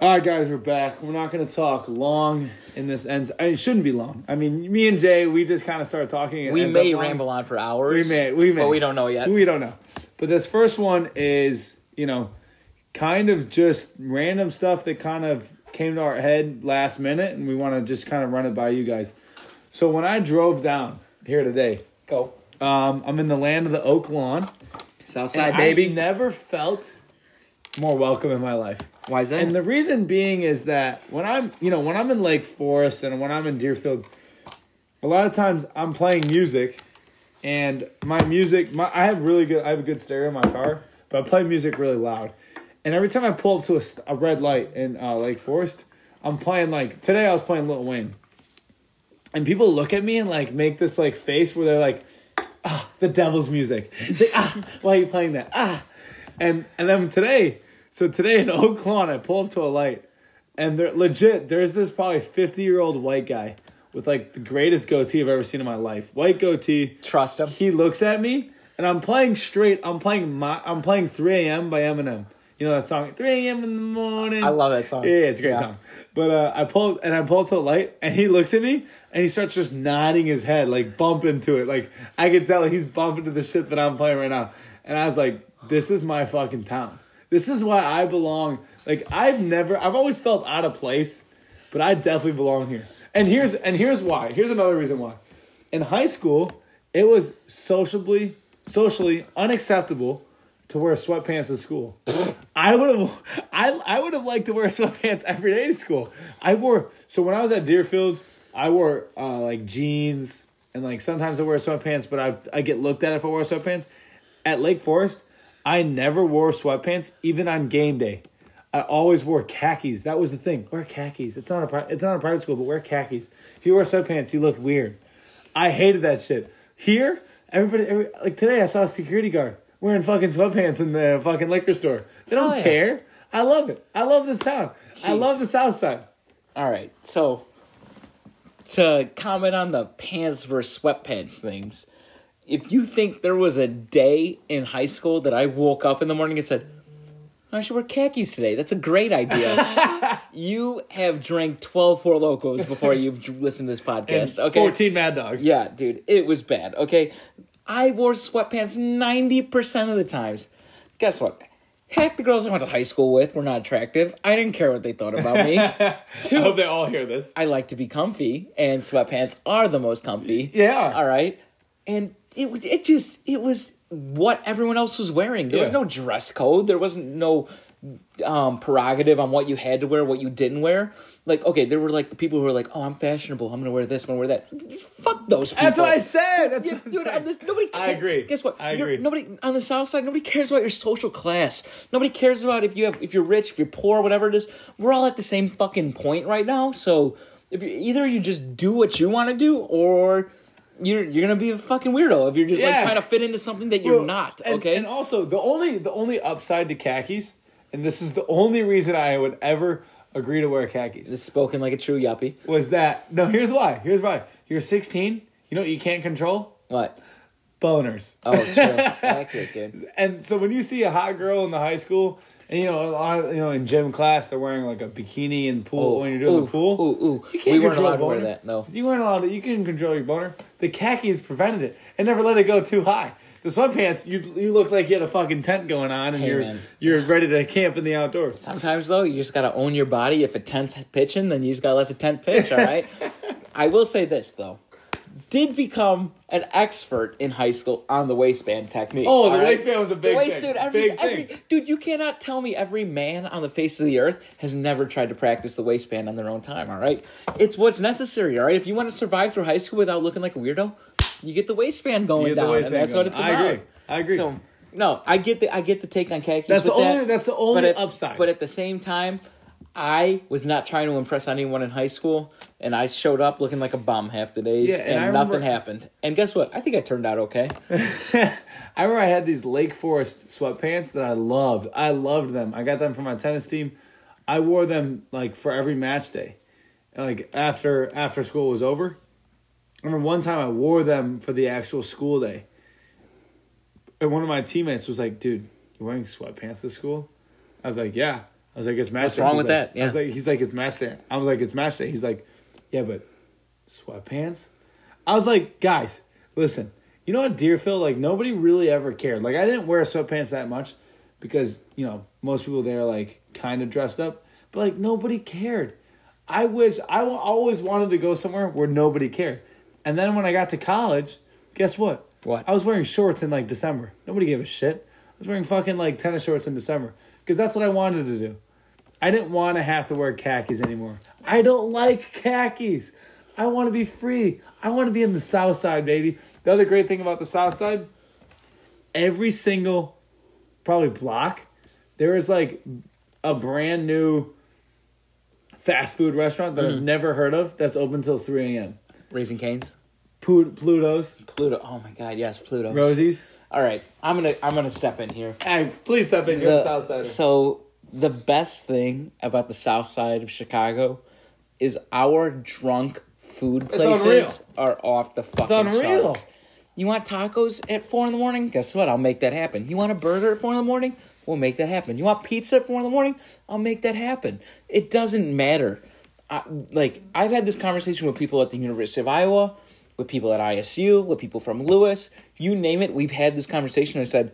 Speaker 2: All right, guys, we're back. We're not going to talk long in this ends. I mean, it shouldn't be long. I mean, me and Jay, we just kind of started talking. It
Speaker 3: We
Speaker 2: ends
Speaker 3: may
Speaker 2: up long.
Speaker 3: ramble on for
Speaker 2: We
Speaker 3: hours.
Speaker 2: may. We may.
Speaker 3: But we don't know yet.
Speaker 2: We don't know. But this first one is, you know, kind of just random stuff that kind of came to our head last minute, and we want to just kind of run it by you guys. So when I drove down here today,
Speaker 3: Go.
Speaker 2: um, I'm in the land of the oak lawn.
Speaker 3: Southside
Speaker 2: and
Speaker 3: baby.
Speaker 2: I've never felt more welcome in my life.
Speaker 3: Why is that?
Speaker 2: And the reason being is that when I'm, you know, when I'm in Lake Forest and when I'm in Deerfield, a lot of times I'm playing music and my music my i have really good i have a good stereo in my car but i play music really loud and every time i pull up to a, st- a red light in uh, lake forest i'm playing like today i was playing lil wayne and people look at me and like make this like face where they're like ah the devil's music <laughs> It's like, ah why are you playing that ah and and then today so today in <laughs> oak lawn i pull up to a light and they're legit there's this probably 50 year old white guy with like the greatest goatee i've ever seen in my life white goatee
Speaker 3: Trust him.
Speaker 2: he looks at me and I'm playing straight. I'm playing my. I'm playing 3 a.m. by Eminem. You know that song, 3 a.m. in the morning.
Speaker 3: I love that song.
Speaker 2: Yeah, it's a great
Speaker 3: Yeah.
Speaker 2: song. But uh, I pull and I pull to a light, and he looks at me, and he starts just nodding his head, like bumping to it. Like I could tell he's bumping to the shit that I'm playing right now. And I was like, "This is my fucking town. This is why I belong." Like I've never, I've always felt out of place, but I definitely belong here. And here's and here's why. Here's another reason why in high school, it was sociably socially unacceptable to wear sweatpants to school. I would have I I would have liked to wear <laughs> sweatpants every day to school. I wore so when I was at Deerfield, I wore uh, like jeans and like sometimes I wear sweatpants, but I I get looked at if I wear sweatpants. At Lake Forest, I never wore sweatpants even on game day. I always wore khakis. That was the thing. Wear khakis. It's not a pri- it's not a private school, but wear khakis. If you wear sweatpants, you look weird. I hated that shit. Here, everybody, every, like today, I saw a security guard wearing fucking sweatpants in the fucking liquor store. They don't
Speaker 3: Hell Oh, yeah.
Speaker 2: care. I love it. I love this town. I
Speaker 3: Jeez.
Speaker 2: love the South Side.
Speaker 3: All right, so to comment on the pants versus sweatpants things, if you think there was a day in high school that I woke up in the morning and said, I should wear khakis today. That's a great idea. you have drank 12 Four Locos before you've dr- listened to this podcast. Okay.
Speaker 2: Fourteen Mad Dogs.
Speaker 3: Yeah, dude, it was bad. Okay, I wore sweatpants ninety percent of the times. Guess what? Half the girls I went to high school with were not attractive. I didn't care what they thought about me.
Speaker 2: I hope they all hear this.
Speaker 3: I like to be comfy, and sweatpants are the most comfy.
Speaker 2: Yeah.
Speaker 3: All right. And it was- it just it was what everyone else was wearing. There was
Speaker 2: Yeah.
Speaker 3: no dress code. There wasn't no um, prerogative on what you had to wear, what you didn't wear. Like okay, there were like the people who were like, "Oh, I'm fashionable. I'm gonna wear this. I'm gonna wear that." Fuck those people.
Speaker 2: That's what I said. <laughs> That's
Speaker 3: Yeah,
Speaker 2: what I
Speaker 3: dude,
Speaker 2: said.
Speaker 3: on this, nobody.
Speaker 2: I
Speaker 3: care-
Speaker 2: agree.
Speaker 3: Guess what?
Speaker 2: I
Speaker 3: You're-
Speaker 2: agree.
Speaker 3: Nobody on the south side. Nobody cares about your social class. Nobody cares about if you have, if you're rich, if you're poor, whatever it is. We're all at the same fucking point right now. So if you, either you just do what you want to do, or you're you're gonna be a fucking weirdo if you're just like
Speaker 2: Yeah.
Speaker 3: trying to fit into something that you're
Speaker 2: Well,
Speaker 3: not.
Speaker 2: and-
Speaker 3: Okay.
Speaker 2: And also the only the only upside to khakis, and this is the only reason I would ever agree to wear khakis.
Speaker 3: This is spoken like a true yuppie.
Speaker 2: was that no? Here's why. Here's why. You're 16. You know what you can't control?
Speaker 3: What?
Speaker 2: Boners. <laughs>
Speaker 3: Oh, true. Accurate, dude.
Speaker 2: and so when you see a hot girl in the high school, and you know, a lot of- you know, in gym class, they're wearing like a bikini in the pool
Speaker 3: Ooh,
Speaker 2: when you're doing
Speaker 3: ooh,
Speaker 2: the pool.
Speaker 3: ooh, ooh.
Speaker 2: You can't
Speaker 3: We weren't
Speaker 2: control
Speaker 3: allowed to
Speaker 2: boner.
Speaker 3: wear that, no.
Speaker 2: you weren't allowed. To, you couldn't control your boner. The khakis prevented it, and never let it go too high. The sweatpants, you you look like you had a fucking tent going on, and
Speaker 3: Hey,
Speaker 2: you're
Speaker 3: man.
Speaker 2: you're ready to camp in the outdoors.
Speaker 3: Sometimes though, you just gotta own your body. If a tent's pitching, then you just gotta let the tent pitch.
Speaker 2: <laughs>
Speaker 3: All right. I will say this though, did become an expert in high school on the waistband technique.
Speaker 2: Oh,
Speaker 3: all
Speaker 2: the
Speaker 3: right?
Speaker 2: waistband was a big
Speaker 3: the waist,
Speaker 2: thing.
Speaker 3: dude. Every,
Speaker 2: Big
Speaker 3: every
Speaker 2: thing.
Speaker 3: dude, you cannot tell me every man on the face of the earth has never tried to practice the waistband on their own time. All right, it's what's necessary. All right, if you want to survive through high school without looking like a weirdo, you get the waistband going
Speaker 2: get the
Speaker 3: down,
Speaker 2: waistband
Speaker 3: and that's
Speaker 2: going.
Speaker 3: what it's
Speaker 2: I
Speaker 3: about.
Speaker 2: agree. I agree.
Speaker 3: So no, I get the I get the take on khakis.
Speaker 2: That's the
Speaker 3: with
Speaker 2: only.
Speaker 3: that.
Speaker 2: That's the only
Speaker 3: But at,
Speaker 2: upside.
Speaker 3: but at the same time, I was not trying to impress anyone in high school, and I showed up looking like a bum half the days,
Speaker 2: Yeah, and
Speaker 3: and,
Speaker 2: I remember-
Speaker 3: nothing happened. And guess what? I think I turned out okay.
Speaker 2: I remember I had these Lake Forest sweatpants that I loved. I loved them. I got them for my tennis team. I wore them like for every match day, like after after school was over. I remember one time I wore them for the actual school day, and one of my teammates was like, "Dude, you're wearing sweatpants to school?" I was like, "Yeah." I was like, "It's match
Speaker 3: What's
Speaker 2: day."
Speaker 3: wrong
Speaker 2: He's
Speaker 3: with
Speaker 2: like-
Speaker 3: that? Yeah.
Speaker 2: I was like, "He's like, it's match day." I was like, "It's match day." He's like, "Yeah, but sweatpants." I was like, guys, listen, you know what, Deerfield, like nobody really ever cared. Like I didn't wear sweatpants that much because, you know, most people there like kind of dressed up, but like nobody cared. I wish I wa- always wanted to go somewhere where nobody cared. And then when I got to college, guess what?
Speaker 3: What?
Speaker 2: I was wearing shorts in like December. Nobody gave a shit. I was wearing fucking like tennis shorts in December because that's what I wanted to do. I didn't want to have to wear khakis anymore. I don't like khakis.
Speaker 5: I want to be free. I want to be in the South Side, baby. The other great thing about the South Side, every single probably block, there is like a brand new fast food restaurant that I've never heard of that's open till 3 a.m.
Speaker 3: Raising Canes.
Speaker 5: Plu- Pluto's,
Speaker 3: Pluto. Oh my God. Yes, Pluto.
Speaker 5: Rosie's.
Speaker 3: All right. I'm gonna I'm gonna step in here.
Speaker 5: Hey, please step in. You're
Speaker 3: The-
Speaker 5: the South Side.
Speaker 3: So the best thing about the South Side of Chicago is our drunk food places are off the fucking. It's
Speaker 5: unreal.
Speaker 3: You want tacos at four in the morning? Guess what? I'll make that happen. You want a burger at four in the morning? We'll make that happen. You want pizza at four in the morning? I'll make that happen. It doesn't matter. I, like I've had this conversation with people at the University of Iowa, with people at ISU, with people from Lewis. You name it, we've had this conversation. I said,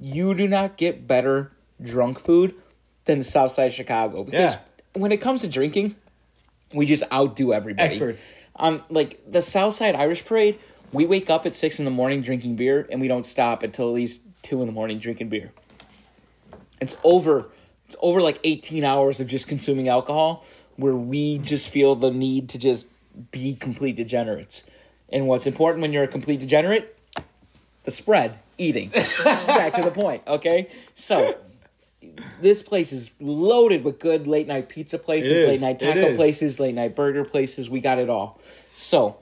Speaker 3: you do not get better drunk food than the South Side of Chicago because
Speaker 5: Yeah.
Speaker 3: when it comes to drinking, we just outdo everybody.
Speaker 5: Experts.
Speaker 3: Um, like the Southside Irish Parade, we wake up at six in the morning drinking beer, and we don't stop until at least two in the morning drinking beer. It's over. It's over like eighteen hours of just consuming alcohol, where we just feel the need to just be complete degenerates. And what's important when you're a complete degenerate? The spread, eating. Back to the point. Okay, so. This place is loaded with good late night pizza places,
Speaker 2: is.
Speaker 3: late night
Speaker 2: It
Speaker 3: taco
Speaker 2: is.
Speaker 3: places places, late night burger places. We got it all. So,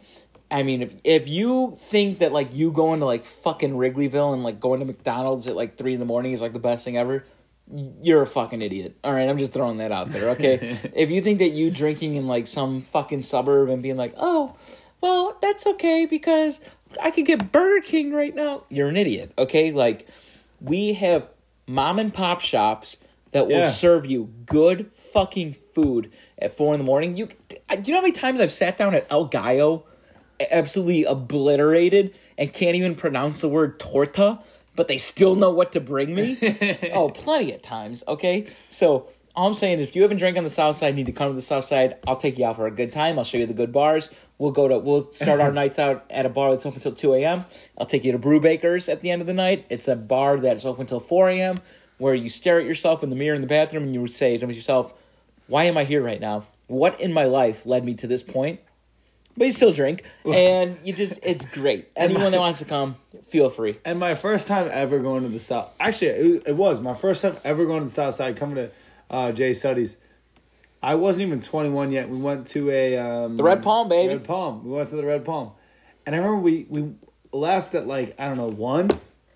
Speaker 3: I mean, if, if you think that like you going to like fucking Wrigleyville and like going to McDonald's at like three in the morning is like the best thing ever, you're a fucking idiot. All right, I'm just throwing that out there. Okay, if you think that you drinking in like some fucking suburb and being like, oh, well, that's okay because I could get Burger King right now, you're an idiot. Okay, like we have mom and pop shops that will
Speaker 2: Yeah.
Speaker 3: serve you good fucking food at four in the morning. You do you know how many times I've sat down at El Gallo, absolutely obliterated, and can't even pronounce the word torta, but they still know what to bring me. oh, plenty of times. Okay, so. All I'm saying is, if you haven't drank on the South Side, you need to come to the South Side. I'll take you out for a good time. I'll show you the good bars. We'll go to, we'll start our nights out at a bar that's open till 2 a.m. I'll take you to Brew Baker's at the end of the night. It's a bar that's open till 4 a.m where you stare at yourself in the mirror in the bathroom and you would say to yourself, "Why am I here right now? What in my life led me to this point?" But you still drink, and you just—it's great. Anyone that wants to come, feel free.
Speaker 2: And my first time ever going to the South. Actually, it, it was my first time ever going to the South Side, coming to uh, Jay Suddy's. I wasn't even 21 yet. We went to a. Um, the
Speaker 3: Red Palm, baby.
Speaker 2: Red Palm. We went to the Red Palm. And I remember we, we left at like, I don't know, one?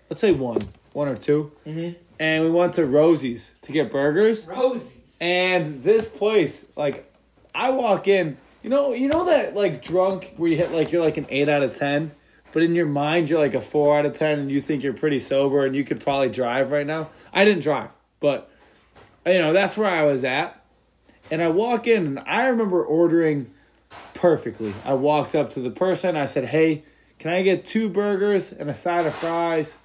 Speaker 2: Let's say one. One or 2 Mm-hmm. And we went to Rosie's to get burgers.
Speaker 3: Rosie's.
Speaker 2: And this place, like, I walk in, you know, you know that like drunk where you hit like you're like an eight out of ten, but in your mind you're like a four out of ten, and you think you're pretty sober and you could probably drive right now. I didn't drive, but you know that's where I was at. And I walk in, and I remember ordering perfectly. I walked up to the person, I said, "Hey, can I get two burgers and a side of fries?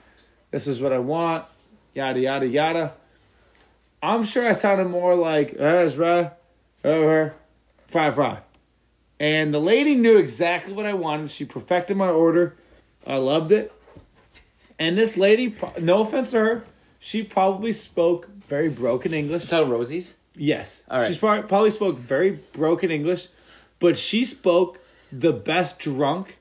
Speaker 2: This is what I want." Yada yada yada. I'm sure I sounded more like "Yes, bruh, over, fry fry," and the lady knew exactly what I wanted. She perfected my order. I loved it. And this lady, pro- no offense to her, she probably spoke very broken English.
Speaker 3: Talking Rosie's.
Speaker 2: Yes,
Speaker 3: All right.
Speaker 2: she spo- probably spoke very broken English, but she spoke the best drunk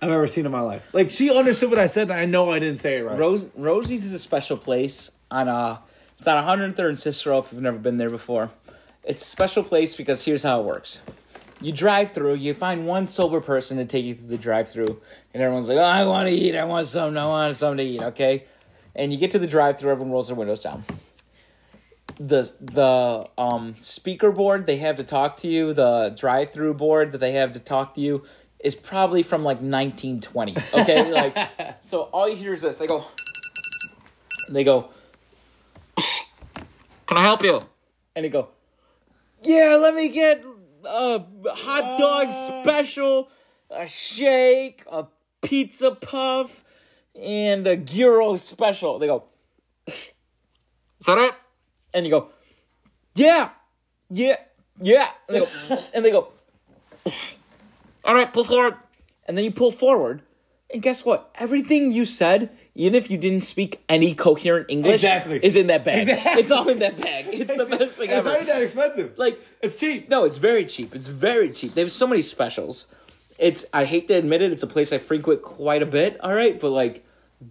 Speaker 2: I've ever seen in my life. Like she understood what I said, and I know I didn't say it right.
Speaker 3: Rose Rosie's is a special place on uh it's on 103rd and Cicero if you've never been there before. It's a special place because here's how it works. You drive through, you find one sober person to take you through the drive through, and everyone's like, oh, I want to eat, I want something, I want something to eat, okay? And you get to the drive through, everyone rolls their windows down. The the um speaker board they have to talk to you, the drive through board that they have to talk to you is probably from like 1920. Okay? like so all you hear is this. They go and they go, "Can I help you?" And they go, "Yeah, let me get a hot
Speaker 2: Uh.
Speaker 3: dog special, a shake, a pizza puff, and a gyro special." They go, "Is that it?" And you go, "Yeah, yeah, yeah."
Speaker 2: <laughs>
Speaker 3: And they go, and they go "All right, pull forward." And then you pull forward, and guess what? Everything you said, even if you didn't speak any coherent English,
Speaker 2: Exactly.
Speaker 3: is in that bag.
Speaker 2: Exactly.
Speaker 3: It's all <laughs> in that bag. It's the best thing
Speaker 2: It's not
Speaker 3: ever.
Speaker 2: even that expensive.
Speaker 3: Like
Speaker 2: it's cheap.
Speaker 3: no, it's very cheap. It's very cheap. They have so many specials. It's I hate to admit it, it's a place I frequent quite a bit. All right, but like,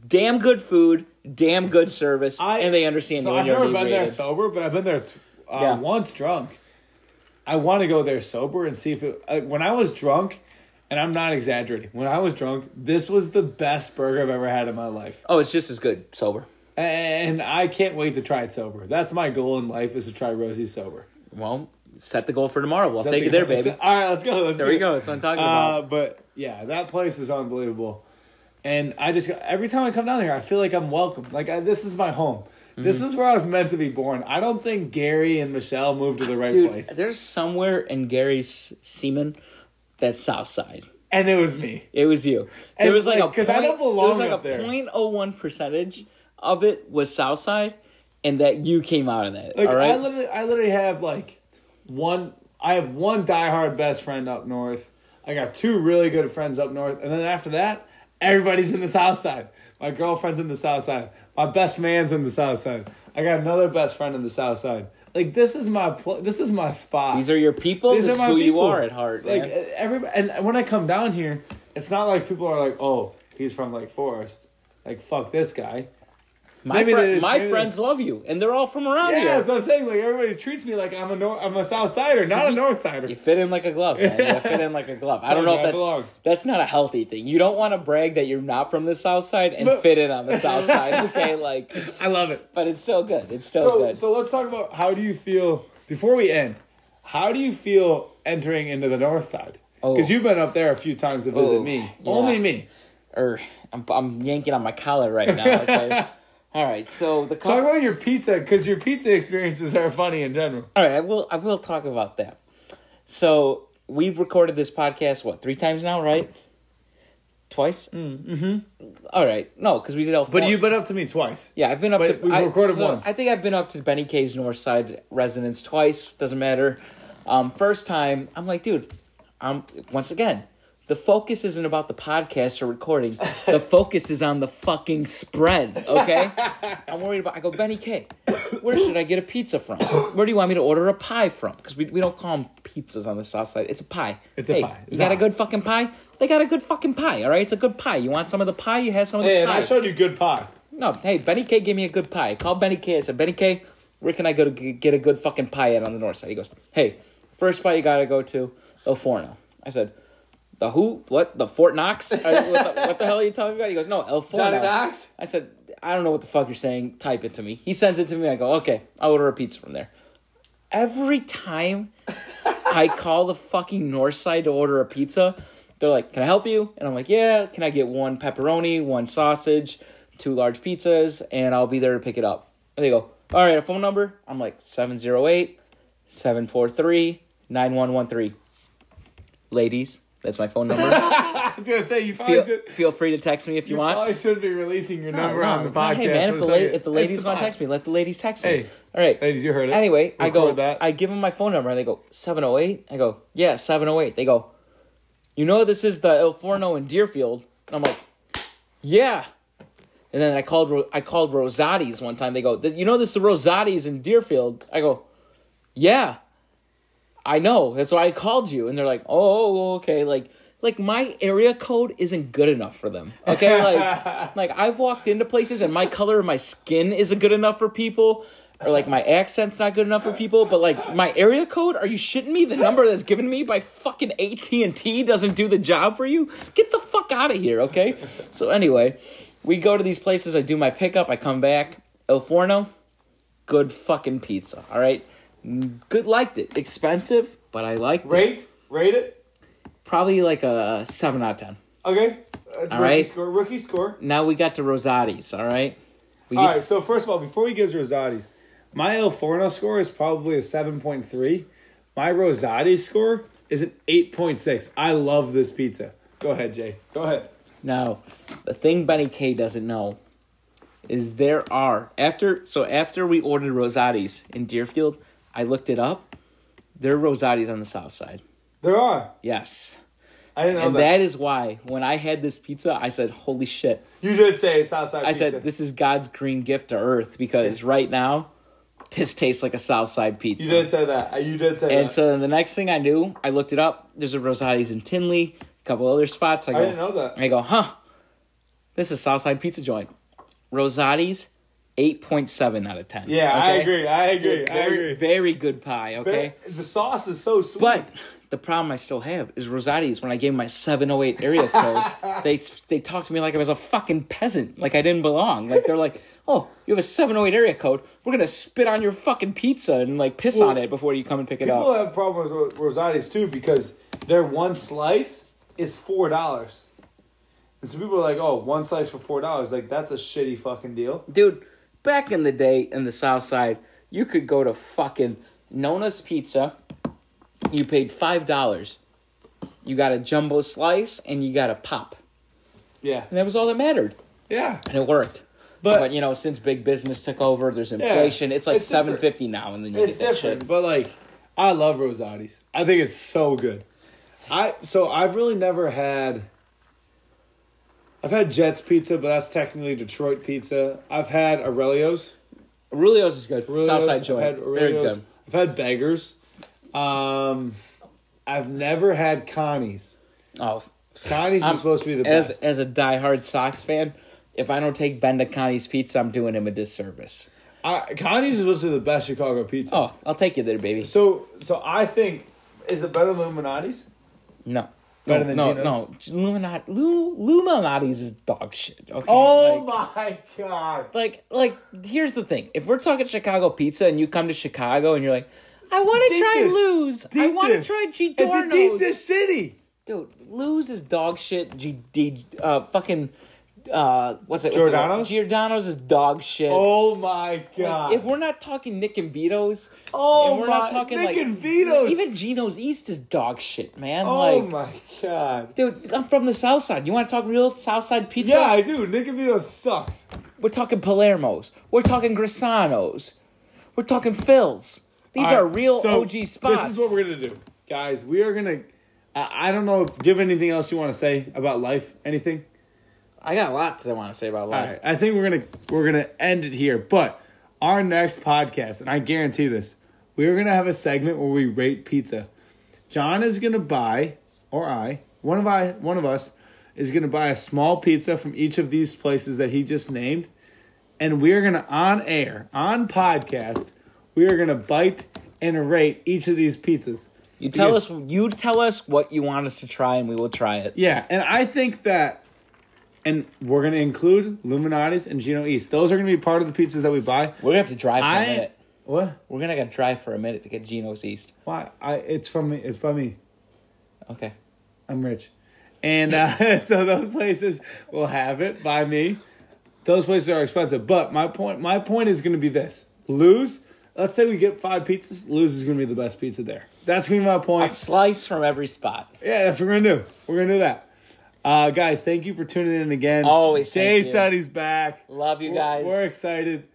Speaker 3: damn good food, damn good service,
Speaker 2: I-
Speaker 3: and they understand
Speaker 2: So
Speaker 3: you when
Speaker 2: I've
Speaker 3: you're
Speaker 2: never been there
Speaker 3: inebriated.
Speaker 2: sober, but I've been there t- uh,
Speaker 3: Yeah.
Speaker 2: once drunk. I want to go there sober and see if it. Uh, when I was drunk, and I'm not exaggerating, when I was drunk, this was the best burger I've ever had in my life,
Speaker 3: Oh, it's just as good sober.
Speaker 2: and I can't wait to try it sober. That's my goal in life is to try Rosie sober.
Speaker 3: Well, set the goal for tomorrow. We'll take it there, baby.
Speaker 2: All right, let's go. Let's
Speaker 3: There
Speaker 2: do
Speaker 3: we
Speaker 2: it.
Speaker 3: go. That's what I'm talking
Speaker 2: Uh,
Speaker 3: about.
Speaker 2: but yeah, that place is unbelievable. And I just every time I come down there, I feel like I'm welcome. Like I, this is my home. This
Speaker 3: Mm-hmm.
Speaker 2: is where I was meant to be born. I don't think Gary and Michelle moved to the right
Speaker 3: Dude,
Speaker 2: place,
Speaker 3: there's somewhere in Gary's semen that's south side.
Speaker 2: and it was me.
Speaker 3: It was you. There
Speaker 2: And,
Speaker 3: was like,
Speaker 2: like,
Speaker 3: a
Speaker 2: 'cause I don't
Speaker 3: point, there was
Speaker 2: belong
Speaker 3: like a
Speaker 2: up there.
Speaker 3: point oh one percentage of it was south side, and that you came out of that.
Speaker 2: Like
Speaker 3: all right.
Speaker 2: I literally, I literally have like one. I have one diehard best friend up north. I got two really good friends up north, and then after that, everybody's in the south side. My girlfriend's in the south side. My best man's in the south side. I got another best friend in the south side. Like this is my pl- this is my spot.
Speaker 3: These are your people.
Speaker 2: These
Speaker 3: this
Speaker 2: are
Speaker 3: is
Speaker 2: my
Speaker 3: who you
Speaker 2: people.
Speaker 3: are at heart.
Speaker 2: like
Speaker 3: man.
Speaker 2: everybody. And when I come down here, it's not like people are like, "Oh, he's from Lake Forest." Like fuck this guy.
Speaker 3: my
Speaker 2: maybe
Speaker 3: fri-
Speaker 2: they just-
Speaker 3: my
Speaker 2: maybe they-
Speaker 3: friends love you, and they're all from around
Speaker 2: Yeah,
Speaker 3: here.
Speaker 2: that's what I'm saying. Like everybody treats me like I'm a nor- I'm a south sider, not a north sider.
Speaker 3: You fit in like a glove, man. You fit in like a glove. I don't know
Speaker 2: Told you I
Speaker 3: if that,
Speaker 2: belong.
Speaker 3: that's not a healthy thing. You don't want to brag that you're not from the South Side and
Speaker 2: But-
Speaker 3: fit in on
Speaker 2: <laughs>
Speaker 3: the South Side, okay? Like,
Speaker 2: I love it.
Speaker 3: but it's still good. It's still
Speaker 2: So,
Speaker 3: Oh, good.
Speaker 2: so let's talk about how do you feel before we end? How do you feel entering into the north side?
Speaker 3: Oh.
Speaker 2: Because you've been up there a few times to visit
Speaker 3: Oh,
Speaker 2: me,
Speaker 3: yeah.
Speaker 2: only me.
Speaker 3: or Er, I'm, I'm yanking on my collar right now.
Speaker 2: <laughs>
Speaker 3: Okay? All right, so the
Speaker 2: Talk
Speaker 3: couple,
Speaker 2: about your pizza because your pizza experiences are funny in general.
Speaker 3: all right, I will I will talk about that. So we've recorded this podcast what three times now, right? Twice. Mm-hmm. All right, no, because we did all. Four.
Speaker 2: But you've been up to me twice.
Speaker 3: Yeah, I've been up
Speaker 2: But
Speaker 3: to.
Speaker 2: we've
Speaker 3: I,
Speaker 2: recorded
Speaker 3: so
Speaker 2: once.
Speaker 3: I think I've been up to Benny K's Northside residence twice. Doesn't matter. Um, first time, I'm like, dude. I'm once again. The focus isn't about the podcast or recording.
Speaker 2: <laughs>
Speaker 3: The focus is on the fucking spread. Okay, I'm worried about. I go Benny K. Where should I get a pizza from? Where do you want me to order a pie from? Because we, we don't call them pizzas on the south side. It's a pie.
Speaker 2: It's a
Speaker 3: Hey,
Speaker 2: pie.
Speaker 3: You got a
Speaker 2: Zah.
Speaker 3: good fucking pie. They got a good fucking pie. All right, it's a good pie. You want some of the pie? You have some of the
Speaker 2: Hey, and
Speaker 3: pie.
Speaker 2: I showed you good pie.
Speaker 3: No, hey, Benny K gave me a good pie. I called Benny K. I said, Benny K, where can I go to g- get a good fucking pie at on the north side? He goes, hey, first spot you gotta go to, El Forno. I said, the who? What? The
Speaker 2: <laughs>
Speaker 3: Fort Knox? Are- what, the, what the hell are you talking about? He goes, no, El Forno.
Speaker 2: Johnny Knox?
Speaker 3: I said, I don't know what the fuck you're saying. Type it to me. He sends it to me. I go, okay, I'll order a pizza from there. Every time I call the fucking north side to order a pizza. They're like, "Can I help you?" And I'm like, "Yeah, can I get one pepperoni, one sausage, two large pizzas, and I'll be there to pick it up." And they go, "All right, a phone number?" I'm like, "708-743-9113." Ladies, that's my phone
Speaker 2: <laughs>
Speaker 3: number.
Speaker 2: I was gonna say you probably
Speaker 3: feel,
Speaker 2: should.
Speaker 3: feel free to text me if you,
Speaker 2: You
Speaker 3: want.
Speaker 2: probably should be releasing your number
Speaker 3: No,
Speaker 2: on the
Speaker 3: no, no,
Speaker 2: podcast.
Speaker 3: Hey man, if
Speaker 2: It's like-
Speaker 3: the, la- if the
Speaker 2: it's
Speaker 3: ladies want to
Speaker 2: pie.
Speaker 3: text me, let the ladies text me.
Speaker 2: Hey,
Speaker 3: All right.
Speaker 2: ladies, you heard it.
Speaker 3: Anyway, I go.
Speaker 2: Record that.
Speaker 3: I give them my phone number. and They go seven zero eight. I go yeah seven zero eight. They go, you know this is the El Forno in Deerfield, and I'm like, yeah. And then I called Ro- I called Rosati's one time. They go, you know this is Rosati's in Deerfield. I go, yeah. I know. That's why I called you. And they're like, oh, okay. Like, like my area code isn't good enough for them. Okay, like, like I've walked into places and my color of my skin isn't good enough for people, or like my accent's not good enough for people. But like my area code, are you shitting me? The number that's given me by fucking AT and T doesn't do the job for you. Get the fuck out of here. Okay. So anyway, we go to these places. I do my pickup. I come back. El Forno good fucking pizza. All right, Mm, good liked it. Expensive, but I liked it.
Speaker 2: Rate, rate it.
Speaker 3: Probably like a seven out of ten.
Speaker 2: Okay. Uh, rookie
Speaker 3: right.
Speaker 2: Score. Rookie score.
Speaker 3: Now we got to Rosati's. All right, we
Speaker 2: All right. So first of all, before he gives Rosati's, my El Forno score is probably a seven point three. My Rosati score is an eight point six. I love this pizza. Go ahead, Jay. Go ahead.
Speaker 3: Now, the thing Benny K doesn't know is there are after so after we ordered Rosati's in Deerfield, I looked it up. There are Rosati's on the south side.
Speaker 2: There are.
Speaker 3: Yes.
Speaker 6: I didn't know
Speaker 3: and
Speaker 6: that.
Speaker 3: that is why when I had this pizza, I said, "Holy shit!"
Speaker 6: You did say Southside
Speaker 3: I
Speaker 6: pizza.
Speaker 3: said, "This is God's green gift to Earth," because right now, this tastes like a Southside pizza.
Speaker 6: You did say that. Uh, You did say
Speaker 3: And
Speaker 6: that.
Speaker 3: so then the next thing I knew, I looked it up. There's a Rosati's in Tinley, a couple other spots. I, go,
Speaker 6: I didn't know that.
Speaker 3: I go, huh? This is Southside Pizza Joint. Rosati's, eight point seven out of ten.
Speaker 6: yeah, I
Speaker 3: okay?
Speaker 6: agree. I agree. I
Speaker 3: Very,
Speaker 6: agree.
Speaker 3: very good pie. Okay,
Speaker 6: The sauce is so sweet.
Speaker 3: but the problem I still have is Rosati's. When I gave my seven oh eight area <laughs> code, they they talked to me like I was a fucking peasant, like I didn't belong. Like they're like, oh, you have a seven oh eight area code. We're gonna spit on your fucking pizza and like piss on it before you come and pick it up.
Speaker 6: People have problems with Rosati's too because their one slice is four dollars. And so people are like, oh, one slice for four dollars. Like that's a shitty fucking deal.
Speaker 3: dude back in the day in the south side you could go to fucking nona's pizza you paid five dollars you got a jumbo slice and you got a pop
Speaker 6: Yeah.
Speaker 3: and that was all that mattered
Speaker 6: Yeah.
Speaker 3: and it worked but,
Speaker 2: But-
Speaker 3: you know since big business took over there's inflation it's like
Speaker 6: it's different.
Speaker 3: 750 now and then you
Speaker 6: It's
Speaker 3: get that
Speaker 6: different.
Speaker 2: But like, I love Rosati's. I think it's so good. I so I've really never had. I've had Jets pizza, but that's technically Detroit pizza. I've had Aurelio's.
Speaker 3: shit. Rulio's is good
Speaker 2: Aurelio's
Speaker 3: south side
Speaker 2: I've
Speaker 3: joint
Speaker 2: had
Speaker 3: very
Speaker 2: Aurelio's.
Speaker 3: good
Speaker 2: I've had Beggars. Um, I've never had Connie's.
Speaker 3: oh
Speaker 2: Connie's
Speaker 3: I'm-
Speaker 2: is supposed to be the
Speaker 3: as
Speaker 2: best.
Speaker 3: as a diehard sox fan if i don't take ben to connie's pizza i'm doing him a disservice
Speaker 2: I, Connie's is supposed to be the best Chicago pizza.
Speaker 3: oh i'll take you there baby
Speaker 6: So so I think is it better Illuminati's?
Speaker 3: No.
Speaker 2: Better
Speaker 3: no,
Speaker 2: than
Speaker 3: no,
Speaker 2: Geno's?
Speaker 3: no. Luminati, Lu, Luminati's is dog shit. Okay.
Speaker 6: Oh
Speaker 3: Like,
Speaker 6: my god.
Speaker 3: like, like, here's the thing. If we're talking Chicago pizza and you come to Chicago and you're like, I want to
Speaker 6: Deep
Speaker 3: try
Speaker 6: dish.
Speaker 3: Lou's. I
Speaker 6: Deep
Speaker 3: want to
Speaker 6: dish.
Speaker 3: try
Speaker 6: It's a deep dish
Speaker 3: Giordano's.
Speaker 6: city.
Speaker 3: Dude, Lou's is dog shit. G, D, uh, fucking, uh, what's it? what's it-
Speaker 6: Giordano's?
Speaker 3: Giordano's is dog shit.
Speaker 6: Oh my god.
Speaker 3: Like, if we're not talking Nick and Vito's,
Speaker 6: oh
Speaker 3: and we're
Speaker 6: my
Speaker 3: not talking
Speaker 6: Nick
Speaker 3: like
Speaker 6: and Vito's.
Speaker 3: even Gino's East is dog shit, man.
Speaker 6: oh
Speaker 3: like,
Speaker 6: my god.
Speaker 3: dude, I'm from the South Side. You want to talk real South Side pizza?
Speaker 6: Yeah, I do. Nick and Vito's sucks.
Speaker 3: We're talking Palermos. We're talking Grisanos. We're talking Phils. These
Speaker 2: All
Speaker 3: are
Speaker 2: right,
Speaker 3: real
Speaker 2: so
Speaker 3: OG spots.
Speaker 2: This is what we're gonna do, guys. We are gonna. I, I don't know. if Give anything else you want to say about life? Anything?
Speaker 3: I got lots I want to say about
Speaker 2: All
Speaker 3: life.
Speaker 2: right. I think we're gonna we're gonna end it here. But our next podcast, and I guarantee this, we are gonna have a segment where we rate pizza. John is gonna buy, or I, one of I, one of us, is gonna buy a small pizza from each of these places that he just named, and we're gonna on air on podcast, we are gonna bite and rate each of these pizzas.
Speaker 3: You tell
Speaker 2: Because-
Speaker 3: us. You tell us what you want us to try, and we will try it.
Speaker 2: Yeah, and I think that, and we're gonna include Luminati's and Gino East. Those are gonna be part of the pizzas that we buy.
Speaker 3: We're gonna have to drive for a
Speaker 2: I
Speaker 3: minute.
Speaker 2: what?
Speaker 3: We're gonna gotta drive for a minute to get Geno's East.
Speaker 2: Why? I it's from me. It's by me.
Speaker 3: Okay.
Speaker 2: I'm rich, and uh, <laughs> so those places will have it by me. Those places are expensive, but my point my point is gonna be this: lose. Let's say we get five pizzas. Lose is gonna be the best pizza there. That's gonna be my
Speaker 3: A
Speaker 2: point.
Speaker 3: slice from every spot.
Speaker 2: Yeah, that's what we're gonna do. We're gonna do that. Uh, guys, thank you for tuning in again.
Speaker 3: Always thank
Speaker 2: Jay
Speaker 3: you.
Speaker 2: Suddy's back.
Speaker 3: Love you
Speaker 2: We're-
Speaker 3: guys.
Speaker 2: We're, excited.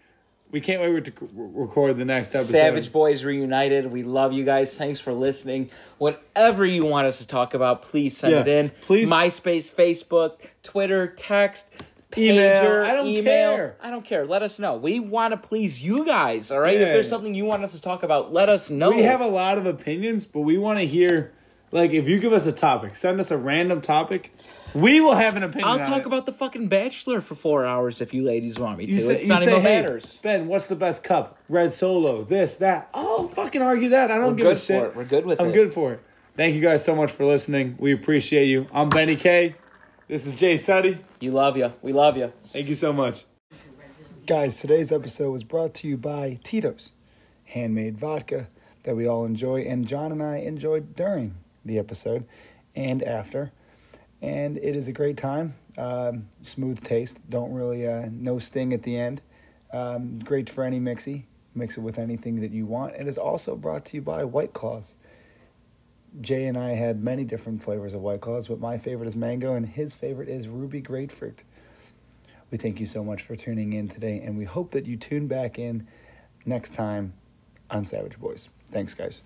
Speaker 2: We can't wait to c- record the next episode.
Speaker 3: Savage Boys reunited. We love you guys. Thanks for listening. Whatever you want us to talk about, please send
Speaker 2: Yeah,
Speaker 3: it in.
Speaker 2: please.
Speaker 3: MySpace, Facebook, Twitter, text,
Speaker 2: Email.
Speaker 3: pager,
Speaker 2: I don't
Speaker 3: email.
Speaker 2: care.
Speaker 3: I don't care. Let us know. We want to please you guys. All right. If
Speaker 2: Yeah.
Speaker 3: there's something you want us to talk about, let us know.
Speaker 2: We have a lot of opinions, but we want to hear. Like, if you give us a topic, send us a random topic. We will have an opinion.
Speaker 3: I'll
Speaker 2: on
Speaker 3: talk
Speaker 2: it.
Speaker 3: about the fucking Bachelor for four hours if you ladies want me to.
Speaker 2: You say,
Speaker 3: it's
Speaker 2: you
Speaker 3: not
Speaker 2: say,
Speaker 3: even
Speaker 2: hey,
Speaker 3: matters.
Speaker 2: Ben, what's the best cup? Red Solo, this, that. I'll fucking argue that. I don't
Speaker 3: We're
Speaker 2: give
Speaker 3: good
Speaker 2: a
Speaker 3: for
Speaker 2: shit.
Speaker 3: it. We're good with
Speaker 2: I'm
Speaker 3: it.
Speaker 2: good for it. Thank you guys so much for listening. We appreciate you. I'm Benny K. This is Jay Suddy.
Speaker 3: You love you. We love you.
Speaker 2: Thank you so much.
Speaker 7: Guys, today's episode was brought to you by Tito's, handmade vodka that we all enjoy, and John and I enjoyed during the episode and after. And it is a great time. Um, smooth taste, don't really, uh, no sting at the end. Um, great for any mixy. Mix it with anything that you want. It is also brought to you by White Claws. Jay and I had many different flavors of White Claws, but my favorite is mango, and his favorite is ruby grapefruit. We thank you so much for tuning in today, and we hope that you tune back in next time on Savage Boys. Thanks, guys.